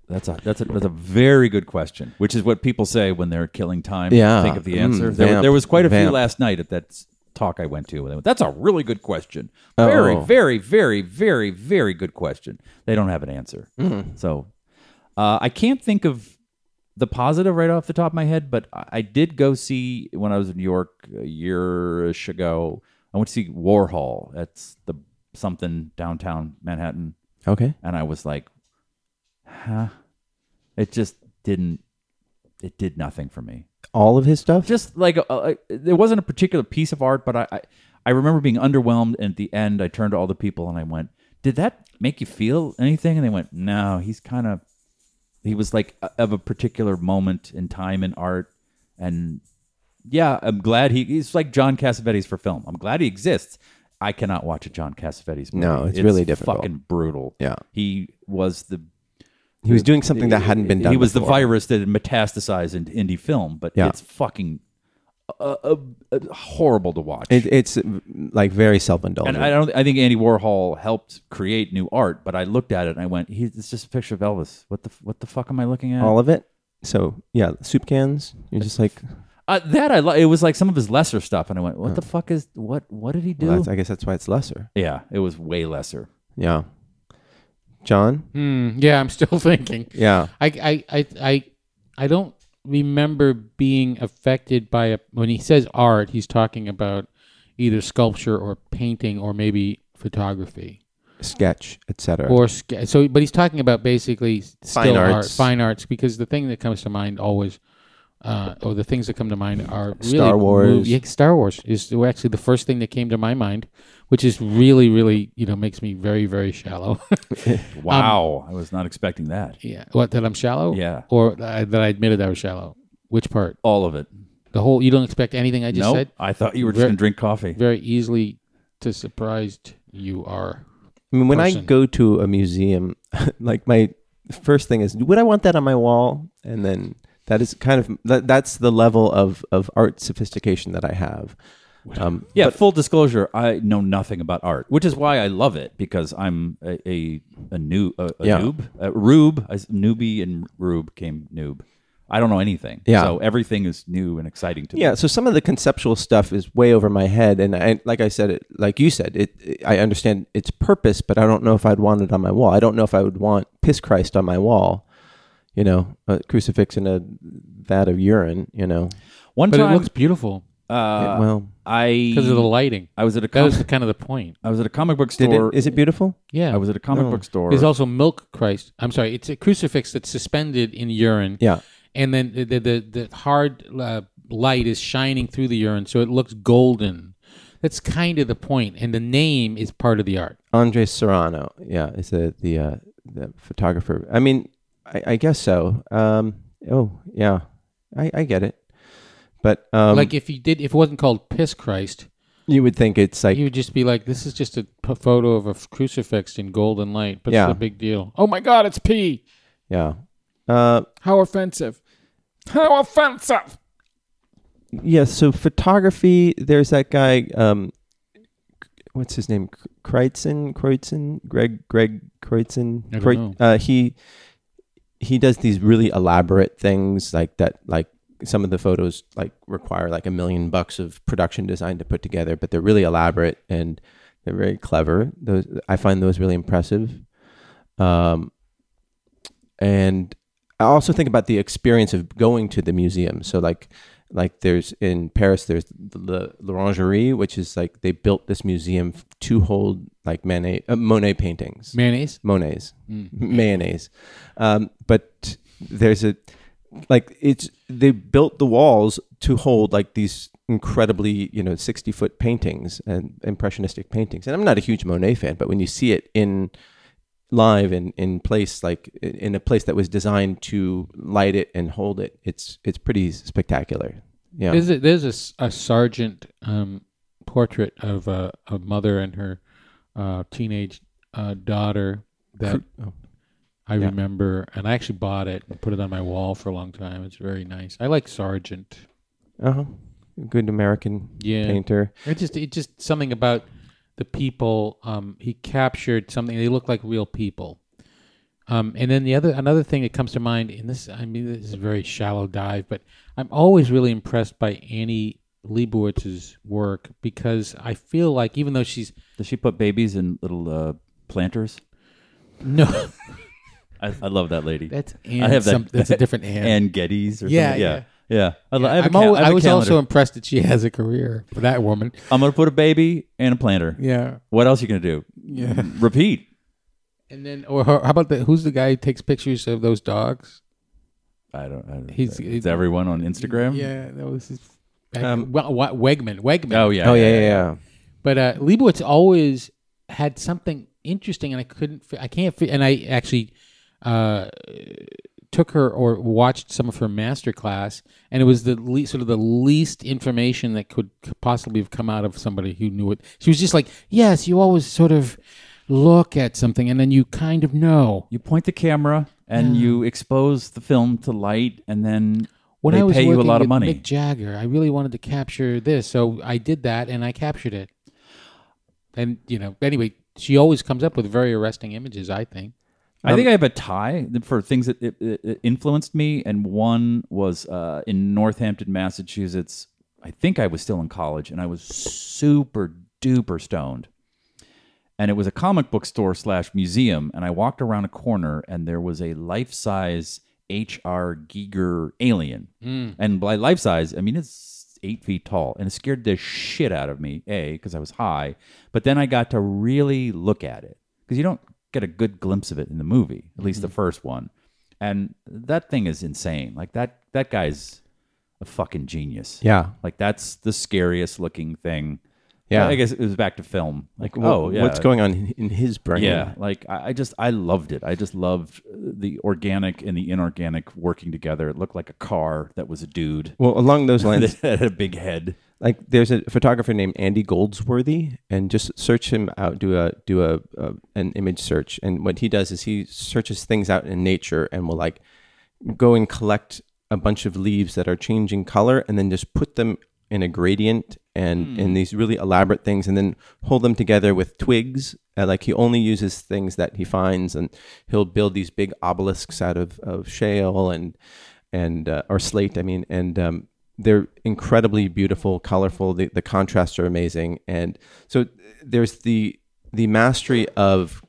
That's a that's a that's a very good question, which is what people say when they're killing time. Yeah. think of the Mm, answer. there, vamp, there was quite a few vamp. last night at that s- talk I went to. and they went, That's a really good question. Very, Oh. very, very, very, Mm. very good question. They don't have an answer, so uh, I can't think of the positive right off the top of my head, but I I did go see when I was in New York a year ago. I went to see Warhol. That's the something downtown Manhattan, Okay. and I was like, huh? It just didn't. It did nothing for me. All of his stuff. Just like uh, uh, there wasn't a particular piece of art, but I, I I remember being underwhelmed. And at the end, I turned to all the people and I went, "Did that make you feel anything?" And they went, "No, he's kind of he was like a- of a particular moment in time in art and yeah i'm glad he he's like john cassavetes for film i'm glad he exists i cannot watch a john cassavetes movie No, it's really difficult. fucking brutal Yeah. he was the he was doing something that hadn't been done. he was the before. virus that had metastasized into indie film but Yeah. it's fucking uh, uh, uh, horrible to watch It, it's uh, like very self-indulgent. and I don't. I think Andy Warhol helped create new art, but I looked at it and I went, he, "It's just a picture of Elvis. What the f- what the fuck am I looking at?" all of it. So yeah, soup cans. You're just like, Uh, that I li- it was like some of his lesser stuff, and I went, "What the fuck is what? What did he do?" well, that's, I guess that's why it's lesser. yeah, it was way lesser. Yeah. John. Hmm, yeah, I'm still thinking. Yeah. I, I, I, I, I don't remember being affected by a. When he says art, he's talking about either sculpture or painting or maybe photography Sketch, etc. or sca- so. But he's talking about basically still Fine art, arts. fine arts, because the thing that comes to mind always. Uh, or the things that come to mind are really Star Wars. mov- yeah, Star Wars is actually the first thing that came to my mind, which is really, really, you know, makes me very, very shallow. Um, Wow, I was not expecting that. Yeah. What? That I'm shallow? Yeah. Or uh, that I admitted I was shallow. Which part? All of it. The whole. You don't expect anything I just No, said. I thought you were just Ver- gonna drink coffee. Very easily to surprised you are. I mean, when I person. go to a museum, like my first thing is, would I want that on my wall? And then that is kind of that, that's the level of of art sophistication that I have. Um, Yeah, full disclosure, I know nothing about art, which is why I love it because I'm a a, a new a, a Yeah. noob, a rube, a newbie, and rube came noob. I don't know anything. Yeah. so everything is new and exciting to me. yeah. So some of the conceptual stuff is way over my head, and I, like I said, it, like you said, it, it- I understand its purpose, but I don't know if I'd want it on my wall. I don't know if I would want piss Christ on my wall. You know, a crucifix and a vat of urine. You know, One But time, it looks beautiful uh, well, I because of the lighting. I was at a That was comic, kind of the point. I was at a comic book did store. it, is it beautiful? Yeah. I was at a comic book store. There's also milk Christ. I'm sorry. It's a crucifix that's suspended in urine. Yeah. And then the the, the, the hard uh, light is shining through the urine, so it looks golden. That's kind of the point, and the name is part of the art. Andre Serrano, yeah, is the the uh, the photographer. I mean, I, I guess so. Um, oh yeah, I, I get it. But um, like if you did, if it wasn't called Piss Christ, you would think it's like you would just be like, "This is just a p- photo of a f- crucifix in golden light." But Yeah. it's a big deal. Oh my God, it's pee! yeah. Uh, How offensive! How offensive! yeah. So photography. There's that guy. Um, what's his name? K- Kreutzen. Kreutzen. Greg. Greg Kreutzen. I don't Kreu- know. Uh, he he does these really elaborate things like that. Like some of the photos like require like a million bucks of production design to put together, but they're really elaborate and they're very clever. Those I find those really impressive. Um, and I also think about the experience of going to the museum. So like like there's in Paris there's the L- L'Orangerie, which is like they built this museum f- to hold like Manet uh, Monet paintings. Mayonnaise. Monet's Mm. mayonnaise. Um, but there's a like it's they built the walls to hold like these incredibly you know 60 foot paintings and impressionistic paintings. And I'm not a huge Monet fan, but when you see it in live and in place like i- in a place that was designed to light it and hold it, it's it's pretty spectacular. Yeah. There's a, there's a, s- a sergeant um, portrait of a, a mother and her uh, teenage uh, daughter that oh. I remember, and I actually bought it and put it on my wall for a long time. It's very nice. I like sergeant. uh-huh. Good American Yeah. painter. It just it just something about the people. Um, he captured something. They look like real people. Um, and then the other another thing that comes to mind, and this I mean this is a very shallow dive, but I'm always really impressed by Annie Leibovitz's work because I feel like even though she's Does she put babies in little uh, planters? no, I I, I love that lady. That's I have Ann some- that's a different Ann. Ann Geddes or Yeah, something. Yeah, yeah. I, lo- I, have a I'm ca- always, I I have a was also calendar. impressed that she has a career for that woman. I'm gonna put a baby and a planter. Yeah. What else you gonna do? Yeah. Repeat. And then, or her, how about the who's the guy who takes pictures of those dogs? I don't. I don't He's- it's everyone on Instagram. Yeah, that was his. Um, well, what, Wegman, Wegman. Oh yeah. Oh yeah, yeah, yeah. But uh, Leibowitz always had something interesting, and I couldn't, fi- I can't, fi- and I actually uh, took her or watched some of her master class, and it was the le- sort of the least information that could c- possibly have come out of somebody who knew it. She was just like, "Yes, you always sort of look at something, and then you kind of know." You point the camera and you expose the film to light, and then When they I was pay you a working lot of with money. Mick Jagger, I really wanted to capture this, so I did that, and I captured it. And you know, anyway, she always comes up with very arresting images. I think. I Um, think I have a tie for things that it, it, it influenced me, and one was uh, in Northampton, Massachusetts. I think I was still in college, and I was super duper stoned. And it was a comic book store slash museum, and I walked around a corner, and there was a life size H.R. Giger alien, and by life size, I mean it's eight feet tall, and it scared the shit out of me. A because I was high, but then I got to really look at it because you don't get a good glimpse of it in the movie, at least the first one. And that thing is insane. Like that that guy's a fucking genius. Yeah. Like that's the scariest looking thing. Yeah. I guess it was back to film. Like, Wha- oh yeah, what's going on in his brain? yeah, like I, I just I loved it. I just loved uh, the organic and the inorganic working together. It looked like a car that was a dude Well, along those that lines, had a big head. like there's a photographer named Andy Goldsworthy, and just search him out. Do a do a, a an image search, and what he does is he searches things out in nature, and will like go and collect a bunch of leaves that are changing color, and then just put them in a gradient and in these really elaborate things, and then hold them together with twigs. Uh, like he only uses things that he finds, and he'll build these big obelisks out of of shale and and uh, or slate. I mean, and um, they're incredibly beautiful, colorful. The, the contrasts are amazing, and so there's the the mastery of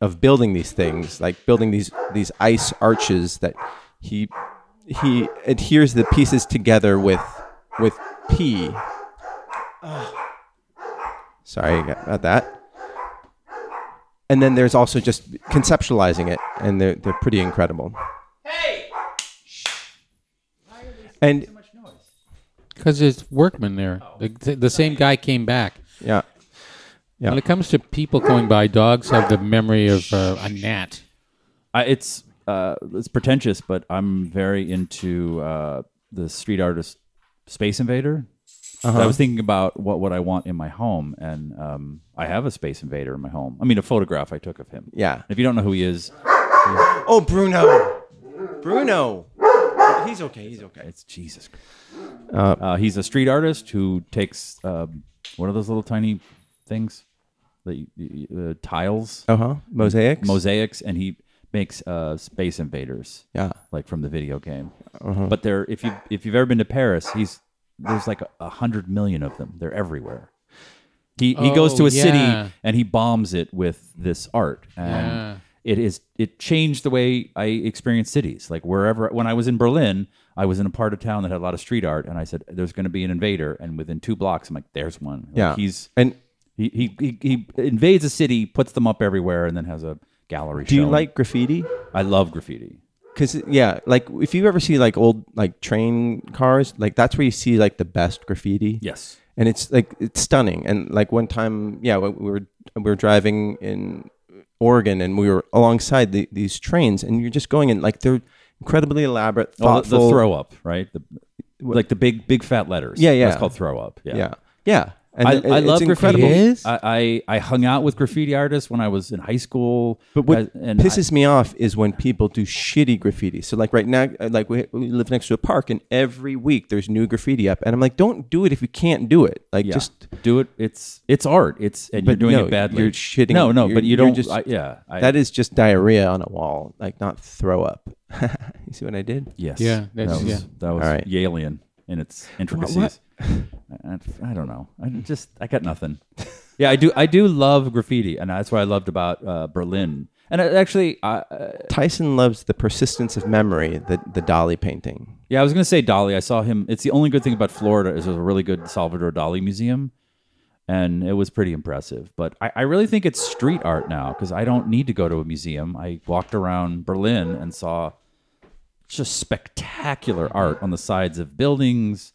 of building these things, like building these these ice arches that he he adheres the pieces together with with P. Sorry about that. And then there's also just conceptualizing it, and they're they're pretty incredible. And Because there's workmen there. Oh. The, the same guy came back. yeah, When it comes to people going by, dogs have the memory of uh, a gnat. I, it's uh, it's pretentious, but I'm very into uh, the street artist Space Invader. So I was thinking about what would I want in my home, and um, I have a Space Invader in my home. I mean, a photograph I took of him. Yeah. If you don't know who he is, Oh, Bruno. Bruno. He's okay. He's okay. It's Jesus. Uh, he's a street artist who takes um, one of those little tiny things, that you- you- uh, tiles, Uh huh. Mosaics. mosaics, and he makes uh, space invaders. Yeah. Uh-huh. like from the video game. But they're if you if you've ever been to Paris, he's there's like a, a hundred million of them. They're everywhere. He he goes to Oh, a yeah. city and he bombs it with this art and. Yeah. It is. It changed the way I experienced cities. Like wherever, when I was in Berlin, I was in a part of town that had a lot of street art, and I said, "There's going to be an invader." And within two blocks, I'm like, "There's one." Like, Yeah. he's And he, he he he invades a city, puts them up everywhere, and then has a gallery. do you show. like graffiti? I love graffiti. Cause yeah, like if you ever see like old like train cars, like that's where you see like the best graffiti. Yes. and it's like it's stunning. And like one time, yeah, we we were we were driving in Oregon, and we were alongside the, these trains, and you're just going in like they're incredibly elaborate, Oh, the, thoughtful. the throw up, right? The, like the big, big fat letters. Yeah, yeah. It's called throw up. Yeah. Yeah, yeah. And I, it- I it's love graffiti. incredible. Yes. I, I I hung out with graffiti artists when I was in high school. But what and I- pisses me off is when people do shitty graffiti. So like right now, uh, like we, we live next to a park, and every week there's new graffiti up, and I'm like, don't do it if you can't do it. Like yeah. just do it. It's it's art. It's and you're But doing no, it badly. you're shitting- No, no. you're- but you you're don't. just- I, yeah. I, that is just diarrhea on a wall, like not throw up. you see what I did? yes. Yeah, that's- that was, yeah. That was All right. Yalian in its intricacies. I, I- I don't know. I just I got nothing. yeah, I do. I do love graffiti, and that's what I loved about uh, Berlin. And it actually, I, Tyson loves the persistence of memory, the, the Dolly painting. Yeah, I was gonna say Dali. I saw him. It's the only good thing about Florida is there's a really good Salvador Dali museum, and it was pretty impressive. But I, I really think it's street art now because I don't need to go to a museum. I walked around Berlin and saw just spectacular art on the sides of buildings.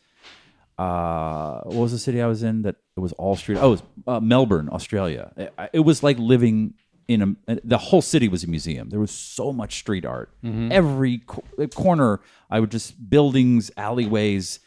Uh, what was the city I was in that it was all street? Oh, it was uh, Melbourne, Australia. It, I- it was like living in a. The whole city was a museum. There was so much street art. Every co- corner, I would just buildings, alleyways,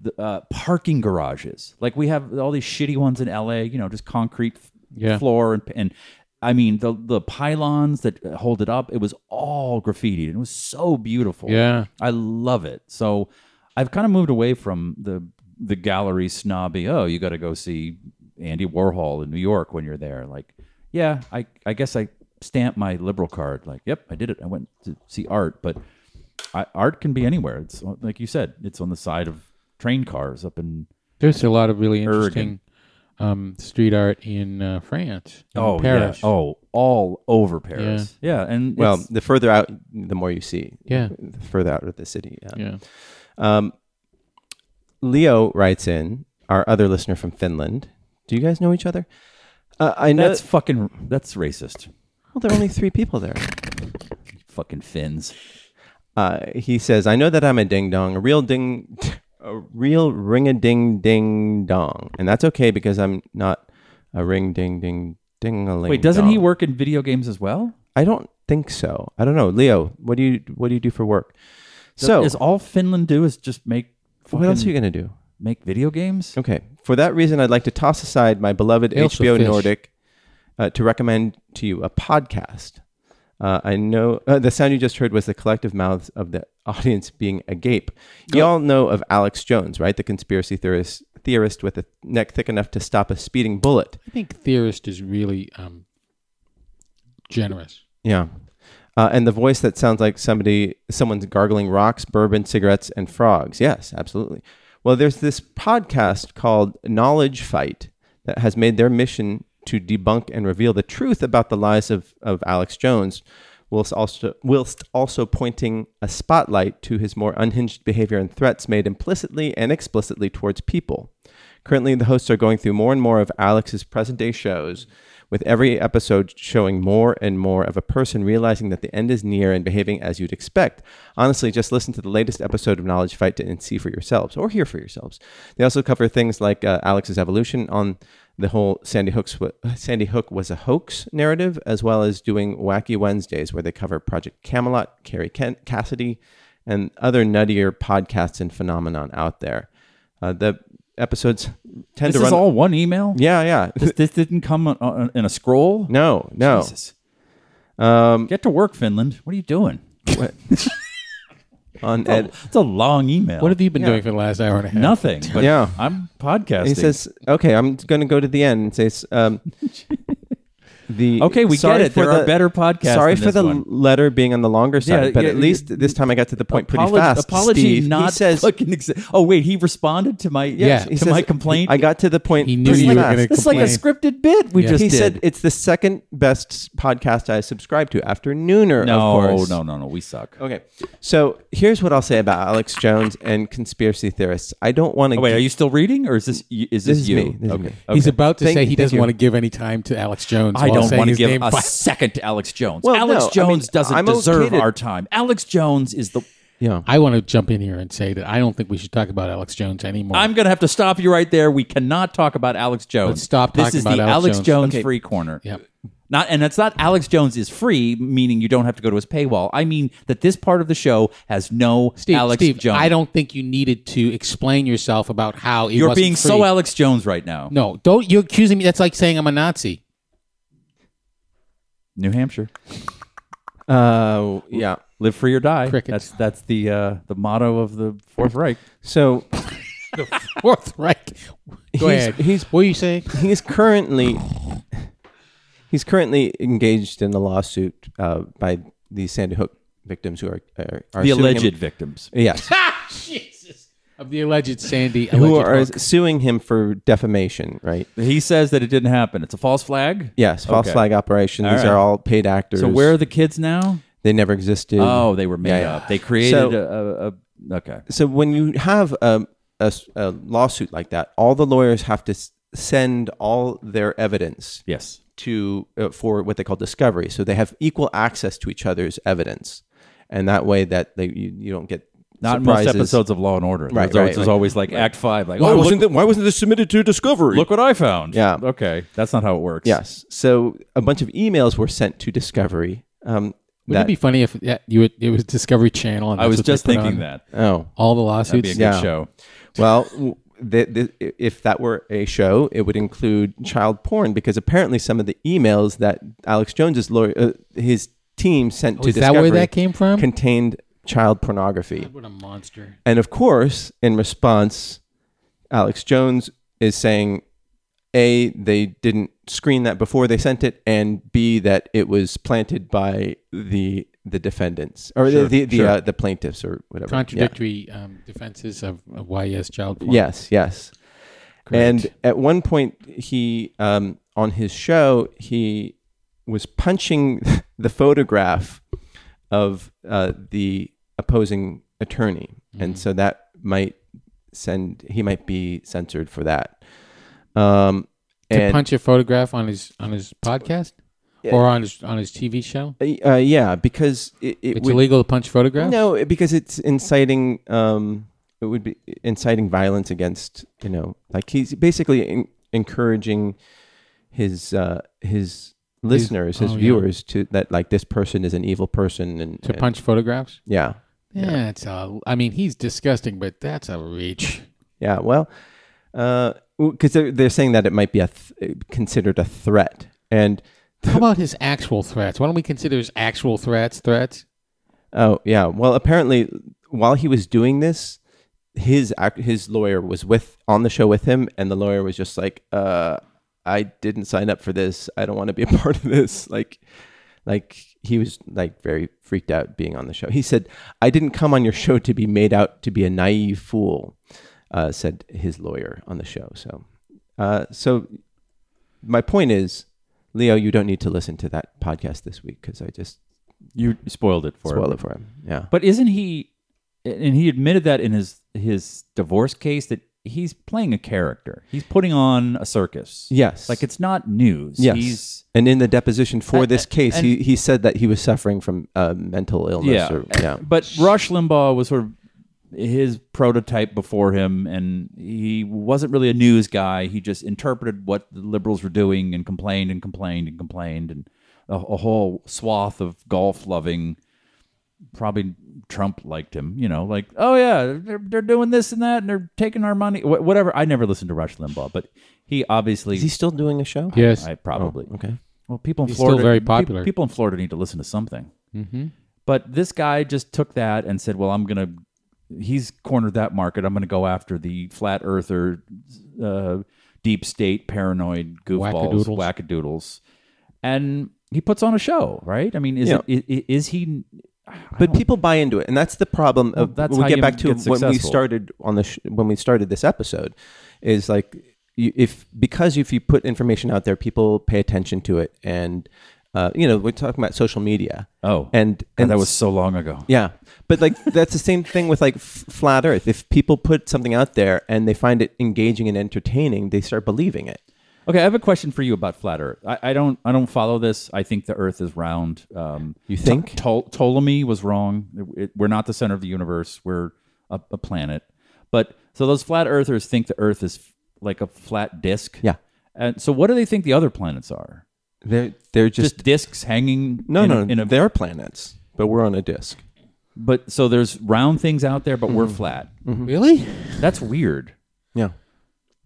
the, uh, parking garages. Like we have all these shitty ones in LA. You know, just concrete f- Yeah. floor and and. I mean the the pylons that hold it up. It was all graffitied. It was so beautiful. Yeah. I love it. So I've kind of moved away from the the gallery snobby. Oh, you got to go see Andy Warhol in New York when you're there. Like, yeah, I I guess I stamp my liberal card. Like, yep, I did it. I went to see art, but I, art can be anywhere. It's on- like you said, it's on the side of train cars up in There's a lot of really Oregon. interesting um, street art in uh, France. in oh Paris. yeah, oh all over Paris. Yeah, and Well, it's- the further out, the more you see. Yeah. The further out of the city. yeah. yeah. Leo writes in, our other listener from Finland. Do you guys know each other? Uh, I know. that's fucking that's racist. well, there are only three people there. Fucking Finns. Uh, he says, "I know that I'm a ding dong, a real ding, a real ring a ding ding dong, and that's okay because I'm not a ring ding ding ding a ling." Wait, doesn't he work in video games as well? I don't think so. I don't know, Leo. What do you what do you do for work? So, is all Finland do is just make what else are you gonna do? make video games? Okay. For that reason, I'd like to toss aside my beloved Ailsa HBO Fish. Nordic uh, to recommend to you a podcast. Uh, I know uh, the sound you just heard was the collective mouths of the audience being agape. You all know of Alex Jones, right? The conspiracy theorist, theorist with a neck thick enough to stop a speeding bullet. I think theorist is really um, generous. Yeah. Uh, and the voice that sounds like somebody, someone's gargling rocks, bourbon, cigarettes, and frogs. Yes, absolutely. Well, there's this podcast called Knowledge Fight that has made their mission to debunk and reveal the truth about the lies of, of Alex Jones, whilst also, whilst also pointing a spotlight to his more unhinged behavior and threats made implicitly and explicitly towards people. Currently, the hosts are going through more and more of Alex's present day shows, with every episode showing more and more of a person realizing that the end is near and behaving as you'd expect. Honestly, just listen to the latest episode of Knowledge Fight to- and see for yourselves, or hear for yourselves. They also cover things like uh, Alex's evolution on the whole Sandy Hook's wa- Sandy Hook was a hoax narrative, as well as doing Wacky Wednesdays, where they cover Project Camelot, Carrie Kent, Cassidy, and other nuttier podcasts and phenomenon out there. Uh, the episodes tend This to run. is all one email. yeah, yeah. this, this didn't come on, on, in a scroll. No, no. Um, Jesus. Get to work, Finland. What are you doing? What- on Ed, It's a long email. What have you been doing for the last hour and a half? Nothing. But Yeah. I'm podcasting. he says, "Okay, I'm going to go to the end and say." Um, The, Okay, we get sorry it. for There are better podcasts Sorry than for this the one. letter being on the longer side, Yeah, but yeah, at least this time I got to the point pretty Apolog- fast. Apology, Steve. not he says, fucking. Exa- oh wait, he responded to my Yeah, to he my complaint. I got to the point. He knew pretty you were fast. gonna It's like a complained. scripted bit we just He did. said it's the second best s- podcast I subscribe to after Nooner. no, of course. no, no, no. We suck. Okay, so here's what I'll say about Alex Jones and conspiracy theorists. I don't want to. Oh, wait, are you still reading, or is this y- is this, This is you? me. This is okay. me. okay. He's about to Thank- say he thank doesn't you. want to give any time to Alex Jones. I while don't saying want to his give name a five- second to Alex Jones. Well, Alex no, I Jones mean, doesn't I'm okay deserve to- our time. Alex Jones is the. Yeah. I want to jump in here and say that I don't think we should talk about Alex Jones anymore. I'm going to have to stop you right there. We cannot talk about Alex Jones. Let's stop This talking is about the Alex Alex Jones. Jones free corner. Yeah. Not, and that's not Alex Jones is free, meaning you don't have to go to his paywall. I mean that this part of the show has no Steve, Alex Steve, Jones. I don't think you needed to explain yourself about how it You're wasn't being free. so Alex Jones right now. No, don't. You're accusing me. That's like saying I'm a Nazi. New Hampshire, Uh, yeah. live free or die. Crickets. That's that's the uh, the motto of the Fourth Reich. So Fourth Reich. Go He's- ahead. he's- what are you saying? he's currently he's currently engaged in a lawsuit uh, by the Sandy Hook victims who are are, are The suing him. alleged victims. Yes. of the alleged Sandy. Alleged who are hook. suing him for defamation, right? He says that it didn't happen. It's a false flag. Yes, false Okay. flag operation. All These right. are all paid actors. So where are the kids now? they never existed. Oh, they were made Yeah, yeah. up. They So- created a, a, a okay. so when you have a, a s- a lawsuit like that, all the lawyers have to s- send all their evidence Yes. to uh, for what they call discovery. So they have equal access to each other's evidence, and that way that they you, you don't get Not in most surprises. episodes of Law and Order. Right, There's always, right, there's right. always like Act Five. Like, Why oh, wasn't look, th- why wasn't this submitted to discovery? look what I found. Yeah. Okay. That's not how it works. Yes. So a bunch of emails were sent to discovery. Um, that- Wouldn't it be funny if yeah, you would, it was Discovery Channel? And I that's was what they just put thinking on that. oh all the That'd be a lawsuits. good Yeah. show. well. w- The, the, if that were a show, it would include child porn because apparently some of the emails that Alex Jones's lawyer, uh, his team sent Oh, to is that where Discovery that came from? contained child pornography. What a monster! And of course, in response, Alex Jones is saying, A, they didn't screen that before they sent it, and B, that it was planted by the the defendants or the the, the, uh, the plaintiffs or whatever. Yeah. Contradictory um, defenses of, of YS child porn. Yes, yes. And at one point, he um, on his show he was punching the photograph of uh, the opposing attorney, Mm-hmm. and so that might send he might be censored for that. Um, to and punch a photograph on his on his podcast or on his on his TV show. uh, yeah, because it, it It's would, illegal to punch photographs. No, it- because it's inciting. Um, it would be inciting violence against you know, like he's basically in, encouraging his uh, his listeners, his oh, yeah. viewers to that like this person is an evil person and to and- punch photographs. Yeah, Yeah, it's a. I mean, he's disgusting, but that's a reach. yeah. Well, because they're, they're saying that it might be a th- considered a threat, and How about his actual threats? Why don't we consider his actual threats threats? Oh yeah. Well, apparently, while he was doing this, his ac- his lawyer was with on the show with him, and the lawyer was just like, uh, "I didn't sign up for this. I don't want to be a part of this." Like, like he was like very freaked out being on the show. He said, "I didn't come on your show to be made out to be a naive fool," uh, said his lawyer on the show. So, uh, so my point is, Leo, you don't need to listen to that podcast this week because I just You spoiled it for spoiled it him. for him. Yeah. But isn't he? And he admitted that in his his divorce case that he's playing a character. He's putting on a circus. Yes. Like it's not news. Yes. He's and in the deposition for And- this case, and- he, he said that he was suffering from uh, mental illness. yeah. Or, yeah. But Rush Limbaugh was sort of his prototype before him, and he wasn't really a news guy. He just interpreted what the liberals were doing and complained and complained and complained, and a, a whole swath of golf loving. Probably Trump liked him, you know, like, oh yeah, they're, they're doing this and that, and they're taking our money, wh- whatever. I never listened to Rush Limbaugh, but he obviously, Is he still doing a show? Yes, I probably Oh, Okay. well, people in He's still Florida very pe- popular. People in Florida need to listen to something. Mm-hmm. But this guy just took that and said, "Well, I'm gonna." He's cornered that market. I'm gonna go after the flat earther, uh, deep state, paranoid goofballs, Wackadoodles. wackadoodles, and he puts on a show, right? I mean, is Yeah. it, is, is he? But people buy into it, and that's the problem. Of, that's we'll how get you back to get when we successful. started on the sh- when we started this episode, is like you, if because if you put information out there, people pay attention to it, and uh, you know we're talking about social media. Oh, and, God, and that was so long ago. Yeah, but like that's the same thing with like f- flat Earth. If people put something out there and they find it engaging and entertaining, they start believing it. Okay, I have a question for you about flat Earth. I, I don't, I don't follow this. I think the Earth is round. Um, You think? Ptol- Ptolemy was wrong. It- it- we're not the center of the universe. We're a, a planet. But so those flat Earthers think the Earth is f- like a flat disc. Yeah. And so, what do they think the other planets are? They're they're just, Just, discs hanging. no in, no. In a, they're planets, but we're on a disk. but so there's round things out there, but Mm-hmm. we're flat. really. That's weird. Yeah,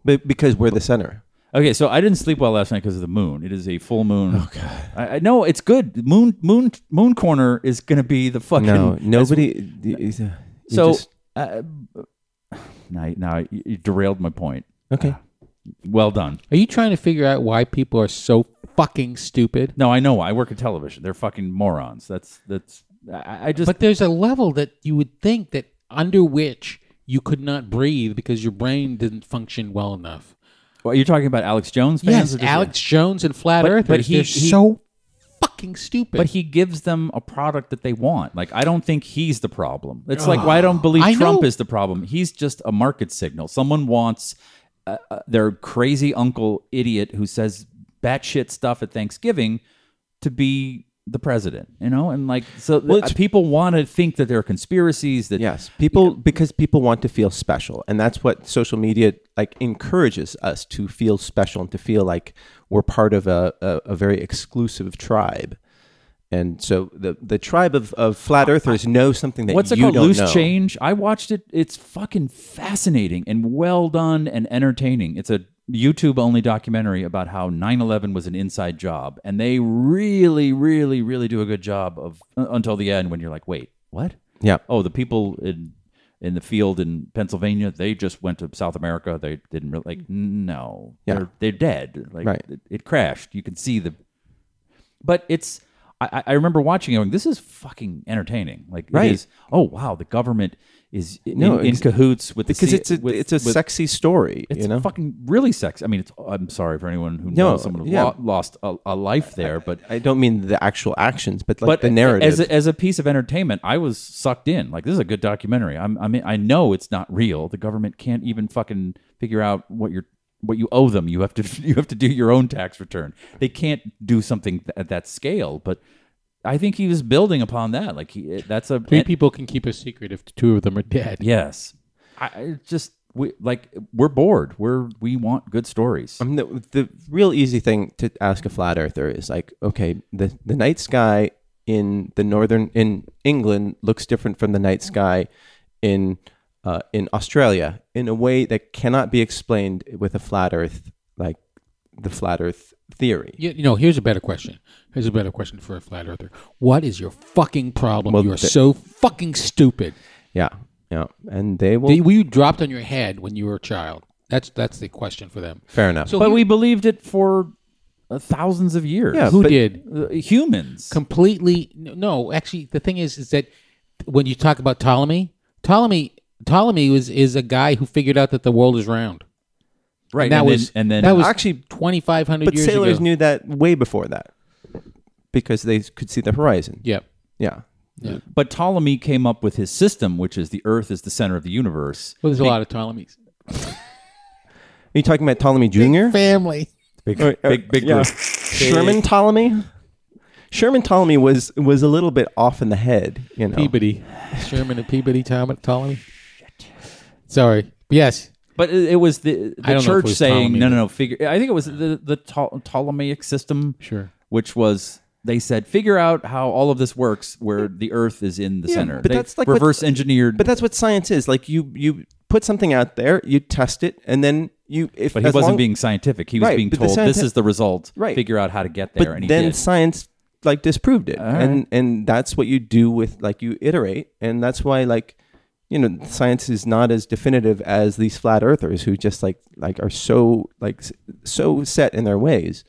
but because we're the center. Okay, so I didn't sleep well last night because of the moon. It is a full moon. Oh god! I, I know it's good. Moon, moon, moon corner is going to be the fucking. No, nobody. is, uh, you So just- uh, now, you- now you you derailed my point. okay, Well done. Are you trying to figure out why people are so fucking stupid? No, I know. I work at television. They're fucking morons. That's that's. I, I just But there's a level that you would think that under which you could not breathe because your brain didn't function well enough. Well, you're talking about Alex Jones fans? Yes, or just- Alex Jones and flat But- but earthers. he- they're he- so fucking stupid. But he gives them a product that they want. Like I don't think he's the problem. It's like why I don't believe I Trump know. is the problem. He's just a market signal. Someone wants uh, uh, their crazy uncle idiot who says batshit stuff at Thanksgiving to be the president. You know, and like so th- Well, it's- people want to think that there are conspiracies. That Yes, people because people want to feel special, and that's what social media like encourages us to feel special and to feel like we're part of a, a, a very exclusive tribe. And so the the tribe of, of flat earthers know something that What's it you called? don't Loose know. Change. I watched it. It's fucking fascinating and well done and entertaining. It's a YouTube only documentary about how 9/11 was an inside job, and they really, really, really do a good job of uh, until the end when you're like, wait, what? Yeah. Oh, the people in in the field in Pennsylvania, they just went to South America. They didn't really like. No, Mm. Yeah. they're they're dead. Like Right. it, it crashed. You can see the but it's I, I- I remember watching it going, this is fucking entertaining. Like Right. it is oh wow, the government is in, No, in ex- cahoots with the Because C- it's a with- it's a with- sexy story, it's you know. fucking really sexy. I mean, it's I'm sorry for anyone who No, knows someone who yeah. lo- lost a, a life there, but I don't mean the actual actions, but like but the narrative. as a, as a piece of entertainment, I was sucked in. Like this is a good documentary. I'm I mean I know it's not real. The government can't even fucking figure out what you're what you owe them. You have to you have to do your own tax return. They can't do something th- at that scale. But I think he was building upon that. Like he that's a Three people can keep a secret if two of them are dead. yes. I I just we like we're bored. We're we want good stories. I mean, the, the real easy thing to ask a flat earther is like, okay, the, the night sky in the northern in England looks different from the night sky in uh, in Australia in a way that cannot be explained with a flat Earth like the flat Earth theory. You, you know, here's a better question. Here's a better question for a flat earther. What is your fucking problem? Well, you are the- so fucking stupid. Yeah, yeah, and they will. They, were you dropped on your head when you were a child? That's that's the question for them. fair enough. So but he- we believed it for uh, thousands of years. Yeah, who but- did Uh, humans. completely no actually the thing is is that when you talk about ptolemy ptolemy ptolemy was is a guy who figured out that the world is round right. that and was then, and then that was Actually, actually 2500 but years sailors ago knew that way before that because they could see the horizon. yeah yeah. But Ptolemy came up with his system, which is the Earth is the center of the universe. well there's a lot of ptolemies Are you talking about Ptolemy Junior? family Big, big- big, big big group. Sherman Ptolemy. Sherman Ptolemy was was a little bit off in the head, you know. peabody sherman and peabody Tom- ptolemy sorry yes But it, it was the, the I don't know if it church was saying, Ptolemy, no, no, but- no, figure. I think it was the, the Ptol- Ptolemaic system. Sure. Which was, they said, figure out how all of this works where the Earth is in the center. but They that's like what- reverse engineered. But that's what science is. Like you you put something out there, you test it, and then you if but he as wasn't long- being scientific. He was Right, being but the told, this scienti- is the result. Right. Figure out how to get there. but and he then did. science like disproved it. And and that's what you do with like you iterate and that's why like you know science is not as definitive as these flat earthers who just like like are so like s- so set in their ways.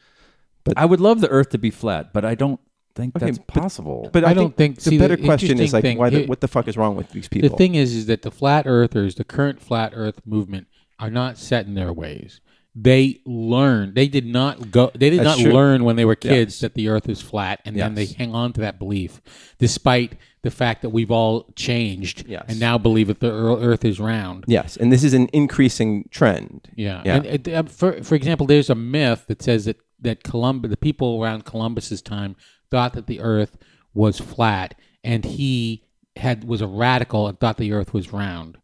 I would love the Earth to be flat, but I don't think Okay, that's but- possible. But I, I think don't think- the see, the better question is interesting like thing- why the, here- what the fuck is wrong with these people? The thing is, is that the flat earthers, the current flat Earth movement, are not set in their ways. They learn. They did not go. They did That's not true. learn when they were kids that the Earth is flat, and then they Yes. hang on to that belief, despite the fact that we've all changed Yes. and now believe that the Ear- Earth is round. Yes, and this is an increasing trend. Yeah. Yeah. And it, uh, for for example, there's a myth that says that that Columbus, the people around Columbus's time, thought that the Earth was flat, and he had was a radical and thought the Earth was round.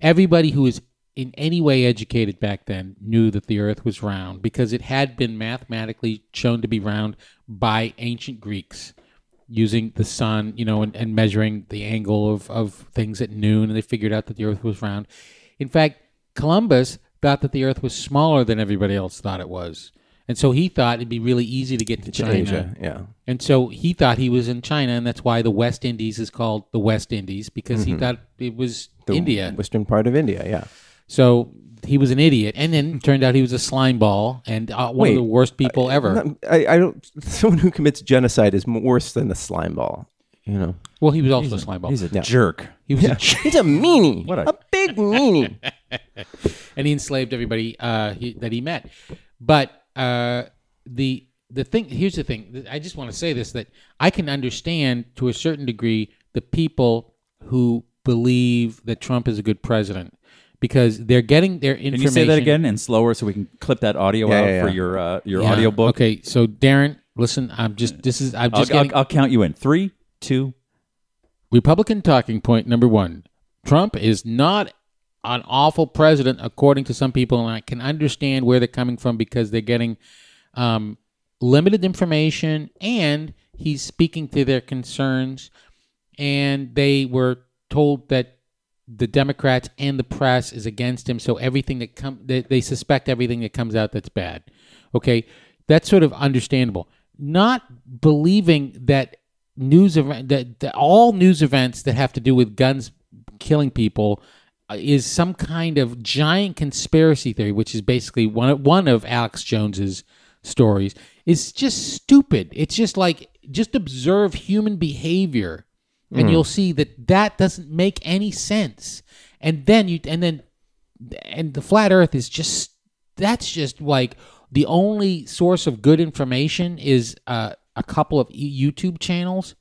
Everybody who was in any way educated back then knew that the Earth was round because it had been mathematically shown to be round by ancient Greeks using the sun, you know, and, and measuring the angle of, of things at noon, and they figured out that the Earth was round. In fact, Columbus thought that the Earth was smaller than everybody else thought it was. And so he thought it'd be really easy to get to China. Asia, yeah. And so he thought he was in China, and that's why the West Indies is called the West Indies because he thought it was India. western part of India. Yeah, So he was an idiot, and then it turned out he was a slime ball and uh, one Wait, of the Um, worst people ever. I, I don't. Someone who commits genocide is m- worse than a slime ball. You know, Well, he was also a slime ball. He's a jerk. he was a ch- he's a meanie. What What a- a, big meanie. and he enslaved everybody uh, he, that he met. But uh, the the thing here's the thing. Th- I just want to say this that I can understand to a certain degree the people who believe that Trump is a good president because they're getting their information. Can you say that again and slower so we can clip that audio Yeah, out yeah, for yeah. your uh, your Yeah. audio book? Okay, so Darren, listen. I'm just this is I'm I'll, just I'll- getting, I'll count you in. Three, two. Republican talking point number one Trump is not an awful president, according to some people, and I can understand where they're coming from because they're getting um, limited information and he's speaking to their concerns. And they were told that the Democrats and the press is against him, so everything that come they, they suspect everything that comes out that's bad. Okay, that's sort of understandable. Not believing that news event that, that all news events that have to do with guns killing people uh, is some kind of giant conspiracy theory, which is basically one of, one of Alex Jones's stories. It's just stupid. It's just like just observe human behavior, and you'll see that that doesn't make any sense. And then you and then and the flat earth is just that's just like the only source of good information is uh, a couple of y- youtube channels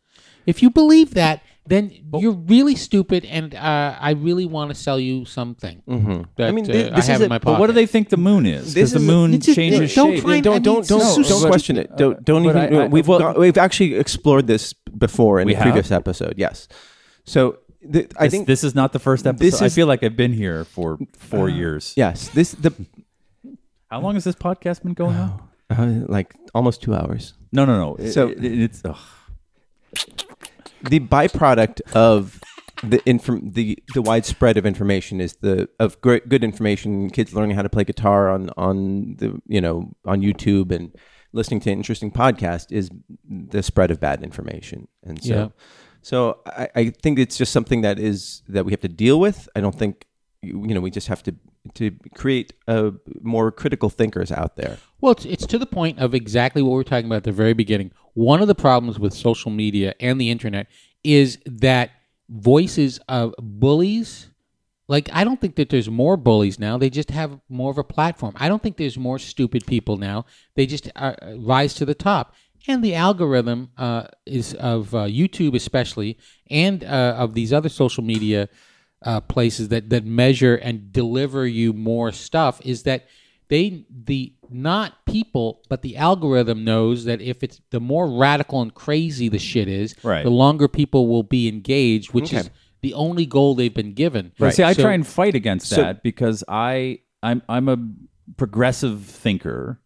if you believe that then you're really stupid and uh, i really want to sell you something that, I i mean, mean thi- i this is have in a- my but pocket What do they think the moon is? Because the is a- moon it's a- changes don't shape. try and- don't I mean, don't don't, so- don't so- question it. Don't don't but even. I- I- we've well- got, we've actually explored this before in We a have? previous episode. Yes. So the, I This, think this is not the first episode. This I is- Uh, feel like I've been here for four years. yes. This the How long has this podcast been going on? uh, like almost two hours. No, no, no. So So- it's ugh. the byproduct of the inform the the widespread of information is the of great good information kids learning how to play guitar on on the you know on YouTube and listening to interesting podcasts is the spread of bad information and so Yeah. so I, I think it's just something that is that we have to deal with I don't think you you know we just have to to create uh more critical thinkers out there Well, it's, it's to the point of exactly what we were talking about at the very beginning. One of the problems with social media and the internet is that voices of bullies, like, I don't think that there's more bullies now. They just have more of a platform. I don't think there's more stupid people now. They just uh, rise to the top. And the algorithm uh, is of uh, YouTube, especially, and uh, of these other social media uh, places that that measure and deliver you more stuff is that they the not people but the algorithm knows that if it's the more radical and crazy the shit is Right. the longer people will be engaged which is the only goal they've been given But See, I So- try and fight against that because I I'm I'm a progressive thinker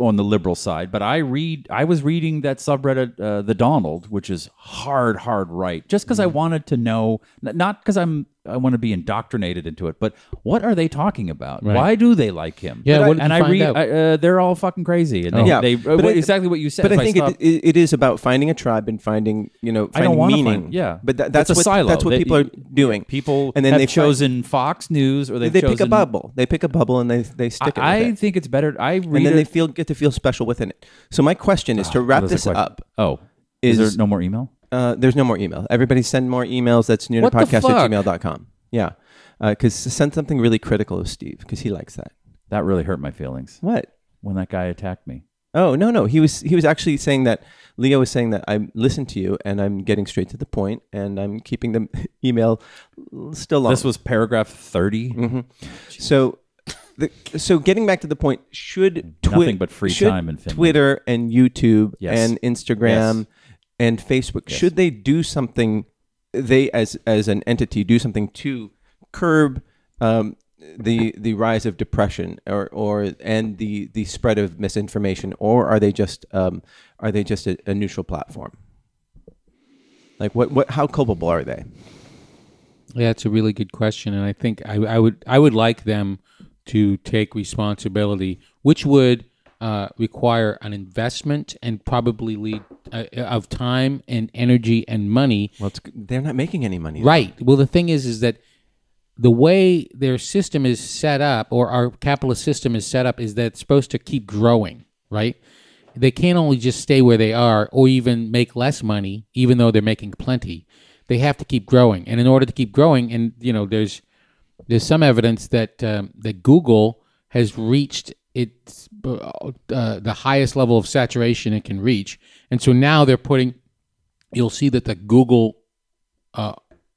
on the liberal side, but I read I was reading that subreddit uh, the Donald, which is hard hard right, just because I Mm-hmm. wanted to know, n- not because I'm I want to be indoctrinated into it, but what are they talking about? Why do they like him? Yeah, But I- what did you and I find read out? Oh. I, uh, they're all fucking crazy, and they, Yeah, they uh, but I- exactly what you said. but So I think stopped- it, it, it is about finding a tribe and finding you know I don't finding wanna meaning. find- yeah. but that, It's that's a what silo that's what that people you- are doing. people and then have they've chosen Fox News or They, they've they pick a chosen- bubble. They pick a bubble and they they stick it. I, with I it. think it's better. I read and then it- they feel get to feel special within it. So my question is to wrap What is this the question? up. Oh, is, is- there no more email? Uh, there's no more email. Everybody send more emails. That's new What the podcast fuck? at gmail.com. Yeah, because send something really critical of Steve because he likes that. That really hurt my feelings What? when that guy attacked me. Oh no no he was he was actually saying that Leo was saying that I listened to you and I'm getting straight to the point and I'm keeping the email still long. This was paragraph 30 Mm-hmm. So, the, so getting back to the point, should Twi- Nothing but free should time in Finland. Twitter and YouTube Yes. and Instagram Yes. and Facebook should they do something? They as as an entity do something to curb um, the the rise of depression or or and the the spread of misinformation, or are they just um, are they just a, a neutral platform? Like what what how culpable are they? Yeah, it's a really good question, and I think I, I would I would like them to take responsibility, which would uh, require an investment and probably lead uh, of time and energy and money. Well, it's, they're not making any money. Right. Well, the thing is, is that the way their system is set up, or our capitalist system is set up, is that it's supposed to keep growing, right? they can't only just stay where they are or even make less money, even though they're making plenty. They have to keep growing, and in order to keep growing, and you know, there's there's some evidence that um, that Google has reached its uh, the highest level of saturation it can reach, and so now they're putting. You'll see that the Google uh,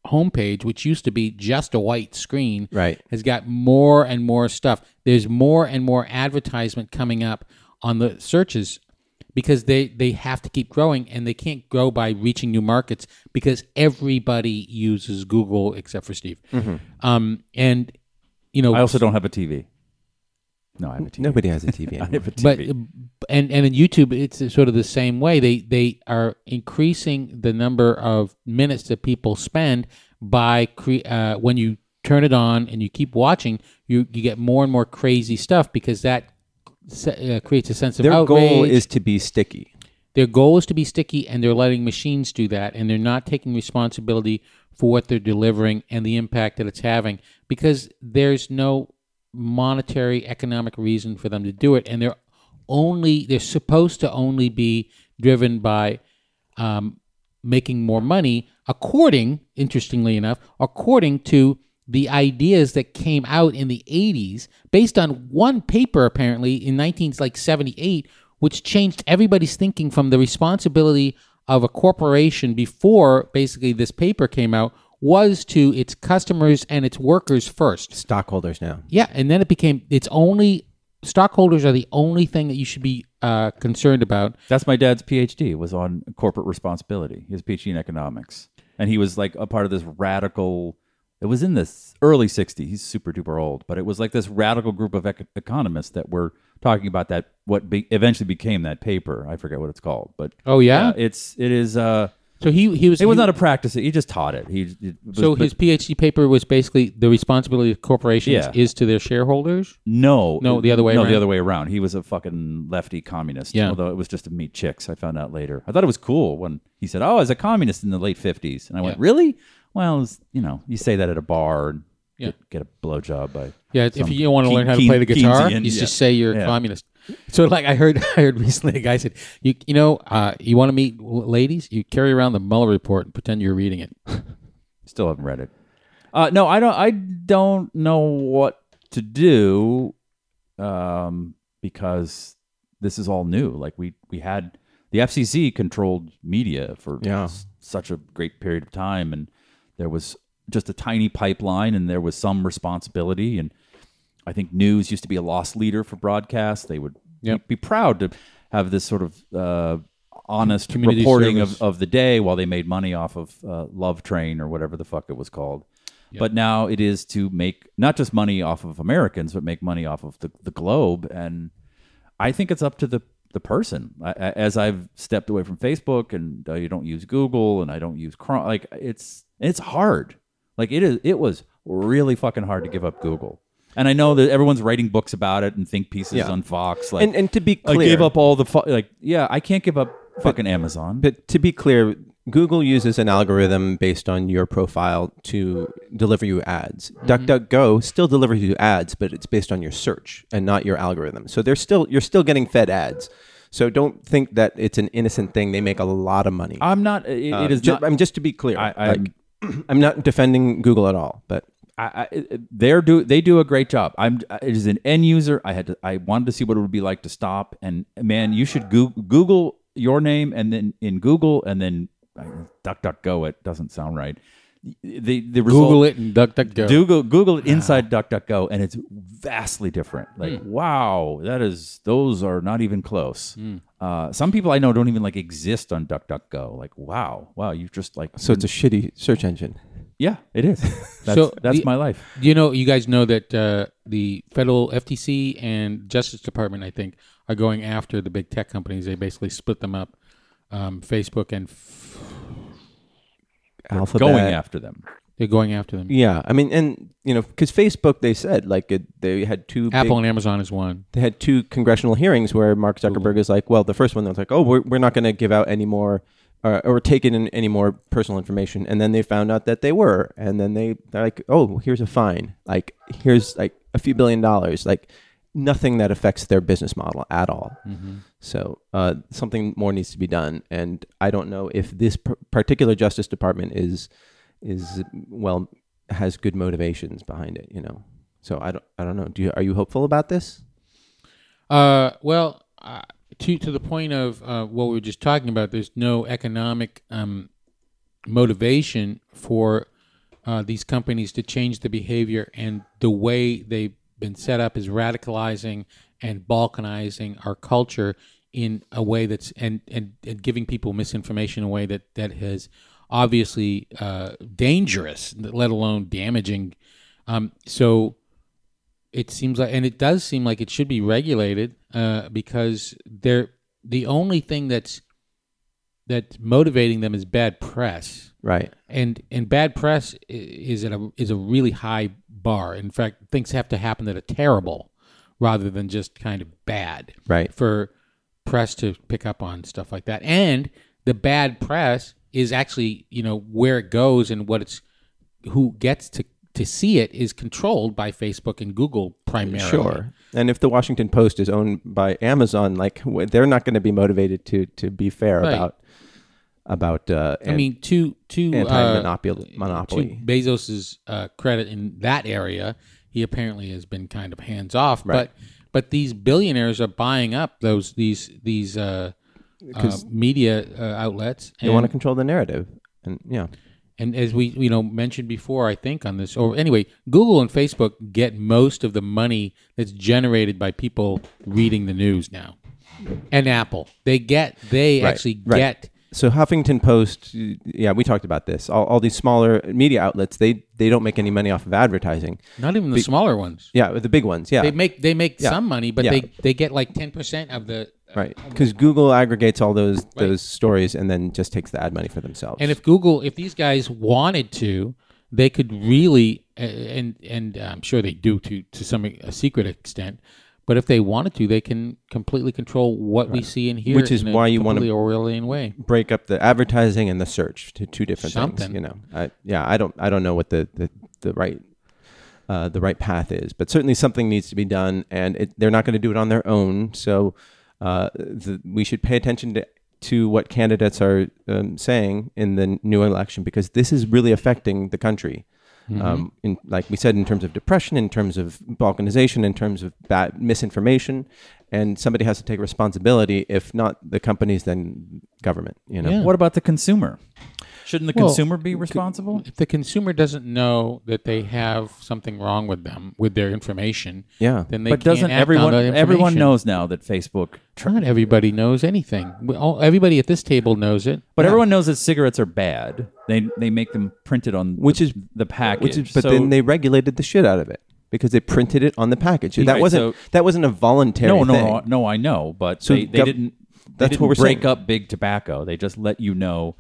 homepage, which used to be just a white screen, Right. has got more and more stuff. There's more and more advertisement coming up on the searches because they they have to keep growing and they can't grow by reaching new markets because everybody uses Google except for Steve. Um, and you know, I also don't have a TV. No, I have a TV. Nobody has a TV anymore. I have a TV. but uh, uh, and and in YouTube, it's sort of the same way. They they are increasing the number of minutes that people spend by cre- uh, when you turn it on and you keep watching, you you get more and more crazy stuff because that se- uh, creates a sense of Their goal outrage. is to be sticky. Their goal is to be sticky, and they're letting machines do that, and they're not taking responsibility for what they're delivering and the impact that it's having because there's no monetary economic reason for them to do it, and they're only they're supposed to only be driven by um, making more money, according, interestingly enough, according to the ideas that came out in the 80s, based on one paper apparently in 19 like 78, which changed everybody's thinking from the responsibility of a corporation before basically this paper came out was to its customers and its workers first. Stockholders now. Yeah, and then it became it's only stockholders are the only thing that you should be uh, concerned about. That's my dad's PhD was on corporate responsibility. His PhD in economics, and he was like a part of this radical. It was in the s- early '60s. He's super duper old, but it was like this radical group of ec- economists that were talking about that. What be, eventually became that paper. I forget what it's called, but Oh, yeah? it's it is. Uh, So he he was it was he- not a practice. He just taught it. He it was- So but his PhD paper was basically the responsibility of corporations Yeah. is to their shareholders. no, No, the other way No, around. the other way around. He was a fucking lefty communist. Yeah. although it was just to meet chicks. I found out later. I thought it was cool when he said, "Oh, I was a communist in the late 50s. and I went, Yeah. "Really? Well, it was- you know, you say that at a bar and Yeah. get, get a blowjob by Yeah, if some you want to Ke- learn how to Ke- play the guitar, Keynesian- you yeah. just say you're Yeah. a communist. So like I heard I heard recently a guy said, "You you know, uh, you want to meet l- ladies, you carry around the Mueller report and pretend you're reading it." Still haven't read it. Uh, no, I don't. I don't know what to do um, because this is all new. Like we we had the FCC controlled media for Yeah. s- such a great period of time, and there was just a tiny pipeline, and there was some responsibility. And I think news used to be a lost leader for broadcast. They would Yep. be proud to have this sort of uh, honest Community reporting service. of, of the day while they made money off of uh, Love Train or whatever the fuck it was called. But now it is to make not just money off of Americans, but make money off of the, the globe. And I think it's up to the the person. I, I- as I've stepped away from Facebook and I don't use Google and I don't use Chrome, like it's it's hard. Like it is. It was really fucking hard to give up Google. And I know that everyone's writing books about it and think pieces Yeah. on Fox. Like And and to be I clear, gave up all the fu- like yeah. I can't give up fucking Amazon. But to be clear, Google uses an algorithm based on your profile to deliver you ads. DuckDuckGo still delivers you ads, but it's based on your search and not your algorithm. So they're still you're still getting fed ads. So don't think that it's an innocent thing. They make a lot of money. I'm not. It, Uh, it is ju- not. I'm just to be clear. I- I, I'm- like, I'm not defending Google at all, but I, I, they're do they do a great job. I'm uh, it is an end user. I had to, I wanted to see what it would be like to stop. And man, you should Goo- Google your name and then in Google and then uh, DuckDuckGo. It doesn't sound right. The the result, Google it and duck duck go. Google Google it inside DuckDuckGo, and it's vastly different. Like, Hmm. wow, that is those are not even close. Hmm. Uh, some people I know don't even like exist on DuckDuckGo. Like, wow, wow, you just like so it's a shitty search engine. yeah, it is. That's, So that's the- my life. You know, you guys know that uh, the federal FTC and Justice Department, I think, are going after the big tech companies. They basically split them up, um, Facebook and f- Alphabet. Going after them. they're going after them. Yeah, I mean, and you know, because Facebook, they said like it, they had two big- Apple and Amazon is one. they had two congressional hearings where Mark Zuckerberg is like, well, the first one they was like, oh, we're, we're not going to give out any more uh, or take in any more personal information, and then they found out that they were, and then they they're like, oh, here's a fine, like here's like a few billion dollars, like nothing that affects their business model at all. So uh, something more needs to be done, and I don't know if this par- particular Justice Department is is well has good motivations behind it. You know, so I don't I don't know. Do you are you hopeful about this? Uh, well, uh, to to the point of uh, what we were just talking about, there's no economic um, motivation for uh, these companies to change the behavior, and the way they've been set up is radicalizing and balkanizing our culture in a way that's and and, and giving people misinformation in a way that that has obviously uh, dangerous, let alone damaging. Um, so it seems like, and it does seem like it should be regulated uh, because they're the only thing that's that's motivating them is bad press, Right. and and bad press i- is at a is a really high bar. In fact, things have to happen that are terrible rather than just kind of bad, Right. For press to pick up on stuff like that, and the bad press is actually you know where it goes and what it's who gets to to see it is controlled by Facebook and Google primarily. Sure. And if the Washington Post is owned by Amazon, like wh- they're not going to be motivated to to be fair Right. about about. Uh, I mean, to to uh, anti-monopoly to monopoly. Bezos's uh, credit in that area, he apparently has been kind of hands off. But but these billionaires are buying up those these these uh, uh, media uh, outlets. They want to control the narrative, and yeah, and as we you know mentioned before i think on this or anyway google and facebook get most of the money that's generated by people reading the news now and apple they get they Right, actually right. get So Huffington Post, y- yeah, we talked about this. All, all these smaller media outlets, they they don't make any money off of advertising. not even the smaller ones Yeah, the big ones. Yeah, they make they make some money but yeah. they they get like 10% of the right. Because Google aggregates all those those stories and then just takes the ad money for themselves. And if Google, if these guys wanted to, they could really, a- and and I'm sure they do to to some a secret extent. But if they wanted to, they can completely control what we see and hear, Which is in a why you wanna- completely Orwellian way. break up the advertising and the search to two different Something. things. You know, I, yeah, I don't, I don't know what the the, the right. Uh, the right path is, but certainly something needs to be done, and it, they're not going to do it on their own. So uh, the, we should pay attention to, to what candidates are um, saying in the new election because this is really affecting the country. Mm-hmm. Um, in, like we said, in terms of depression, in terms of balkanization, in terms of bad misinformation, and somebody has to take responsibility. If not the companies, then government. You know, What about the consumer? Shouldn't the Well, consumer be responsible? If the consumer doesn't know that they have something wrong with them with their information, Yeah. then they But can't doesn't act on everyone that everyone information. knows now that Facebook? tr- Not everybody knows anything. We all, everybody at this table knows it. But everyone knows that cigarettes are bad. They they make them printed on Which the, is- the package. which is, but So- then they regulated the shit out of it because they printed it on the package. That Right, wasn't so- that wasn't a voluntary. no no thing. no no I know, but So they, they gov- didn't. They that's didn't what we're break saying. up big tobacco. They just let you know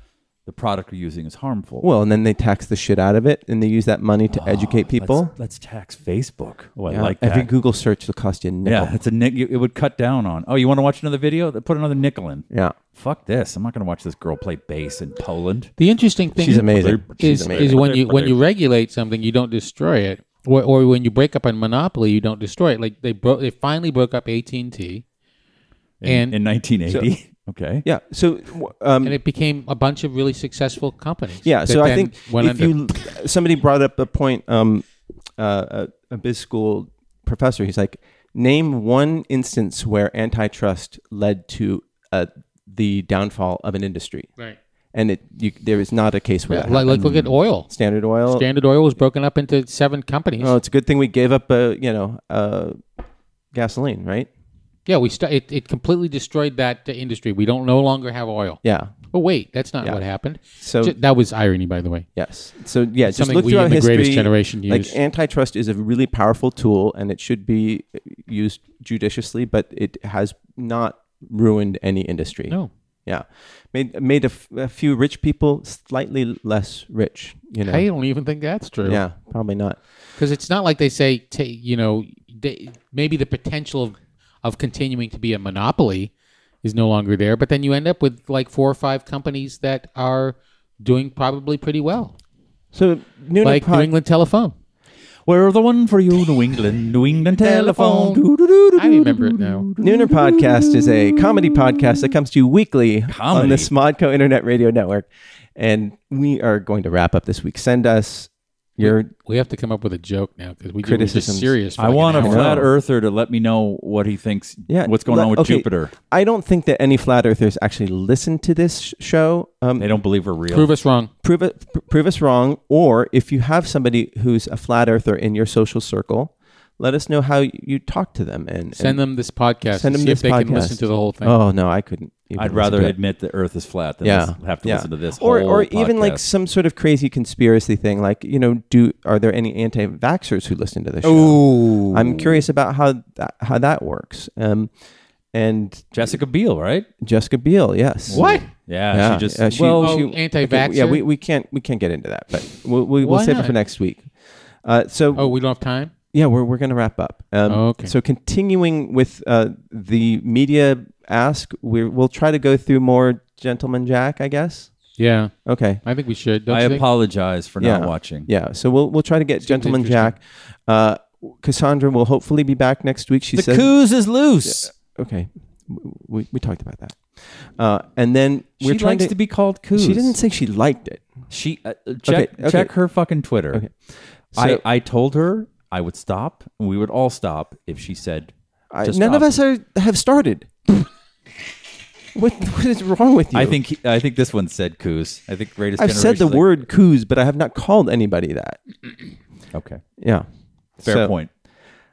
the product you're using is harmful. Well, and then they tax the shit out of it, and they use that money to educate people. Let's, let's tax Facebook. Oh, Ah, I Yeah, like that. every Google search will cost you a nickel. yeah, it's a nick. It would cut down on. Oh, you want to watch another video? Put another nickel in. Yeah. Fuck this. I'm not going to watch this girl play bass in Poland. The interesting thing She's amazing. She's is, amazing. is when you when you regulate something, you don't destroy it, or, or when you break up a monopoly, you don't destroy it. Like they broke, they finally broke up AT and T, and in 1980. okay. Yeah. So, w- um, and it became a bunch of really successful companies. yeah. that So I then think if went under. you somebody brought up a point, um, uh, a, a biz school professor, he's like, name one instance where antitrust led to uh, the downfall of an industry, right, and it you, there is not a case where like, that happened. like look at oil. Standard Oil. Standard Oil was broken up into seven companies. oh, it's a good thing we gave up, uh, you know, uh, gasoline, right? yeah, we st- it, it completely destroyed that uh, industry. We don't no longer have oil. Yeah. Oh wait, that's not Yeah. what happened. So- Ju- that was irony, by the way. Yes. So yeah, just something look we throughout in the history. Greatest Generation use. Like antitrust is a really powerful tool, and it should be uh, used judiciously, but it has not ruined any industry. No. Yeah, made made a, f- a few rich people slightly less rich. You know. I don't even think that's true. yeah, probably not. Because it's not like they say, ta you know, they, maybe the potential of, of continuing to be a monopoly is no longer there. But then you end up with like four or five companies that are doing probably pretty well, So Nuna like New England Telephone. We're the one for you, New England, New England telephone. Doo-doo-doo-doo-doo. I remember it now. Nooner Podcast is a comedy podcast that comes to you weekly on Comedy. the Smodco Internet Radio Network. And we are going to wrap up this week. Send us your We have to come up with a joke now because we did we were just Criticisms. serious. for I like want a an hour. flat earther to let me know what he thinks. yeah. what's going Let- on with okay, Jupiter? I don't think that any flat earthers actually listen to this sh- show. Um, They don't believe we're real. Prove us wrong. prove it, pr- prove us wrong. Or if you have somebody who's a flat earther in your social circle, let us know how you talk to them and, and Send them this podcast. send and them see this if they podcast. can listen to the whole thing. Oh no, I couldn't. even I'd listen rather to it. admit the Earth is flat than yeah, listen- have to yeah. listen to this. or or whole even like podcast. some sort of crazy conspiracy thing. Like you know, do are there any anti-vaxxers who listen to this show? Ooh, I'm curious about how that, how that works. Um, and Jessica Biel, right? Jessica Biel, yes, What? Yeah, Yeah, Uh, she just yeah, she- well, Oh, she- anti-vaxxer? yeah, we, we can't we can't get into that, but we'll, we, we'll Why save it not? for next week. Uh, so Oh, we don't have time. Yeah, we're, we're going to wrap up. Um, Oh, okay. So continuing with uh, the media ask, we're, we'll try to go through more Gentleman Jack, I guess. Yeah, Okay. I think we should. Don't I you think? apologize for Yeah. not watching. Yeah. So we'll we'll try to get Gentleman interesting. Jack. Uh, Cassandra will hopefully be back next week. She The said. coos is loose. okay. W- We, we talked about that. Uh, and then we're she trying likes to, be called coos. She didn't say she liked it. She uh, uh, check okay. check her fucking Twitter. Okay. So- I I told her I would stop, and we would all stop if she said. I, to none of stop. us are have started. what what is wrong with you? I think he- I think this one said coos. I think greatest. I've said the Generation's like- word coos, but I have not called anybody that. Okay, Yeah. fair So, point.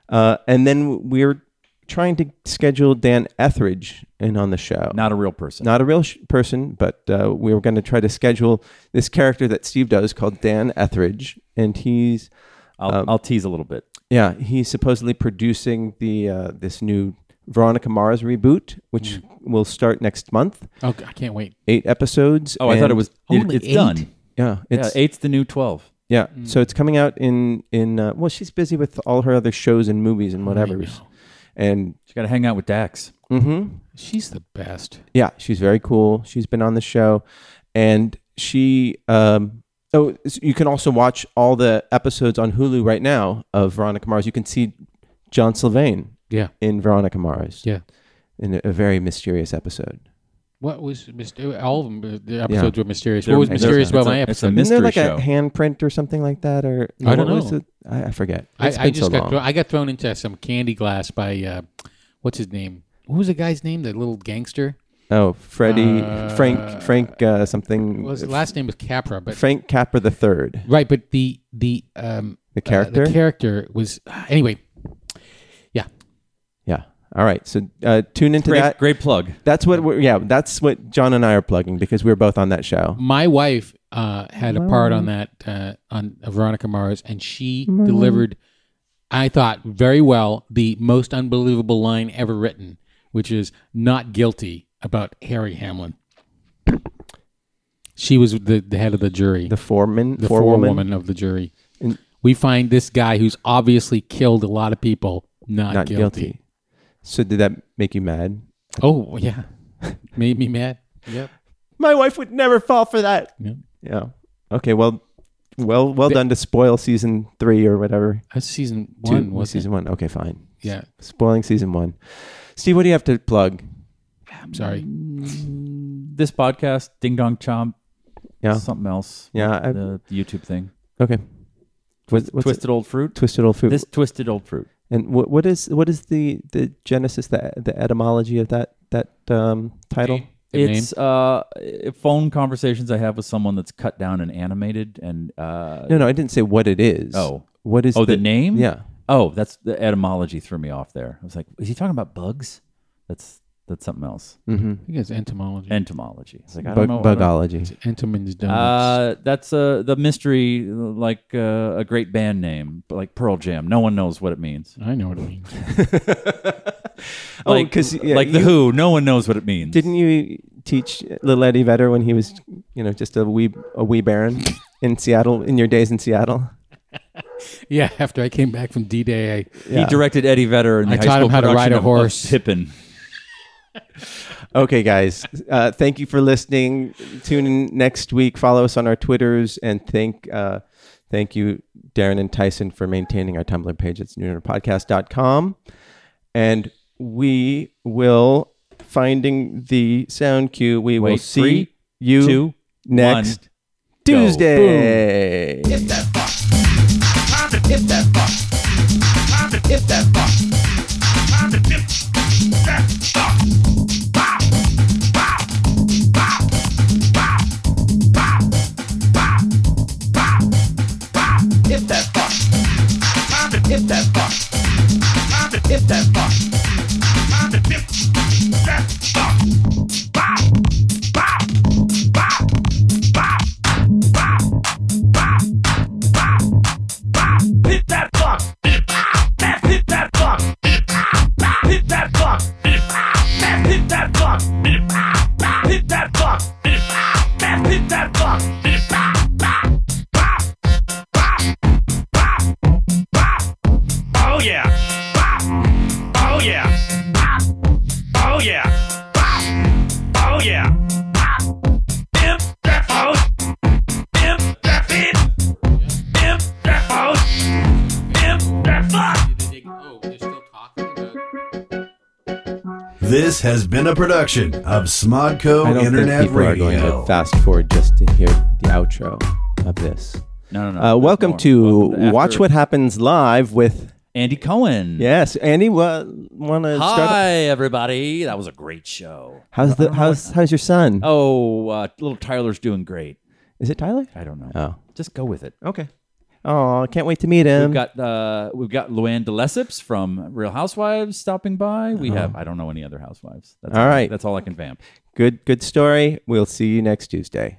Uh, and then we're trying to schedule Dan Etheridge in on the show. Not a real person. Not a real sh- person, but uh, we were going to try to schedule this character that Steve does called Dan Etheridge, and he's I'll, um, I'll tease a little bit. yeah he's supposedly producing the uh, this new Veronica Mars reboot, which Mm. will start next month. Oh, I can't wait. Eight episodes. Oh, I thought it and- was. Only it's eight? Hmm. done. yeah. It's yeah, eight's the new twelve. Yeah. So it's coming out in in uh, well, she's busy with all her other shows and movies Oh, and whatever. And mm-hmm, She got to hang out with Dax. She's the best. yeah, she's very cool. She's been on the show, and she um oh s- you can also watch all the episodes on Hulu right now of Veronica Mars. You can see John Sylvain Yeah, in Veronica Mars yeah. in a, a very mysterious episode. What was myster- all of them? uh, The episodes were mysterious. They're- What was they're- mysterious about it's a- my it's a episode? mis- Isn't there like Mystery a show. handprint or something like that, or I don't what was know. it? I, I forget. I, It's I been just so got long. thrown, I got thrown into some candy glass by uh, what's his name? What was the guy's name? That little gangster. Oh, Freddie, Uh, Frank, Frank, uh, something. Well, his last name was Capra, but Frank Capra the third. right. But the the um The uh, character? the character was uh, anyway. Yeah, Yeah. All right. So uh, tune into Great, that. great plug. That's what we're yeah. That's what John and I are plugging because we're both on that show. my wife uh, had a part on that uh, on Veronica Mars, and she delivered, I thought very well, the most unbelievable line ever written, which is "not guilty" about Harry Hamlin. She was the, the head of the jury, The foreman, the forewoman. forewoman of the jury. we find this guy who's obviously killed a lot of people not, not guilty. guilty. So did that make you mad? Oh yeah, made me mad. Yep. My wife would never fall for that. Yeah. Yeah. Okay. Well, well, well done to spoil season three or whatever. That's season Two- one, was season one. Okay, fine. Yeah. Spoiling season one. Steve, what do you have to plug? I'm sorry. This podcast, Ding Dong Chomp, Mm. Yeah. something else. Yeah. I- the YouTube thing, okay. What, what's Twisted Old Fruit. It? Twisted old food. this Twisted Old Fruit. And what what is what is the the genesis the the etymology of that that um, title? The name? It's uh, phone conversations I have with someone that's cut down and animated, and uh, No, no, I didn't say what it is. Oh. what is oh, the, name. Yeah, Oh, that's the etymology threw me off there. I was like, is he talking about bugs? That's that's something else. I think it's entomology. Entomology. It's like I don't Mm-hmm. Bug, know. I don't- bugology. Entomans donuts. Uh, that's uh, the mystery, like uh, a great band name, but like Pearl Jam. No one knows what it means. I know what it means. Like, Oh, 'cause, yeah, like the you- Who. No one knows what it means. Didn't you teach little Eddie Vedder when he was you know just a wee a wee baron in Seattle in your days in Seattle? yeah, after I came back from D Day, I He directed Eddie Vedder in the I high taught school him how to production ride a of- of horse. Pippin. Okay, guys. Uh, thank you for listening. Tune in next week. Follow us on our Twitters. And thank, uh, thank you, Darren and Tyson, for maintaining our Tumblr page. It's noonerpodcast.com. And we will, finding the sound cue, we will Wait, see three, you two, next one, go. Tuesday. Hit that fuck. That's hit that fuck. Hit that fuck. That's hit that fuck. Hit that fuck. That's hit that fuck. Oh yeah. Oh yeah. Oh yeah. Oh yeah. Imp that house. Imp that fit. Imp that house. Imp that fuck. This has been a production of I Smodco don't Internet think people Radio. are going to fast forward just to hear the outro of this. No, no, no. Uh, there's welcome more. to Welcome after Watch What Happens Live with Andy Cohen. Yes, Andy. What want to start? off- Hi, everybody. That was a great show. How's the how's how's your son? Oh, uh, little Tyler's doing great. Is it Tyler? I don't know. Oh. Just go with it. Okay. Oh, can't wait to meet him. We've got uh, we've got Luann de Lesseps from Real Housewives stopping by. We have I don't know any other housewives. That's Uh-huh. All all right. That's all I can vamp. good good story. We'll see you next Tuesday.